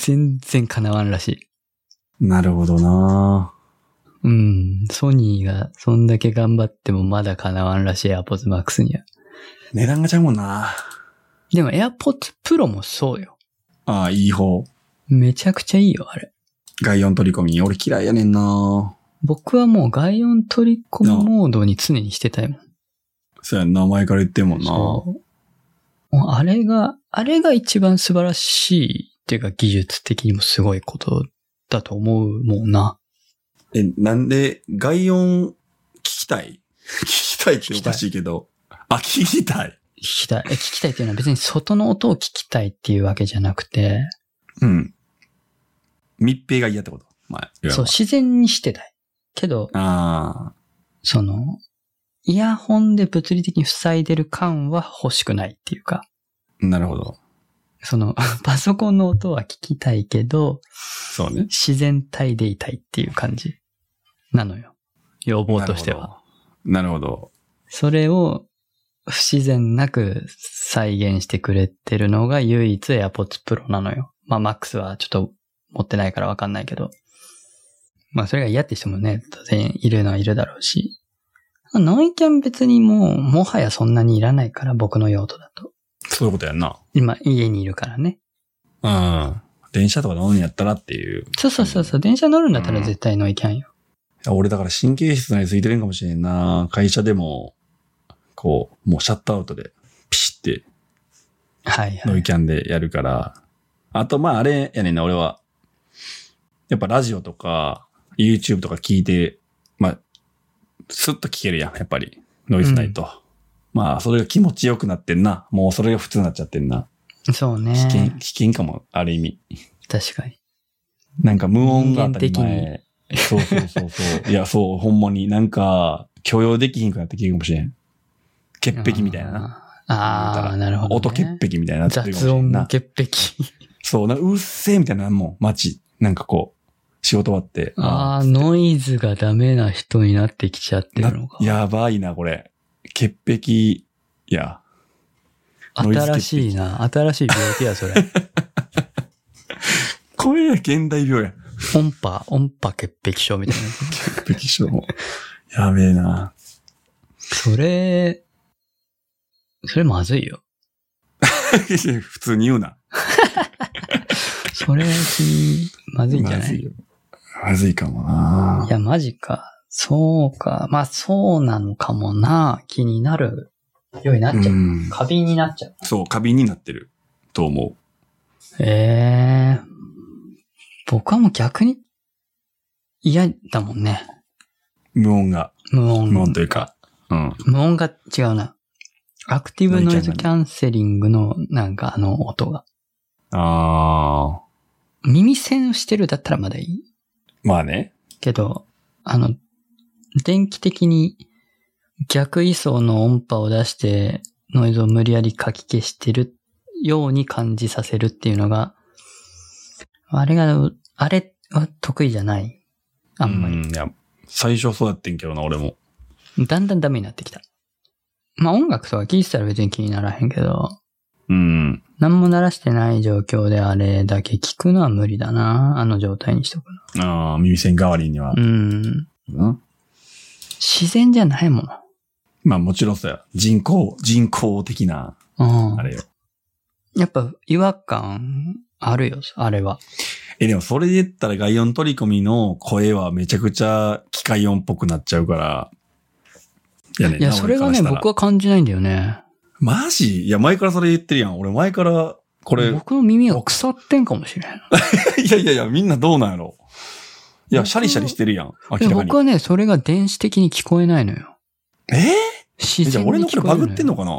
全然叶わんらしい。
なるほどな
うん、ソニーがそんだけ頑張ってもまだ叶わんらしい AirPods Max には。
値段がちゃうもんな
でも AirPods Pro もそうよ。
ああ、いい方。
めちゃくちゃいいよ、あれ。
外音取り込み。俺嫌いやねんな
僕はもう外音取り込むモードに常にしてたいもん。
そうやんな、前から言ってんもんな
そうもうあれが、あれが一番素晴らしいっていうか技術的にもすごいことだと思うもんな。
え、なんで、外音聞きたい 聞きたいっておかしいけど。あ、聞きたい。
聞きたい。え聞きたいっていうのは別に外の音を聞きたいっていうわけじゃなくて、
うん。密閉が嫌ってこと前。
そう、自然にしてたい。けど、
ああ。
その、イヤホンで物理的に塞いでる感は欲しくないっていうか、
なるほど。
その、 パソコンの音は聞きたいけど、
そうね。
自然体でいたいっていう感じなのよ。要望としては。
なるほど。
それを不自然なく再現してくれてるのが唯一 AirPods Pro なのよ。まあ Max はちょっと持ってないからわかんないけど。まあそれが嫌って人もね、当然いるのはいるだろうし。ノイキャン別にもう、もはやそんなにいらないから僕の用途だと。
そういうことやんな。
今家にいるからね。
うん。電車とか乗るんやったらっていう。
そうそうそうそう、電車乗るんだったら絶対ノイキャンよ。
いや俺だから神経質なについてるんかもしれんな。会社でも、こう、もうシャットアウトで、ピシって
はいは
ノイ
い。
キャンでやるから。あと、まああれやねんな、俺は。やっぱラジオとか、YouTube とか聞いて、まあ、スッと聞けるやん、やっぱり。ノイズないと。まあ、それが気持ちよくなってんな。もうそれが普通になっちゃってんな。
そうね
危。険、危険かも、ある意味。
確かに。
なんか無音が当たり
人
前。そうそうそうそう。 いや、そう、ほんまになんか、許容できひんくなってきてるかもしれん。潔癖みたいなな。
あーあー、なるほど、ね。
音潔癖みたいになってるかもし
雑
れん
音
な。
潔癖。
そう、なんかうっせえみたいなのあんもん、街。なんかこう、仕事終わって。
ああ、ノイズがダメな人になってきちゃって
な
るのか。
やばいな、これ。潔癖、や。ノイズ
新しいな。新しい病気や、それ。
これや、現代病や。
音波、音波潔癖症みたいな。
潔癖 症。やべえな。
それ、それまずいよ。
いや 普通に言うな。
それ、君、まずいんじゃ
ま
な
ず
い。
いよ。まずいかもない
や、マジか。そうか。まあ、そうなのかもな。気になるようになっちゃう。
ん。
過敏になっちゃう。
そう、過敏になってると思
ええ僕はもう逆に嫌だもんね。
う。無音が。
無音。
無音というか。うん。
無音が違うな。アクティブノイズキャンセリングの、なんかあの音が。
あー。
耳栓してるだったらまだいい。
まあね。
けど、あの、電気的に逆位相の音波を出してノイズを無理やりかき消してるように感じさせるっていうのが、あれが、あれは得意じゃない。あんまり。
うんいや、最初そうやってんけどな、俺も。
だんだんダメになってきた。まあ音楽とか聴いてたら別に気にならへんけど、
うん。
何も鳴らしてない状況であれだけ聞くのは無理だな。あの状態にしとくの。
あー耳栓代わりには
う。ん。
うん
自然じゃないも
まあもちろんそうや。人工、人工的な、
の。う
あ
ん。
れよ。
やっぱ違和感あるよ、あれは。
え、でもそれで言ったら外音取り込みの声はめちゃくちゃ機械音っぽくなっちゃうから。いやねん
い
な
や、それが
俺から
ね、
したら
僕は感じないんだよね。
マジいや、前からそれ言ってるやん。俺前から、これ、い
僕の耳が腐ってんかもしれん。
やいやいや、みんなどうなんやろ。いや、
僕
シャリシャリしてるやん。
で
明らかに
僕。はね、それが電子的に聞こえないのよ。
えー
自
じゃ
然
あ
に
俺のこ
聞
れ
こえ
バ
る
グ
よ
ってんのかな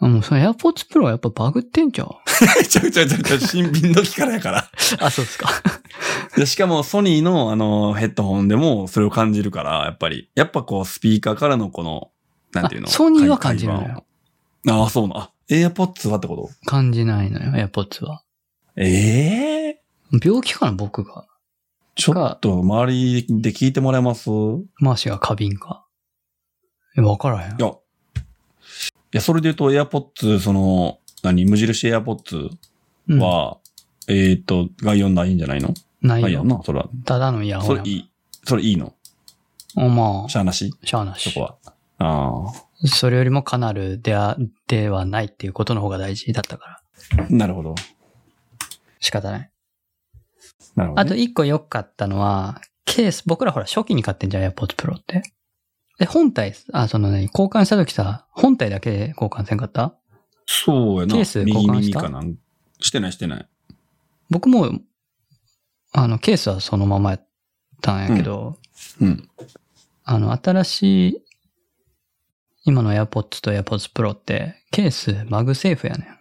あ、もうその AirPods Pro はやっぱバグってんじゃん。
ちゃうちゃうちゃうちゃう、新品の機からやから。
あ、そうですか。
で、しかもソニーのあのヘッドホンでもそれを感じるから、やっぱり、やっぱこうスピーカーからのこの、なんていうの
あソニーは感じるのよ
会話をああ、そうな。あ、AirPods はってこと
感じないのよ、AirPods は。
ええ
病気かな、僕が。
ちょっと周りで聞いてもらえますい
マーシが過敏か。え、わからへん。
や。いや、それで言うと AirPods、その、何、無印 AirPods
うん、
は、えっ、と、概要ないんじゃないの
な
概
い
要
よ。
な、それは。
ただのイヤホ
そ
ン
れ
や
いい。それいいの
おまあ、
しゃあなし
しゃあな
そ
し
こ。は。ああ。
それよりもカナルでは、ではないっていうことの方が大事だったから。
なるほど。
仕方ない。
なるほどね、
あと一個良かったのは、ケース、僕らほら初期に買ってんじゃん、AirPods Pro って。で、本体、あ、そのね、交換した時さ、本体だけで交換せんかった
そうやな。
ケース交換
右耳
した
かなんしてないしてない。
僕も、あの、ケースはそのままやったんやけど、
うん。
あの、新しい、今の AirPods と AirPods Pro って、ケースマグセーフやねん。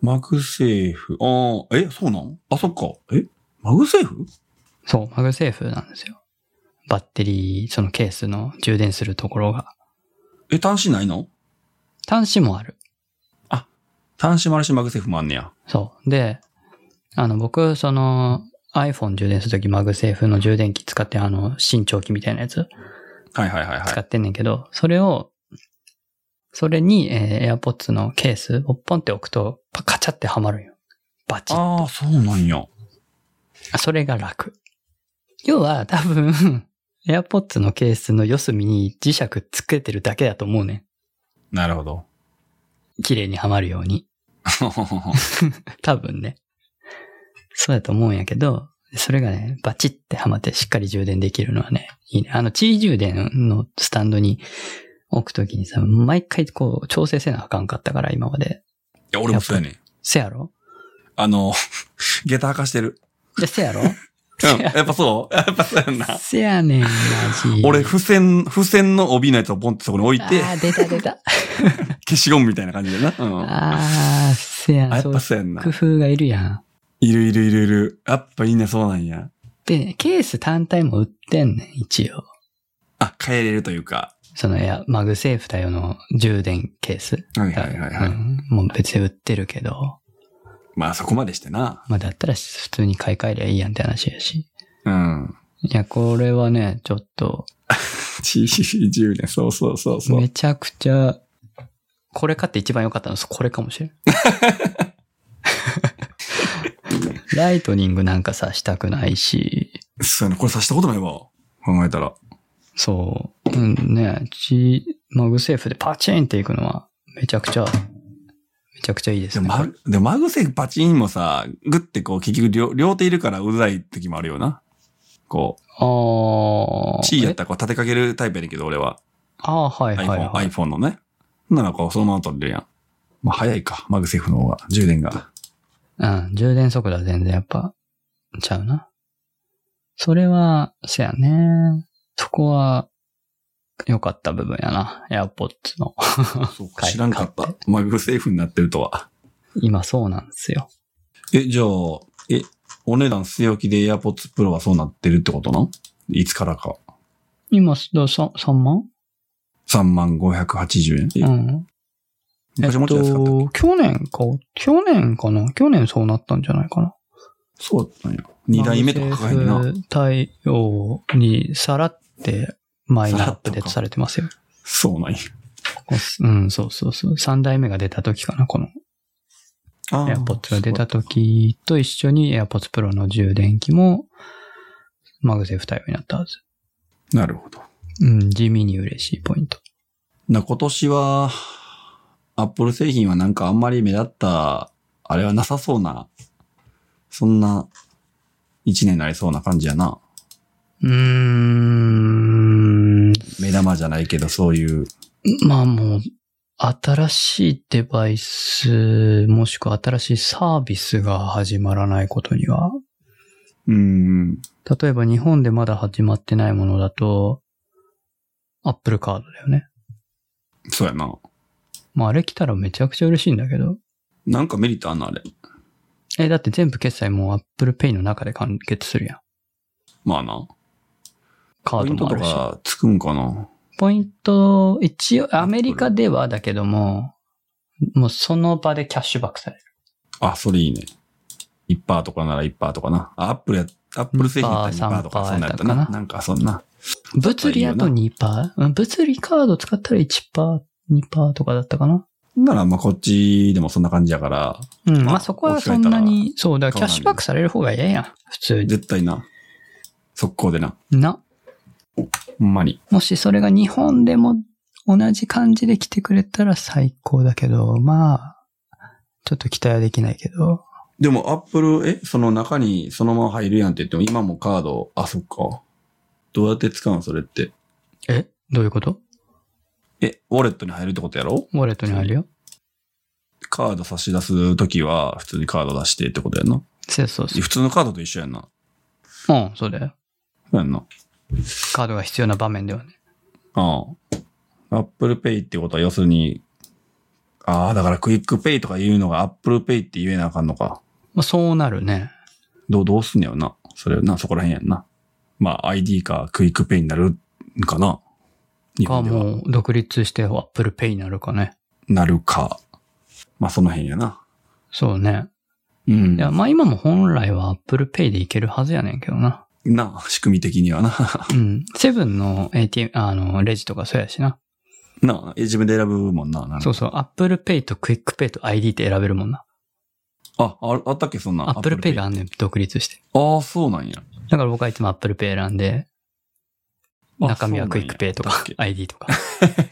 マグセーフ。ああ、え、そうなんあ、そっか。えマグセーフ
そう、マグセーフなんですよ。バッテリー、そのケースの充電するところが。
え、端子ないの
端子もある。
端子もあるしマグセーフもあんねや。
そう。で、あの、僕、その、iPhone 充電するときマグセーフの充電器使って、あの、伸長器みたいなやつ
はいはいはいは
使
い。
ってんねんけど、それを、それに、えー AirPods のケースをポンって置くと、パカチャってはまるんよ。バチッ
ああ、そうなんや。
それが楽。要は多分、AirPods のケースの四隅に磁石つけてるだけだと思うね
なるほ ど。
ん。綺麗にはまるように。多分ね。そうだと思うんやけど、それがね、バチってはまってしっかり充電できるのはね、いいね。あの、チー充電のスタンドに置くときにさ、毎回こう、調整せなあかんかったから、今まで。
いや、俺もそうやねん。
せやろ
あの、 下駄化して る。
じゃ、せ やろ
うん。やっぱそうや っぱそうやんな。
せやねん、マジ。
俺、付箋、付箋の帯のやつをポンってそこに置い
あ
て、
ー出た出た。
消しゴムみたいな感じでな。うん。あ、
あー、せやん。
やっ
そう
ぱそうやんな
工。夫がいるやん。
いるいるいるいる。やっぱいいね、そうなんや。
で、ケース単体も売ってんねん、一応。
あ、変えれるというか。
その、いや、マグセーフ対応の充電ケース。
はいはいはいはい。
うんもう別で売ってるけど、
まあそこまでしてな。
まあだったら普通に買い替えりゃいいやんって話やし。
うん。
いや、これはね、ちょっと、
TCP10 ね。そうそうそうそう。
めちゃくちゃ、これ買って一番良かったのはこれかもしれん。ライトニングなんかさしたくないし、
そうやな。これさしたことないわ。考えたら。
そう。うんね、ち、マグセーフでパチンっていくのは、めちゃくちゃ、めちゃくちゃいいで
ですも
ね。
マグ、でもマグセーフパチンもさ、グってこう結局両両手いるからうざい時もあるよな。こ
ああ。
う、C やっ
え
たらこう立てかけるタイプやねんけど俺は。
あーはいはい
iPhone、
はい。
iPhone のね。ならこうそのまま取れるやん。まあ早いか。マグセーフの方が。充電が。
うん、充電速度は全然やっぱ、ちゃうな。それは、せやね。そこは、良かった部分やな。AirPods の。
そうか。
買い
知らんかった。マグセーフになってるとは。
今そうなんですよ。
え、じゃあ、え、お値段据え置きで AirPods Pro はそうなってるってことなんいつからか。
今、どうさ 3, 万
3580円。え
うん。えっ
昔もっと安かったっけ、
と、去年か、去年かな去年そうなったんじゃないかな。
そうだったんや。二代目とか抱えてな。。
対応にさらって、マイナーアップデートされてますよ。
そうなんや。
ここうん、そうそうそう。三代目が出た時かな、この
あー
AirPods が出た。時と一緒に AirPods Pro の充電器もマグセーフ対応になったはず。
なるほど。
うん、地味に嬉しいポイント。
な、今年は、Apple 製品はなんかあんまり目立った、あれはなさそうな、そんな、一年になりそうな感じやな。
うーん、
目玉じゃないけど、そういう。
まあもう、新しいデバイス、もしくは新しいサービスが始まらないことには、
うん。
例えば日本でまだ始まってないものだと、Apple カードだよね。
そうやな。
まああれ来たらめちゃくちゃ嬉しいんだけど。
なんかメリットあんのあれ。
え、だって全部決済もう Apple Pay の中で完結するやん。
まあな。
カ
ポイ
ード
ント
もあ
と
るし。
かつくんかな。
ポイント、一応アメリカではだけども、もうその場でキャッシュバックされる。
あ、それいいね。1%とかなら1%とかな。あ、アップルや、アップル製品だったら2%とか、
2%
そんなんやったな。
3%
なんかそんな。
物理だと 2%? うん物理カード使ったら1%、2%とかだったかな
なら、まあ、こっちでもそんな感じやから、
うん。
まあ
まあそこはそんなに、そう、だからキャッシュバックされる方がええやん。普通に。
絶対な。速攻でな。
な。
ほんまに。
もしそれが日本でも同じ感じで来てくれたら最高だけど、まあ、ちょっと期待はできないけど。
でも、アップル、え、その中にそのまま入るやんって言っても、今もカード、あ、そっか。どうやって使うのそれって。
えどういうこと
え、ウォレットに入るってことやろ
ウォレットに入るよ。
カード差し出すときは、普通にカード出してってことやんな。
そうそうそ
普通のカードと一緒やんな。
う。うん、そうだよ。
そうやんな。
カードが必要な場面ではね。
ああ。Apple Pay ってことは、要するに、ああ、だからクイックペイとか言うのが Apple Pay って言えなあかんのか。
まあそうなるね。
どう、どうすんねやろな。それな、そこら辺やんな。まあ、ID かクイックペイになるんかな。日
か、
本では。
もう独立して Apple Pay になるかね。
なるか。まあ、その辺やな。
そうね。
うん
いや、まあ今も本来は Apple Pay でいけるはずやねんけどな。
な、仕組み的にはな。
うん。セブンの ATM、あの、レジとかそうやしな。
な、え自分で選ぶもんな。なんか
そうそう。Apple Pay と Quick Pay と ID って選べるもんな。
あ、ああったっけ、そんな。
Apple Pay があんねん、独立して。
ああ、そうなんや。
だから僕はいつも Apple Pay 選んで、
あ
中身はクイックペイと
そうな
か
んや
ID とか。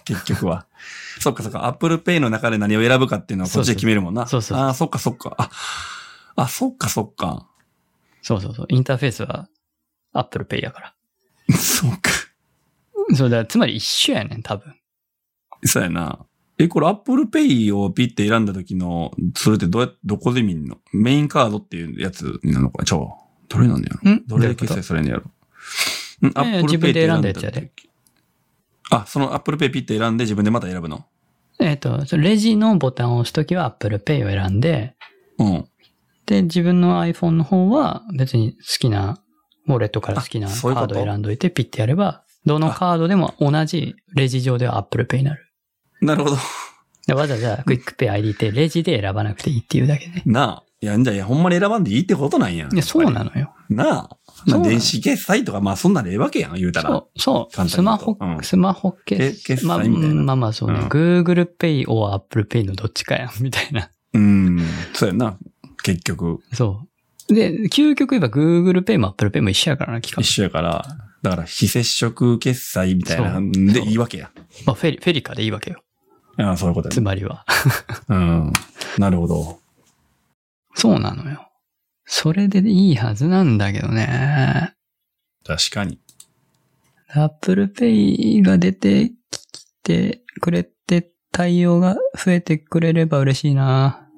結局は。 そっかそっか。Apple Pay の中で何を選ぶかっていうのはこっちで決めるもんな。
そうそうそうそう
ああ、そっかそっか。あ、あ、そっかそっか。
そうそうそう。インターフェースは Apple Pay やから。
そうか。
そうだ、つまり一緒やねん、多分。
そうやな。え、これ Apple Pay をピッて選んだ時の、それってどうやどこで見んのメインカードっていうやつになるのかなちょ、どれなんだよ。
ん
どれで
どういうこと
決済されんのやろうん、
や
Apple
自分で
Pay
選んだやつや
って
で
選んだ時。あ、その Apple Pay ピッて選んで自分でまた選ぶの
えっ、と、そのレジのボタンを押すときは Apple Pay を選んで、
うん。
で、自分の iPhone の方は別に好きな、ウォレットから好きな
あ
カ
そういうこ
ー
と
ドを選んどいてピッてやれば、どのカードでも同じレジ上では Apple Pay になる。
なるほど。
でわざわざクイックペイ ID ってレジで選ばなくていいっていうだけね。
なあ。いや、じゃあいや、ほんまに選ばんでいいってことなんや。
いや、そう
やっぱ
なのよ。
りなあ。
そう
ま
な
あ、
の
電子決済とか、まあ、そんなんでええわけやん、言うたら。
そう、そう、
簡単に言うと
スマホ、
うん
スマホ決
け決済
まあ
みたいな
うんまあまあそうね。
うん
Google Pay or Apple Pay のどっちかやん、みたいな。
うん。そうやな。結局、
そう。で、究極言えば Google Pay も Apple Pay も一緒やからな、期間
一。緒やから、だから、非接触決済みたいな
そうん
で
そう
いいわけや。
まあフェリ、フェリカでいいわけよ。
ああそういうことや
つ
ね。
まりは。
うん。なるほど。
そうなのよ。それでいいはずなんだけどね。
確かに。
Apple Pay が出てきてくれて対応が増えてくれれば嬉しいな。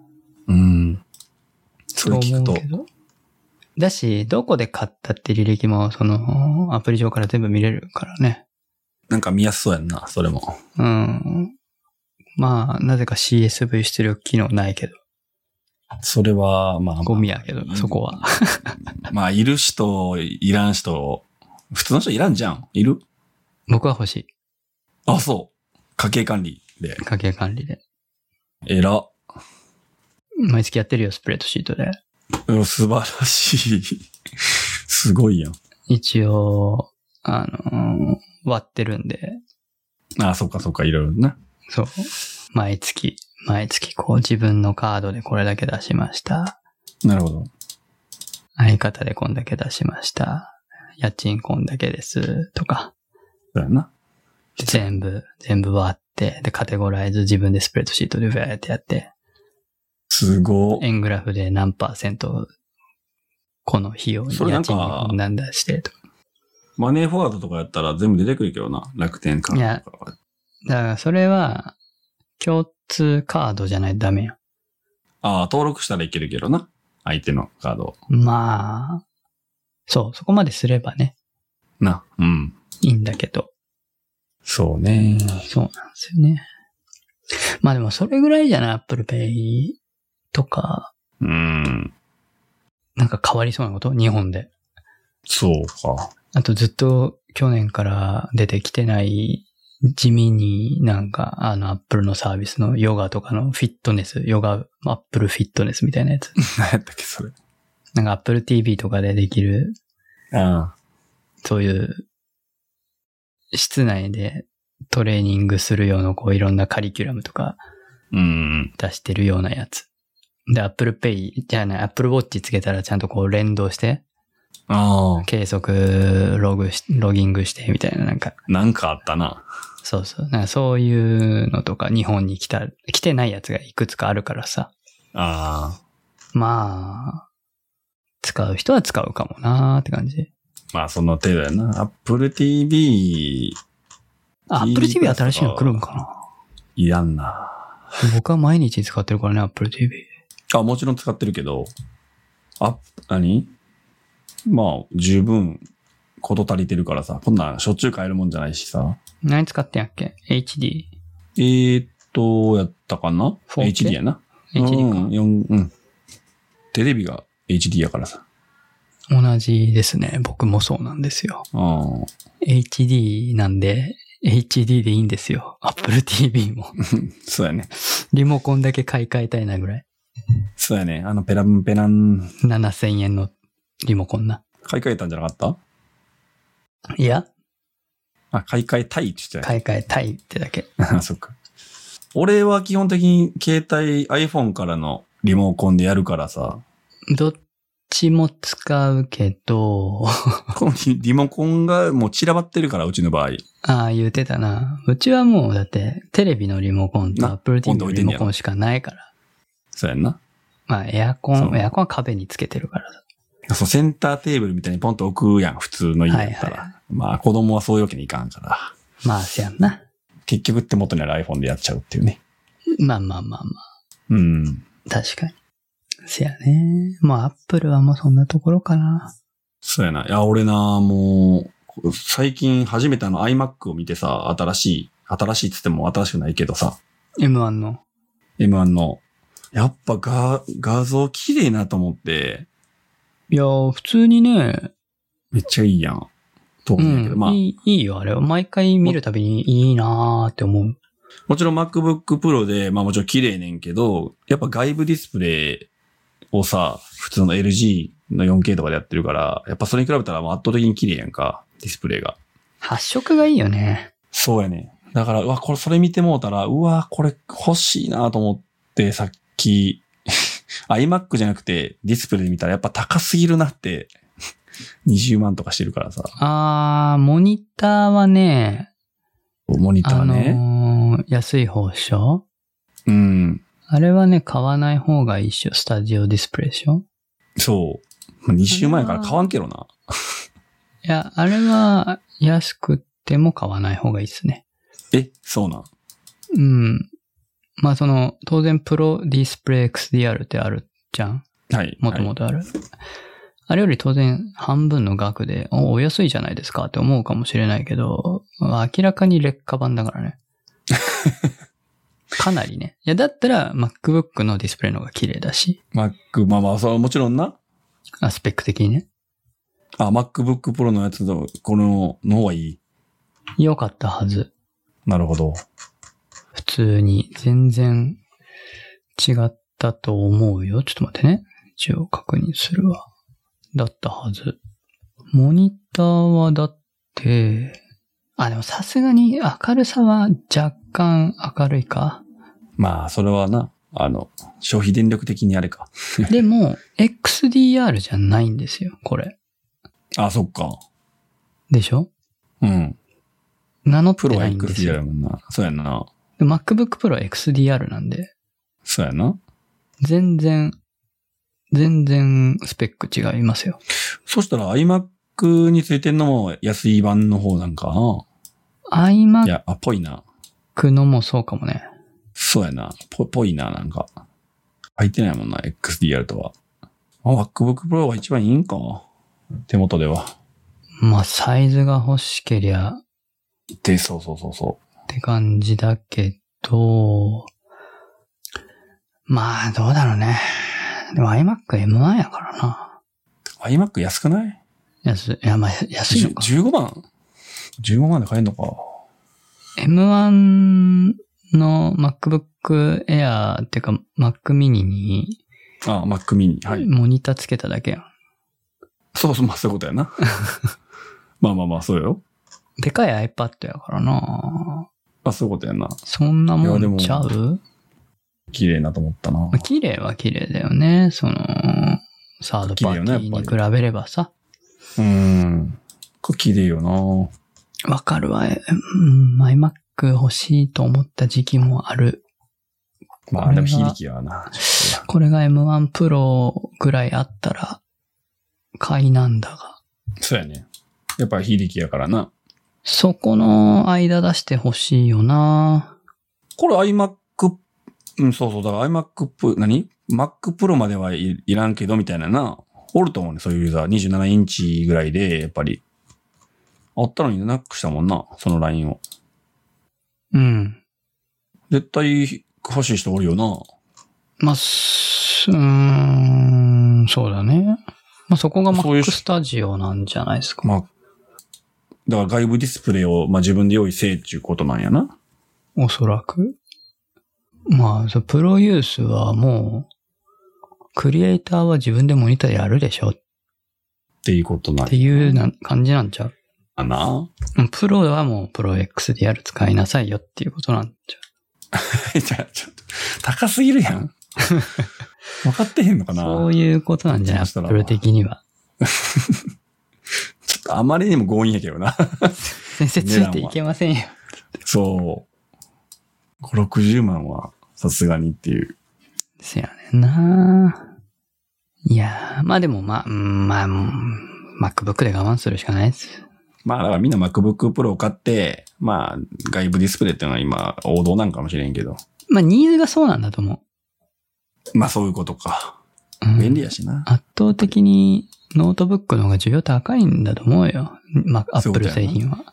うん。それ聞く
思
と
うけ、ど。だし、どこで買ったって履歴も、その、アプリ上から全部見れるからね。
なんか見やすそうやんな、それも。
うん。まあ、なぜか CSV 出力機能ないけど、
それは、まあ、
ゴミやけど、そこは。
まあ、いる人、いらん人、普通の人いらんじゃん。いる
僕は欲し
あ、そう。家計管理で
い。。家計管理で。
えら。
毎月やってるよ、スプレッドシートで。
うん素晴らしい。 すごいやん。
一応、あのー割ってるんで、
ああ、そっかそっか、いろいろな。
そう。毎月、毎月こう自分のカードでこれだけ出しました。
なるほど。
相方でこんだけ出しました。家賃こんだけです。とか。
そうやな。
全部、全部割って、で、カテゴライズ自分でスプレッドシートでウェーってやって、
すごい。
円グラフで何パーセント、この費用に、
それな
家
んか
賃にこんなんだしてとか。
マネーフォワードとかやったら全部出てくるけどな。楽天カードとかは。
だから、それは、共通カードじゃないとダメや
ああ、登録したらいけるけどな。相手のカードを
ん。まあ、そう、そこまですればね、
な。うん。
いいんだけど。
そうね。
そうなんですよね。まあでもそれぐらいじゃない ?Apple Pay とか、
うん。
なんか変わりそうなこと日本で。
そうか。
あとずっと去年から出てきてない地味になんかあの Apple のサービスのヨガとかのフィットネス、ヨガ、Apple フィットネスみたいなやつ。
何やったっけ、それ。
なんか Apple TV とかでできる、
ああ。
そういう、室内でトレーニングするようなこういろんなカリキュラムとか
うん。
出してるようなやつ。で、Apple Pay じゃない、Apple Watch つけたらちゃんとこう連動して、
ああ。
計測ログし、ロギングしてみたいな、なんか、
なんかあったな。
そうそう、なんかそういうのとか日本に来た、来てないやつがいくつかあるからさ。
ああ。
まあ、使う人は使うかもなーって感じ。
まあ、その程度やな。Apple TV、
あ Apple TV 新しいの来るんか
いらんな。
な僕は毎日使ってるからね、Apple TV。
あ、もちろん使ってるけど、あ、何まあ、十分、こと足りてるからさ。こんなんしょっちゅう買えるもんじゃないしさ。
何使ってんやっけ ?HD?HD
えーっと、やったかな
4K
?HD やな。うん、
か。
四うん。テレビが HD やからさ。
同じですね。僕もそうなんですよ。
あ
HD なんで、HD でいいんですよ。Apple TV も。
そうやね。
リモコンだけ買い替えたいなぐらい。
そうやね。あの、ペランペラン、
7000円のリモコンな。
買い替えたんじゃなかった
いや、
あ、買い替えたいって言って
買い替えたいってだけ。
たよ。 そっか。俺は基本的に携帯 iPhone からのリモコンでやるからさ、
どっちも使うけど、
このリリモコンがもう散らばってるから、うちの場合。
ああ、言うてたな。うちはもうだって、テレビのリモコンと
な
Apple TV
今度
の
置い
リ
てんね
モ
やろ
コンしかないから。
そうやんな。
まあ、エアコ
そ
ン、
う
エアコンは壁につけてるから。
そう、センターテーブルみたいにポンと置くやん、普通の家やったら。
はいはい
まあ、子供はそういうわけにいかんから。
まあ、せやんな。
結局って元にある iPhone でやっちゃうっていうね。
まあまあまあまあ。
うん。
確かに。せやね。もう Apple はもうそんなところかな。
そうやな。いや、俺な、もう、最近初めてあの iMac を見てさ、新しい、新しいっつっても新しくないけどさ、
M1 の。
M1 の、やっぱ画、画像綺麗なと思って、
いやー、普通にね、
めっちゃいいやん。と
う
思うんだけど、
ん、
まあ、
いい、いいよ、あれは。毎回見るたびにいいなーって思う。
もちろん MacBook Pro で、まあもちろん綺麗ねんけど、やっぱ外部ディスプレイをさ、普通の LG の 4K とかでやってるから、やっぱそれに比べたらもう圧倒的に綺麗やんか、ディスプレイが。
発色がいいよね。
そうやね。だから、うわ、これ、それ見てもうたら、うわ、これ欲しいなと思って、さっき、iMac じゃなくて、ディスプレイで見たらやっぱ高すぎるなって、20万とかしてるからさ、
あー、モニターはね、
モニタ
あ
ー
の
ね。
ー安い方でしょ
うん。
あれはね、買わない方がいいっしょ。スタジオディスプレイでしょ
そう。まあ20万やから買わんけどな。
いや、あれは安くても買わない方がいいっすね。
え、そうなん。
うん。まあその、当然プロディスプレイ XDR ってあるじゃん
はい。
もとも
はい
とある。あれより当然半分の額で、お、お安いじゃないですかって思うかもしれないけど、明らかに劣化版だからね。かなりね。いや、だったら MacBook のディスプレイの方が綺麗だし、
Mac、まあまあ、それはもちろんな。
アスペック的にね。
あ、MacBook Pro のやつと、この、の方がいい。
良かったはず。
なるほど。
普通に。全然違ったと思うよ。ちょっと待ってね。一応確認するわ。だったはず。モニターはだって、あ、でもさすがに明るさは若干明るいか。
まあ、それはな、あの、消費電力的にあれか。
でも、XDR じゃないんですよ、これ。
あ、そっか。
でしょ
うん。
ナノプ
プロ
ロ
は
ないんです
XDR や
よ。
もんな。そうやんな。
で MacBook Pro は XDR なんで、
そうやな。
全然、全然スペック違いますよ。
そしたら iMac についてんのも安い版の方なんかな。い
iMac
や、あ、ぽいな。
のもそうかもね。
そうやな。ぽ、ぽいな、なんか。入ってないもんな、XDR とは。あ、MacBook Pro が一番いいんか。手元では。
まあ、サイズが欲しけりゃっ
で、そうそうそうそ
て感じだけど、まあ、どうだろうね。でも iMac M1 やからな。
う。iMac 安くない
安い、いや、まあ、安いのか。
じゅ ?15 万 ?15 万で買えるのか。
M1 の MacBook Air っていうか Mac mini に
あ、Mac mini。はい。
モニターつけただけやん。
そうそう、まあそういうことや な。まあまあまあ、そうよ。
でかい iPad やからな
まあそういうことやな。
そんな
や
い
で
もん
も
ちゃう
綺麗なと思ったな
まあ。綺麗は綺麗だよね。その、サードパーティーに比べればさ。
うん。これ綺麗よな。
わかるわ。うん、iMac 欲しいと思った時期もある。
まあでも非力やわな。
これが M1 Pro ぐらいあったら、買いなんだが。
そうやね。やっぱり非力やからな。
そこの間出してほしいよな
これ iMac、うん、そうそう。だから iMac Pro、何 ?Mac Pro まではいいらんけど、みたいなな。おると思うね、そういうユーザー。27インチぐらいで、やっぱり。あったのになくしたもんな、そのラインを。
うん。
絶対欲しい人おるよな。
まあ、すうーん、そうだね。まあ、そこが
そういう
Mac
し
Studio なんじゃないですか。
まあ、だから外部ディスプレイを、まあ、自分で用意せえっていうことなんやな。
おそらく。まあ、そうプロユースはもう、クリエイターは自分でモニターやるでしょっ
っていうことなん
ていうな感じなんちゃう
やな。
うんプロはもうプロ X でやる使いなさいよっていうことなんちゃ
えじゃあちょっと、高すぎるや ん。分かってへんのか
う
な
そういうことなんじゃない
そしたら
?Apple 的には。
ちょっとあまりにも強引やけど な。
先生ついていけませんよ。
そう。5、60万はさすがにっていう。
せやねんな。いやー、まあでもまあ、うんまあ、うん MacBook で我慢するしかないです。
まあだからみんな MacBook Pro を買って、まあ外部ディスプレイっていうのは今王道なんかもしれんけど。
まあニーズがそうなんだと思
まあそういうことか。
う。うん
便利やしな。
圧倒的にノートブックの方が需要高いんだと思うよ。まあ、ア
そ
ッ
ういう
プ
こと
ル
やな
製品は。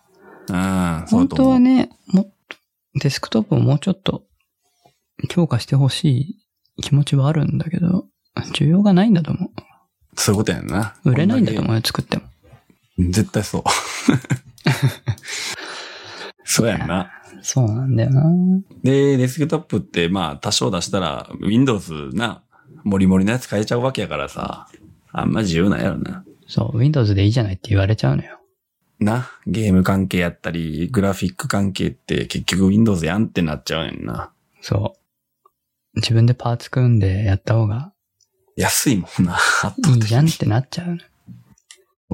うん、そう
本
だと
当
思
は
う。
ね、もっとデスクトップをもうちょっと強化してほしい気持ちはあるんだけど、需要がないんだと思
そういうことやんな。
う。売れないんだと
こ
思うよ、作っても。
だけ絶対 そう。そうやんな。
そうなんだよな。
で、デスクトップって、まあ、多少出したら、Windows な、モリモリのやつ変えちゃうわけやからさ、あんま自由なんやろな。
そう、Windows でいいじゃないって言われちゃうのよ。
な、ゲーム関係やったり、グラフィック関係って結局 Windows やんってなっちゃうねんな。
そう。自分でパーツ組んでやった方が
安いもんな、あ
いいじゃんってなっちゃうの。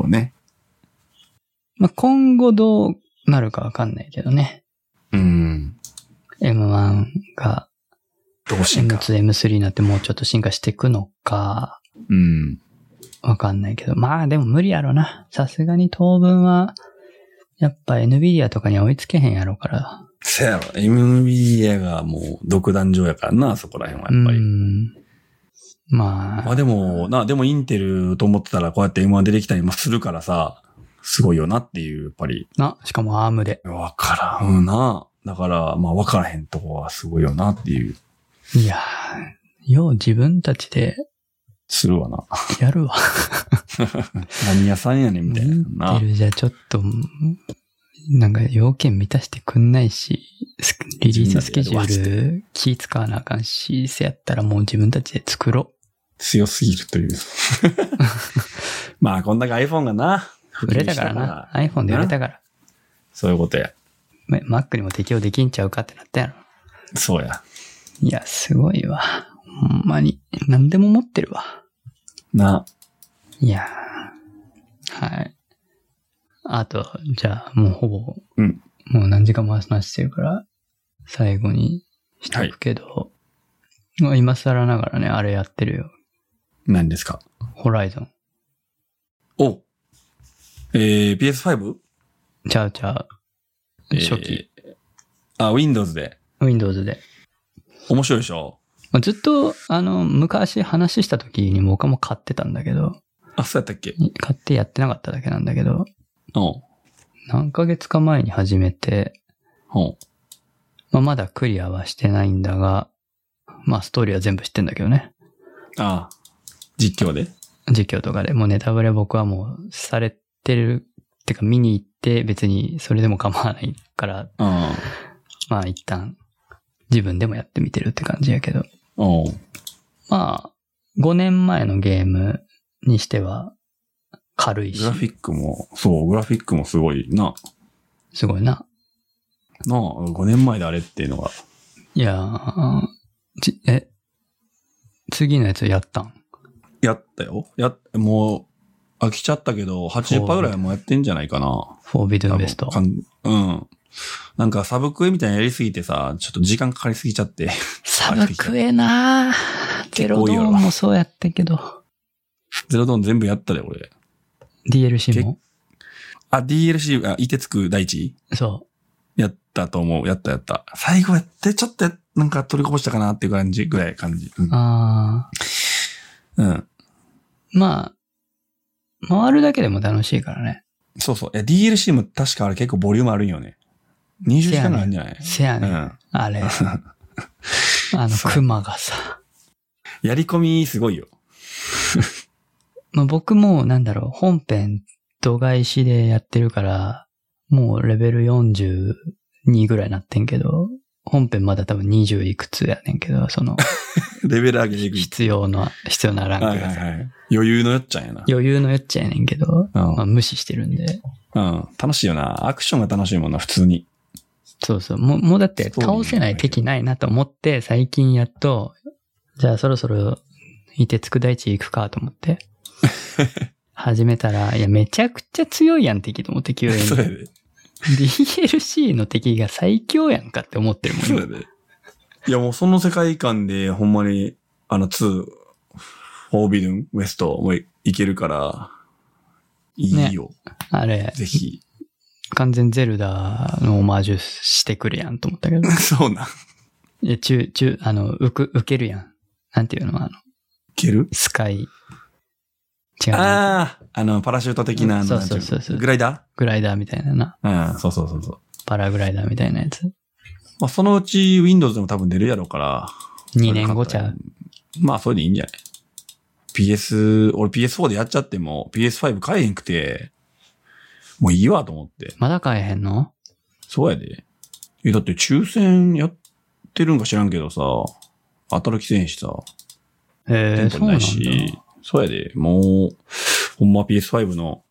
とね。
まあ、今後どうなるかわかんないけどね。
うん。
M1 が
どうしんか。
M2、M3 になってもうちょっと進化していくのか、
うん。
わかんないけど。まあでも無理やろな。さすがに当分は、やっぱ NVIDIA とかには追いつけへんやろうから。
せやろ、NVIDIA がもう独壇場やからな、そこら辺はやっぱり。
うん。ま
ま
あ
あ、でも、な、でもインテルと思ってたらこうやって M1 出てきたりもするからさ、すごいよなっていう、やっぱり。
な、しかも ARM で。
わからんな。だから、まあ、わからへんとこはすごいよなっていう、
いやー、よう自分たちです
るわな。
やるわ。
何屋さんやねんみたいな
インテ
な。
ルじゃちょっと、なんか要件満たしてくんないし、スリリーススケジュ
自分
ール気使わなあかんし、せやったらもう自分たちで作ろ
強すぎるという。 まあ、こんだけ iPhone がな。
う。売れたからな。。iPhone で売れたから。
そういうことや。
ま Mac にも適用できんちゃうかってなったやろ。
そうや。
いや、すごいわ。ほんまに。何でも持ってるわ。
な。
いやーはい。あと、じゃあ、もうほぼ、
うん
もう何時間も話してるから、最後にしとくけど、もう今更ながらね、あれやってるよ。
何ですか。
ホライゾン。
おえー、PS5?
ちゃうちゃう。初期。
えーあ、Windows で。
Windows で。
面白いでしょ
まあずっと、あの、昔話した時にも僕はもう買ってたんだけど、
あ、そうやったっけ
買ってやってなかっただけなんだけど、
うん。
何ヶ月か前に始めて、
うん。
まあ、まだクリアはしてないんだが、まあ、ストーリーは全部知ってんだけどね。
ああ。実況で
実況とかで。もうネタバレ僕はもうされてる、ってか見に行って別にそれでも構わないから、
うん。
まあ一旦自分でもやってみてるって感じやけど。
うん。
まあ、5年前のゲームにしては軽いし
グラ、フィックも、そう、グラフィックもすごいな。
すごいな。
なあ、5年前であれっていうのが。
いやーち、え、次のやつやったん
やったよ。やっ、もう、飽きちゃったけど、80%ぐらいはもうやってんじゃないかな。
フォービドゥンベスト
多。分かんうん。なんかサブクエみたいなのやりすぎてさ、ちょっと時間かかりすぎちゃって。
サブクエなーゼロドーンもそうやったけど。
ゼロドーン全部やったで、俺。
DLC も
あ、DLC、あ、いてつく大地
そ
やったと思う。やったやった。最後やって、ちょっとやなんか取りこぼしたかなっていう感じ、ぐらい感じ。うん
う。あ
うん。
ーまあ、回るだけでも楽しいからね。
そうそう。いや、DLC も確かあれ結構ボリュームあるんよね。20時間ぐらいあるんじゃない、
せや
う
ねん。
ん。
あれ。あの、
そう
熊がさ。
やり込みすごいよ。
まあ、僕も、なんだろう、本編、度外視でやってるから、もうレベル42ぐらいなってんけど、本編まだ多分20いくつやねんけど、その、
レベル上げていく。
必要な、必要なラン
はい
ク
は
が
い
さ。
はい。余裕のよっちゃんやな。
余裕のやっちゃやねんけど、
うん
まあ、無視してるんで。
うん。楽しいよな。アクションが楽しいもんな、普通に。
そうそう。もう、もうだって
ストーリー
倒せない敵ないなと思って、最近やっと、じゃあそろそろ、いてつく大地行くかと思 って。始めたら、いや、めちゃくちゃ強いやん、敵と思って、 急に。
それで。
DLC の敵が最強やんかって思ってるもん
そ
今
れ で。いや、もうその世界観で、ほんまに、あの、2、フォービルン、ウエストもいけるから、いいよ。
あれ、
ぜひ。
完全ゼルダのオマージュしてくるやんと思ったけ ど。
そうなん。い
いや、中、中、あの、受く、受けるやん。なんていうのあの、
ける
スカイ。違うな。
ああ、あの、パラシュート的な、あの
そうそうそうそう
なんていのグライダ
グライダーみたいなな。
ーうん、そうそうそうそう。
パラグライダーみたいなやつ。
まあ、そのうち Windows でも多分出るやろうから、
2年後ちゃう。
まあ、それでいいんじゃない ?PS、俺 PS4 でやっちゃっても PS5 買えへんくて、もういいわと思って。
まだ買えへんの
そうやで。え、だって抽選やってるんか知らんけどさ、当たる気せんしさ、
へえ、
店
そ
舗に
う
な
な
んい
だ。
し、そうやで、もう、ほんま PS5 の、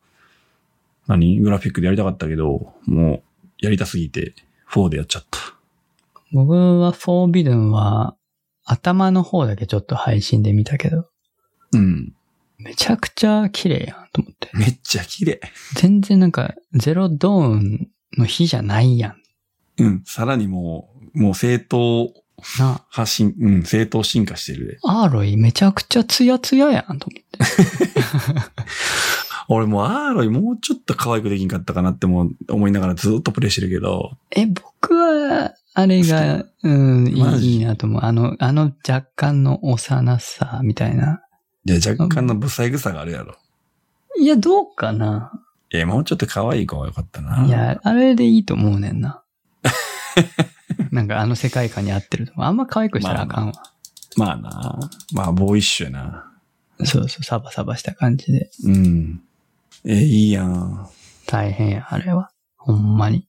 何グラフィックでやりたかったけど、もう、やりたすぎて、4でやっちゃった。
僕はフォービドゥンは、頭の方だけちょっと配信で見たけど、
うん。
めちゃくちゃ綺麗やんと思って。
めっちゃ綺麗。
全然なんか、ゼロドーンの日じゃないやん。
うん。さらにもう、もう正当
な
発信、うん、正当進化してるで。
あ、アーロイめちゃくちゃツヤツヤやんと思って。
俺もうアーロイもうちょっと可愛くできんかったかなってもう思いながらずっとプレイしてるけど、
え、僕は、あれが、うん、
マ
い
ジ
いいいなと思う。あの、あの若干の幼さみたいな。
いや、若干の不細工さがあるやろ。
いや、どうかな。
えもうちょっと可愛い子がよかったな。
いや、あれでいいと思うねん な。なんかあの世界観に合ってると思う。あんま可愛くしたらあかんわ。
まあな。まあ、ボーイッシュやな。
そうそう、サバサバした感じで。
うん。えいいやん。
大変や、あれは。ほんまに。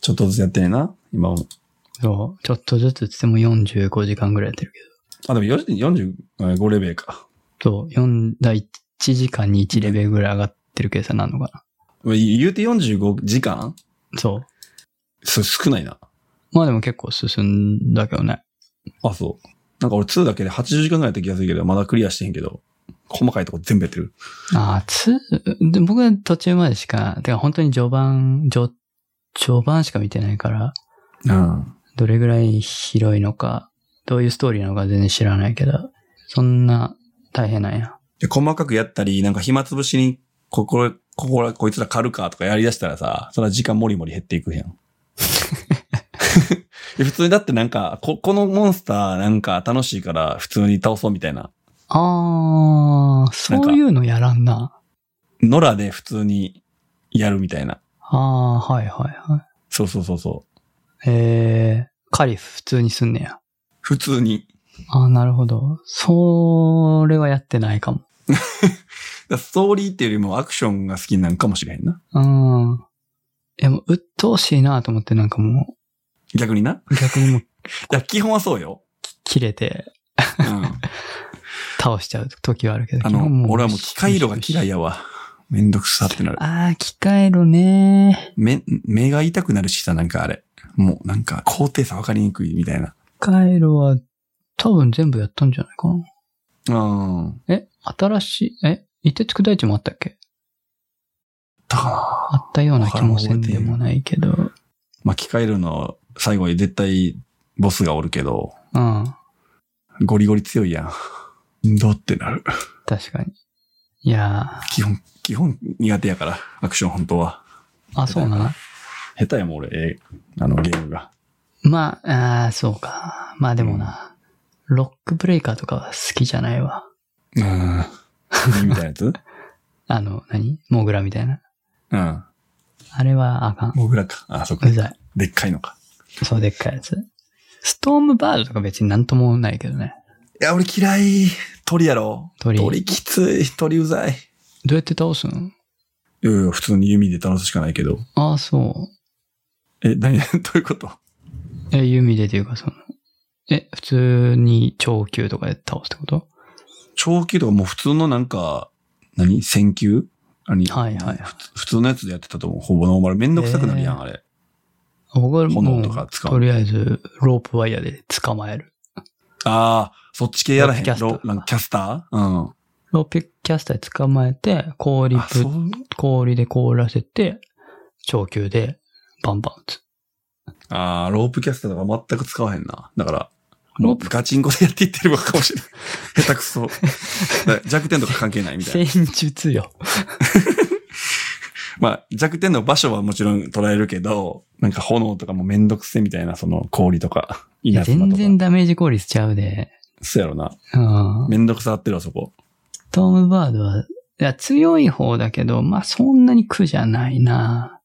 ちょっとずつやってねえな。今も。
そう。ちょっとずつつっても45時間ぐらいやってるけど。
あ、でも40 45レベルか。
そう、4第1時間に1レベルぐらい上がってる計算なのか
まあ言うて45時間
な。そう。
そ少ないな。
まあでも結構進んだけどね。
あ、そう。なんか俺2だけで80時間ぐらいやった気がするけど、まだクリアしてへんけど、細かいとこ全部やってる。
ああ、つ、で僕は途中までしか、てか本当に序盤、序、序盤しか見てないから、
うん。
どれぐらい広いのか、どういうストーリーなのか全然知らないけど、そんな大変なんや。
で、細かくやったり、なんか暇つぶしに、ここ、こ こら、こいつら狩るかとかやりだしたらさ、それは時間もりもり減っていくへん。や普通にだってなんか、こ、このモンスターなんか楽しいから普通に倒そうみたいな。
あー、そういうのやらんな。
野良で普通にやるみたいな。
あー、はいはいはい。
そうそうそうそう。
えー、カリフ普通にすんねや。
普通に。
あー、なるほど。それはやってないかも。
だからストーリーっていうよりもアクションが好きなんかもしれへんな。
うん。いやもう、鬱陶しいなと思って、なんかも
逆にな。
う、逆にもう、
いや、基本はそうよ。
切れて
うん。
倒しちゃう時はあるけど。
あ
基本
の、俺はもう機械色が嫌い
よしよしよし
やわ。めんどくさってなる。
あー、機械色ね。
目、目が痛くなるしさ、なんかあれ。もうなんか高低差わかりにくいみたいな。
機械色は、多分全部やったんじゃないかな。
うん。
え、新しい、え、凍てつく大地もあったっけ
だかな。
あったような気もせんでもないけど。うん。
まあ、機械色の最後に絶対ボスがおるけど、ゴリゴリ強いやん。どうってなる。
確かに。いや
基本、基本苦手やから、アクション本当は。
ー、あ、そうなの
下手やもん俺、えあのゲームが。
まあ、あーそうか。まあでもな、ロックブレイカーとかは好きじゃないわ。
うん。君みたいなやつ
あの、何モグラみたいな。
うん。
あれはあかん。
モグラか。あ、そっか
う。ざい。
でっかいのか。
そうでっかいやつ。ストームバードとか別になんともないけどね。
いや、俺嫌い。鳥やろ。
鳥
鳥きつい。鳥うざい。
どうやって倒すの
いやいや、普通に弓で倒すしかないけど。
ああ、そ
え、何 どういうこと
う。え、弓でというかその、え、普通に長球とかで倒すってこと
長球とかもう普通のなんか、何選球何
はいはいはい。
普通のやつでやってたと思う。ほぼノーマル。めんどくさくなるやん、
え
あれ。
僕はも
炎
う、
とか使う
とりあえず、ロープワイヤーで捕まえる。
ああ、そっち系やらへん。
ロックキャスター
ロなんかキャスターうん。
ロープキャスターで捕まえて、氷ぶ
あ、
っ
そう。
氷で凍らせて、長球でバンバン打つ。
ああ、ロープキャスターとか全く使わへんな。だから、
ロ
ロ
ー
ー
プ
プガチンコでやっていってるのかもしれない。 下手くそ。だから弱点とか関係ないみたいな。
戦術よ。
まあ、弱点の場所はもちろん捉えるけど、なんか炎とかもめんどくせみたいな、その氷とか、
いや、
稲妻
全
とか。
然ダメージ効率ちゃうで。
そうやろな。
うん。
めんどくさがってるわ、そこ。
トム・バードは、いや、強い方だけど、まあ、そんなに苦じゃないな。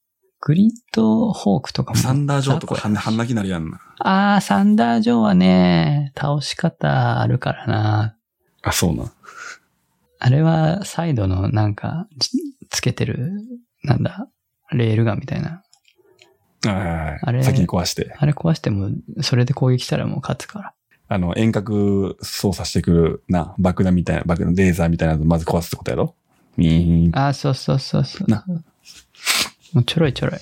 グリッド・ホークとかも。
サンダージョーとか半
雑魚やし
半泣きなるやんな。
あー、サンダージョーはね、倒し方あるからな。
あ、そうな。
あれは、サイドのなんか、じつけてる、なんだ、レールガンみたいな。
はいはいはい
あれ
先に壊して。
あれ壊しても、それで攻撃したらもう勝つから。
あの、遠隔操作してくるな、爆弾みたいな、爆弾、レーザーみたいなのまず壊すってことやろウィーン
あー、そうそうそうそう。
な
もうちょろいちょろい。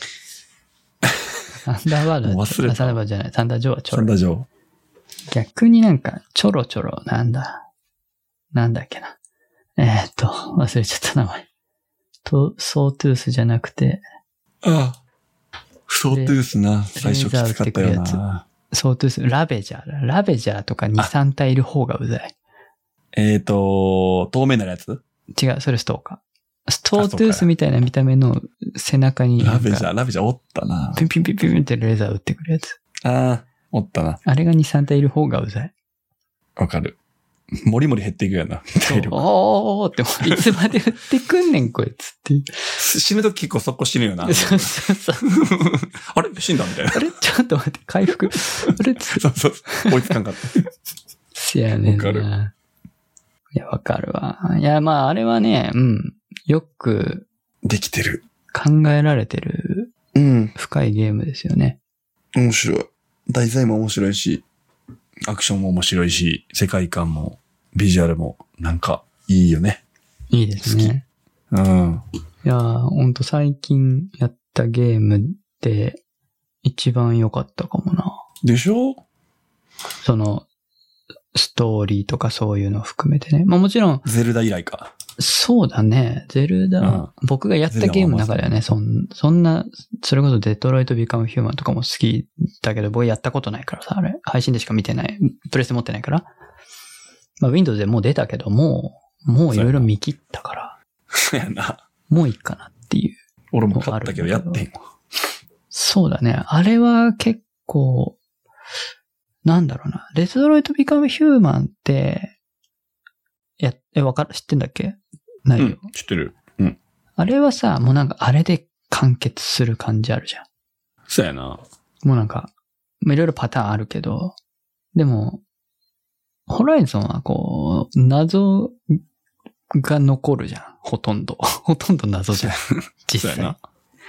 サンダーバードは
もう忘れた
サンダーバードじゃない。サンダージョーはちょ
サン
ろ
ダ
い。
ージョー。
逆になんか、ちょろちょろ、なんだ。なんだっけな。えー、っと、忘れちゃった名前。と、ソートゥースじゃなくて、
ああ。ソートゥースな、最初きつかったよ
レーザー撃ってくる
な。
ソートゥース、ラベジャーだ。ラベジャーとか2、
あ
3体いる方がうざい。
えっ、と、透明なやつ
違う、それストーカー。ストートゥースみたいな見た目の背中になん
ラ
か、
ベジャー、ラベジャーおったな。
ピンピンピンピンってレーザー打ってくるやつ。
ああ、おったな。
あれが2、3体いる方がうざい。
わかる。もりもり減っていくよな。
そう
体力
おーおーおー って、いつまで売ってくんねん、こいつっていう。
死ぬとき結構そこ死ぬよ な。
そうそうそう。
あれ死んだみたいな。
あれちょっと待って、回復。あれつ
そうそうそう。追いつかんかった。
せやねんな。
わかる
いや、わかるわ。いや、まあ、あれはね、うん。よく
できてる。
考えられてる
うん。
深いゲームですよね。
面白い。題材も面白いし、アクションも面白いし、世界観も、ビジュアルも、なんか、いいよね。
いいですね。
うん。
いや、ほんと最近やったゲームで一番良かったかもな。
でしょ
その、ストーリーとかそういうのを含めてね。まあもちろん、
ゼルダ以来か。
そうだね。ゼルダ、
うん
僕がやったゲームの中ではね、そんそんな、それこそデトロイト・ビカム・ヒューマンとかも好きだけど、僕やったことないからさ、あれ、配信でしか見てない、プレステ持ってないから。まあ、Windows でもう出たけど、もう、もういろいろ見切ったから、
そうやな。
もういいかなっていう。
俺も買ったけど、やってんわ。
そうだね。あれは結こう、なんだろうな。デストロイト・ビカム・ヒューマンって、や、え、わかる、知ってんだっけ内
う
容、
ん、知ってる。
あれはさ、もうなんかあれで完結する感じあるじゃん。
そうやな。
もうなんか、まあいろいろパターンあるけど、でも、ホライゾンはこう、謎が残るじゃん。ほとんど。 ほとんど謎じゃん。実
そうや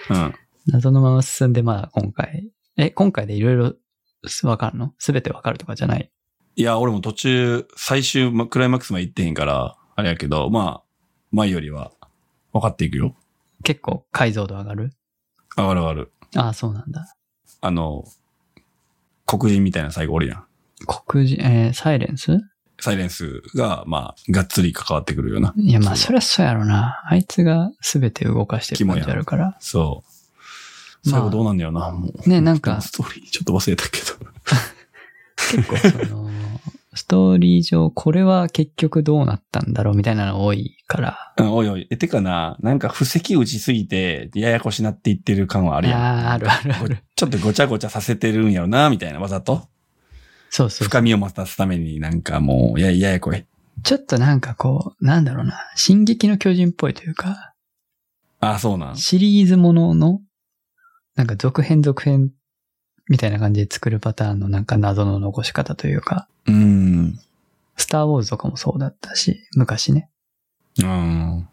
際
な。うん。
謎のまま進んで、まあ今回。え、今回でいろいろわかるのすべてわかるとかじゃない。
いや、俺も途中、最終、まクライマックスまで行ってへんから、あれやけど、まあ、前よりは分かっていくよ。
結構解像度上がる
上がる上がる。
ああ、そうなんだ。
あの、黒人みたいな最後おるやん。
黒人、えーサイレンス
サイレンスが、まあ、がっつり関わってくるような。
いや、まあそりゃそうやろな。あいつがすべて動かしてる感
肝
じ
や
あるから。
そう。
ま
最
あ
後どうなんだよな、もう。
ねなん か
ストーリーちょっと忘れたけど。
結構 その、ストーリー上、これは結局どうなったんだろうみたいなの多いから。
うん、 おいおい。え、てかな、なんか布石打ちすぎて、ややこしなっていってる感はあ
あ
るやん。
あるあるあ
ご
る。
ちょっとごちゃごちゃさせてるんやろな、みたいな、わざと。
そうそうそう
深みを増すために、なんかもう、や、ややこい。
ちょっとなんかこう、なんだろうな。進撃の巨人っぽいというか、
あ、そうなん。
シリーズものの、なんか続編続編みたいな感じで作るパターンのなんか謎の残し方というか、
うん。
スターウォーズとかもそうだったし、昔ね。
うん。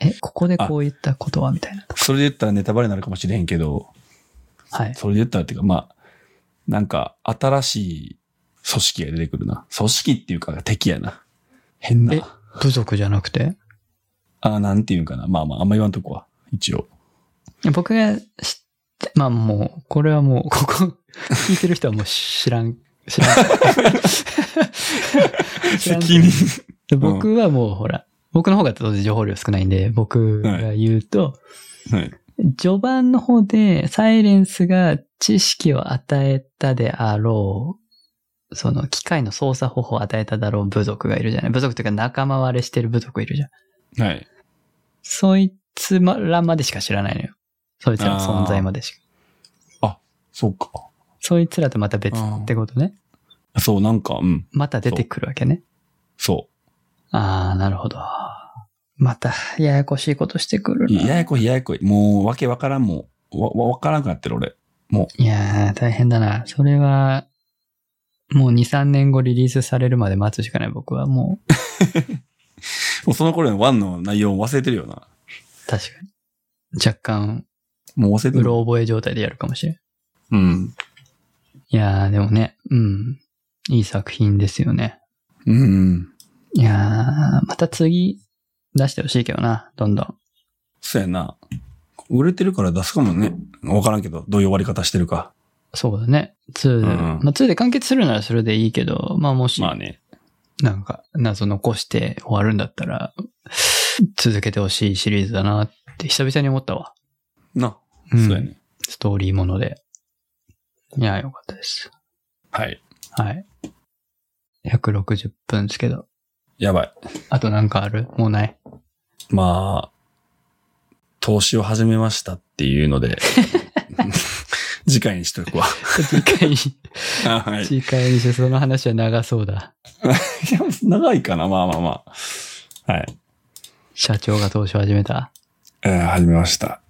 え、ここでこういったことはみたいなとか。
それで言ったらネタバレになるかもしれへんけど、
はい。
それで言ったらっていうか、まあ、なんか、新しい組織が出てくるな。組織っていうか、敵やな。変
え
な。
部族じゃなくて
あ、なんていうんかな。まあまあ、あんま言わんとこは。一応。
僕が知って、まあもう、これはもう、こ こ、聞いてる人はもう知らん、知らん。知 らん
責任。
で僕はもうほら、僕の方が当然情報量少ないんで、僕が言うと、
はい。
序盤の方で、サイレンスが知識を与えたであろう、その機械の操作方法を与えただろう部族がいるじゃない。部族というか仲間割れしてる部族いるじゃん。
はい。
そいつらまでしか知らないのよ。そいつらの存在までしか。
そうか。
そいつらとまた別ってことね。
そう、なんか、うん。
また出てくるわけね。
そ
ああ、なるほど。また、ややこしいことしてくる
う。
な。
ややこい、ややこい。もう、わけわからんもん。わ、わわからんくなってる、俺。
いやー、大変だな。それは、もう2、3年後リリースされるまで待つしかない、僕は。もう、
もうその頃のワンの内容忘れてるよな。
確かに。若干、
もう忘れて
う
る。
ろ覚え状態でやるかもしれん。
うん。
いやー、でもね、うん。いい作品ですよね。
うんうん。
いやー、また次、出してほしいけどな、どんどん。
そうやな。売れてるから出すかもね。わからんけど、どういう終わり方してるか。
そうだね。2で。
うん
まあ2で完結するならそれでいいけど、まあもし、
ね。
なんか謎残して終わるんだったら、続けてほしいシリーズだなって久々に思ったわ。
な、
ん
そうやね。
ストーリーもので。いや、よかったです。
はい。
はい。160分ですけど。
やばい。
あとなんかあるも うない。
まあ、投資を始めましたっていうの で、次回にしとくわ。
次回、
あはい。い
次回にしてその話は長そうだ。
や、長いかな。まあまあまあ。はい。
社長が投資を始めた。
えー始めました。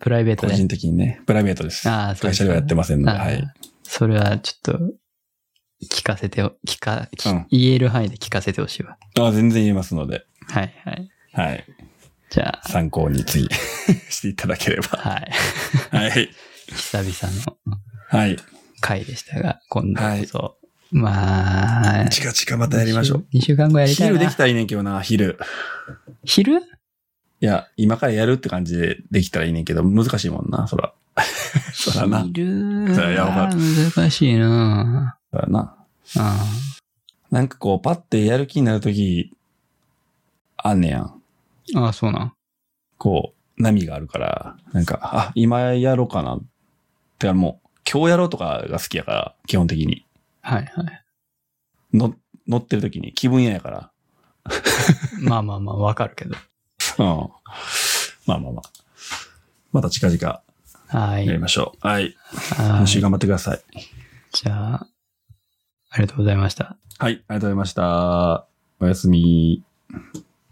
プライベート
個
で。
人的にね。プライベートです。
ああ、そう
会
す
社ではやってませんので、
あー
はい。
それはちょっと、聞かせてよ、聞か、き
うん
言える範囲で聞かせてほしいわ。
あー全然言えますので、
はいはい。
はい。
じゃ
参考に次 していただけれ
あ、
ば。
はい。
はい。
久々の
はい。
回でしたが、今度こそ。まあ、
近々またやりましょう。
2週。二週間後やりたいな。
昼できたらいいねんけどな、昼。
昼
いや、今からやるって感じでできたらいいねんけど、難しいもんな、そら。 そらな。
昼
そらやば
は難しいな
そらな。
うん。
なんかこう、パッてやる気になるとき、あんねやん。
ああ、そうなん。
こう、波があるから、なんか、あ、今やろうかな。てかもう、今日やろうとかが好きやから、基本的に。
はいはい。
の、乗ってるときに気分屋やから。
まあまあまあ、わかるけど。
うん。まあまあまあ。また近々
はい。
やりましょう。はい。
は
今
い
週頑張ってください。
じゃあ、ありがとうございました。
はい、ありがとうございました。おやすみ。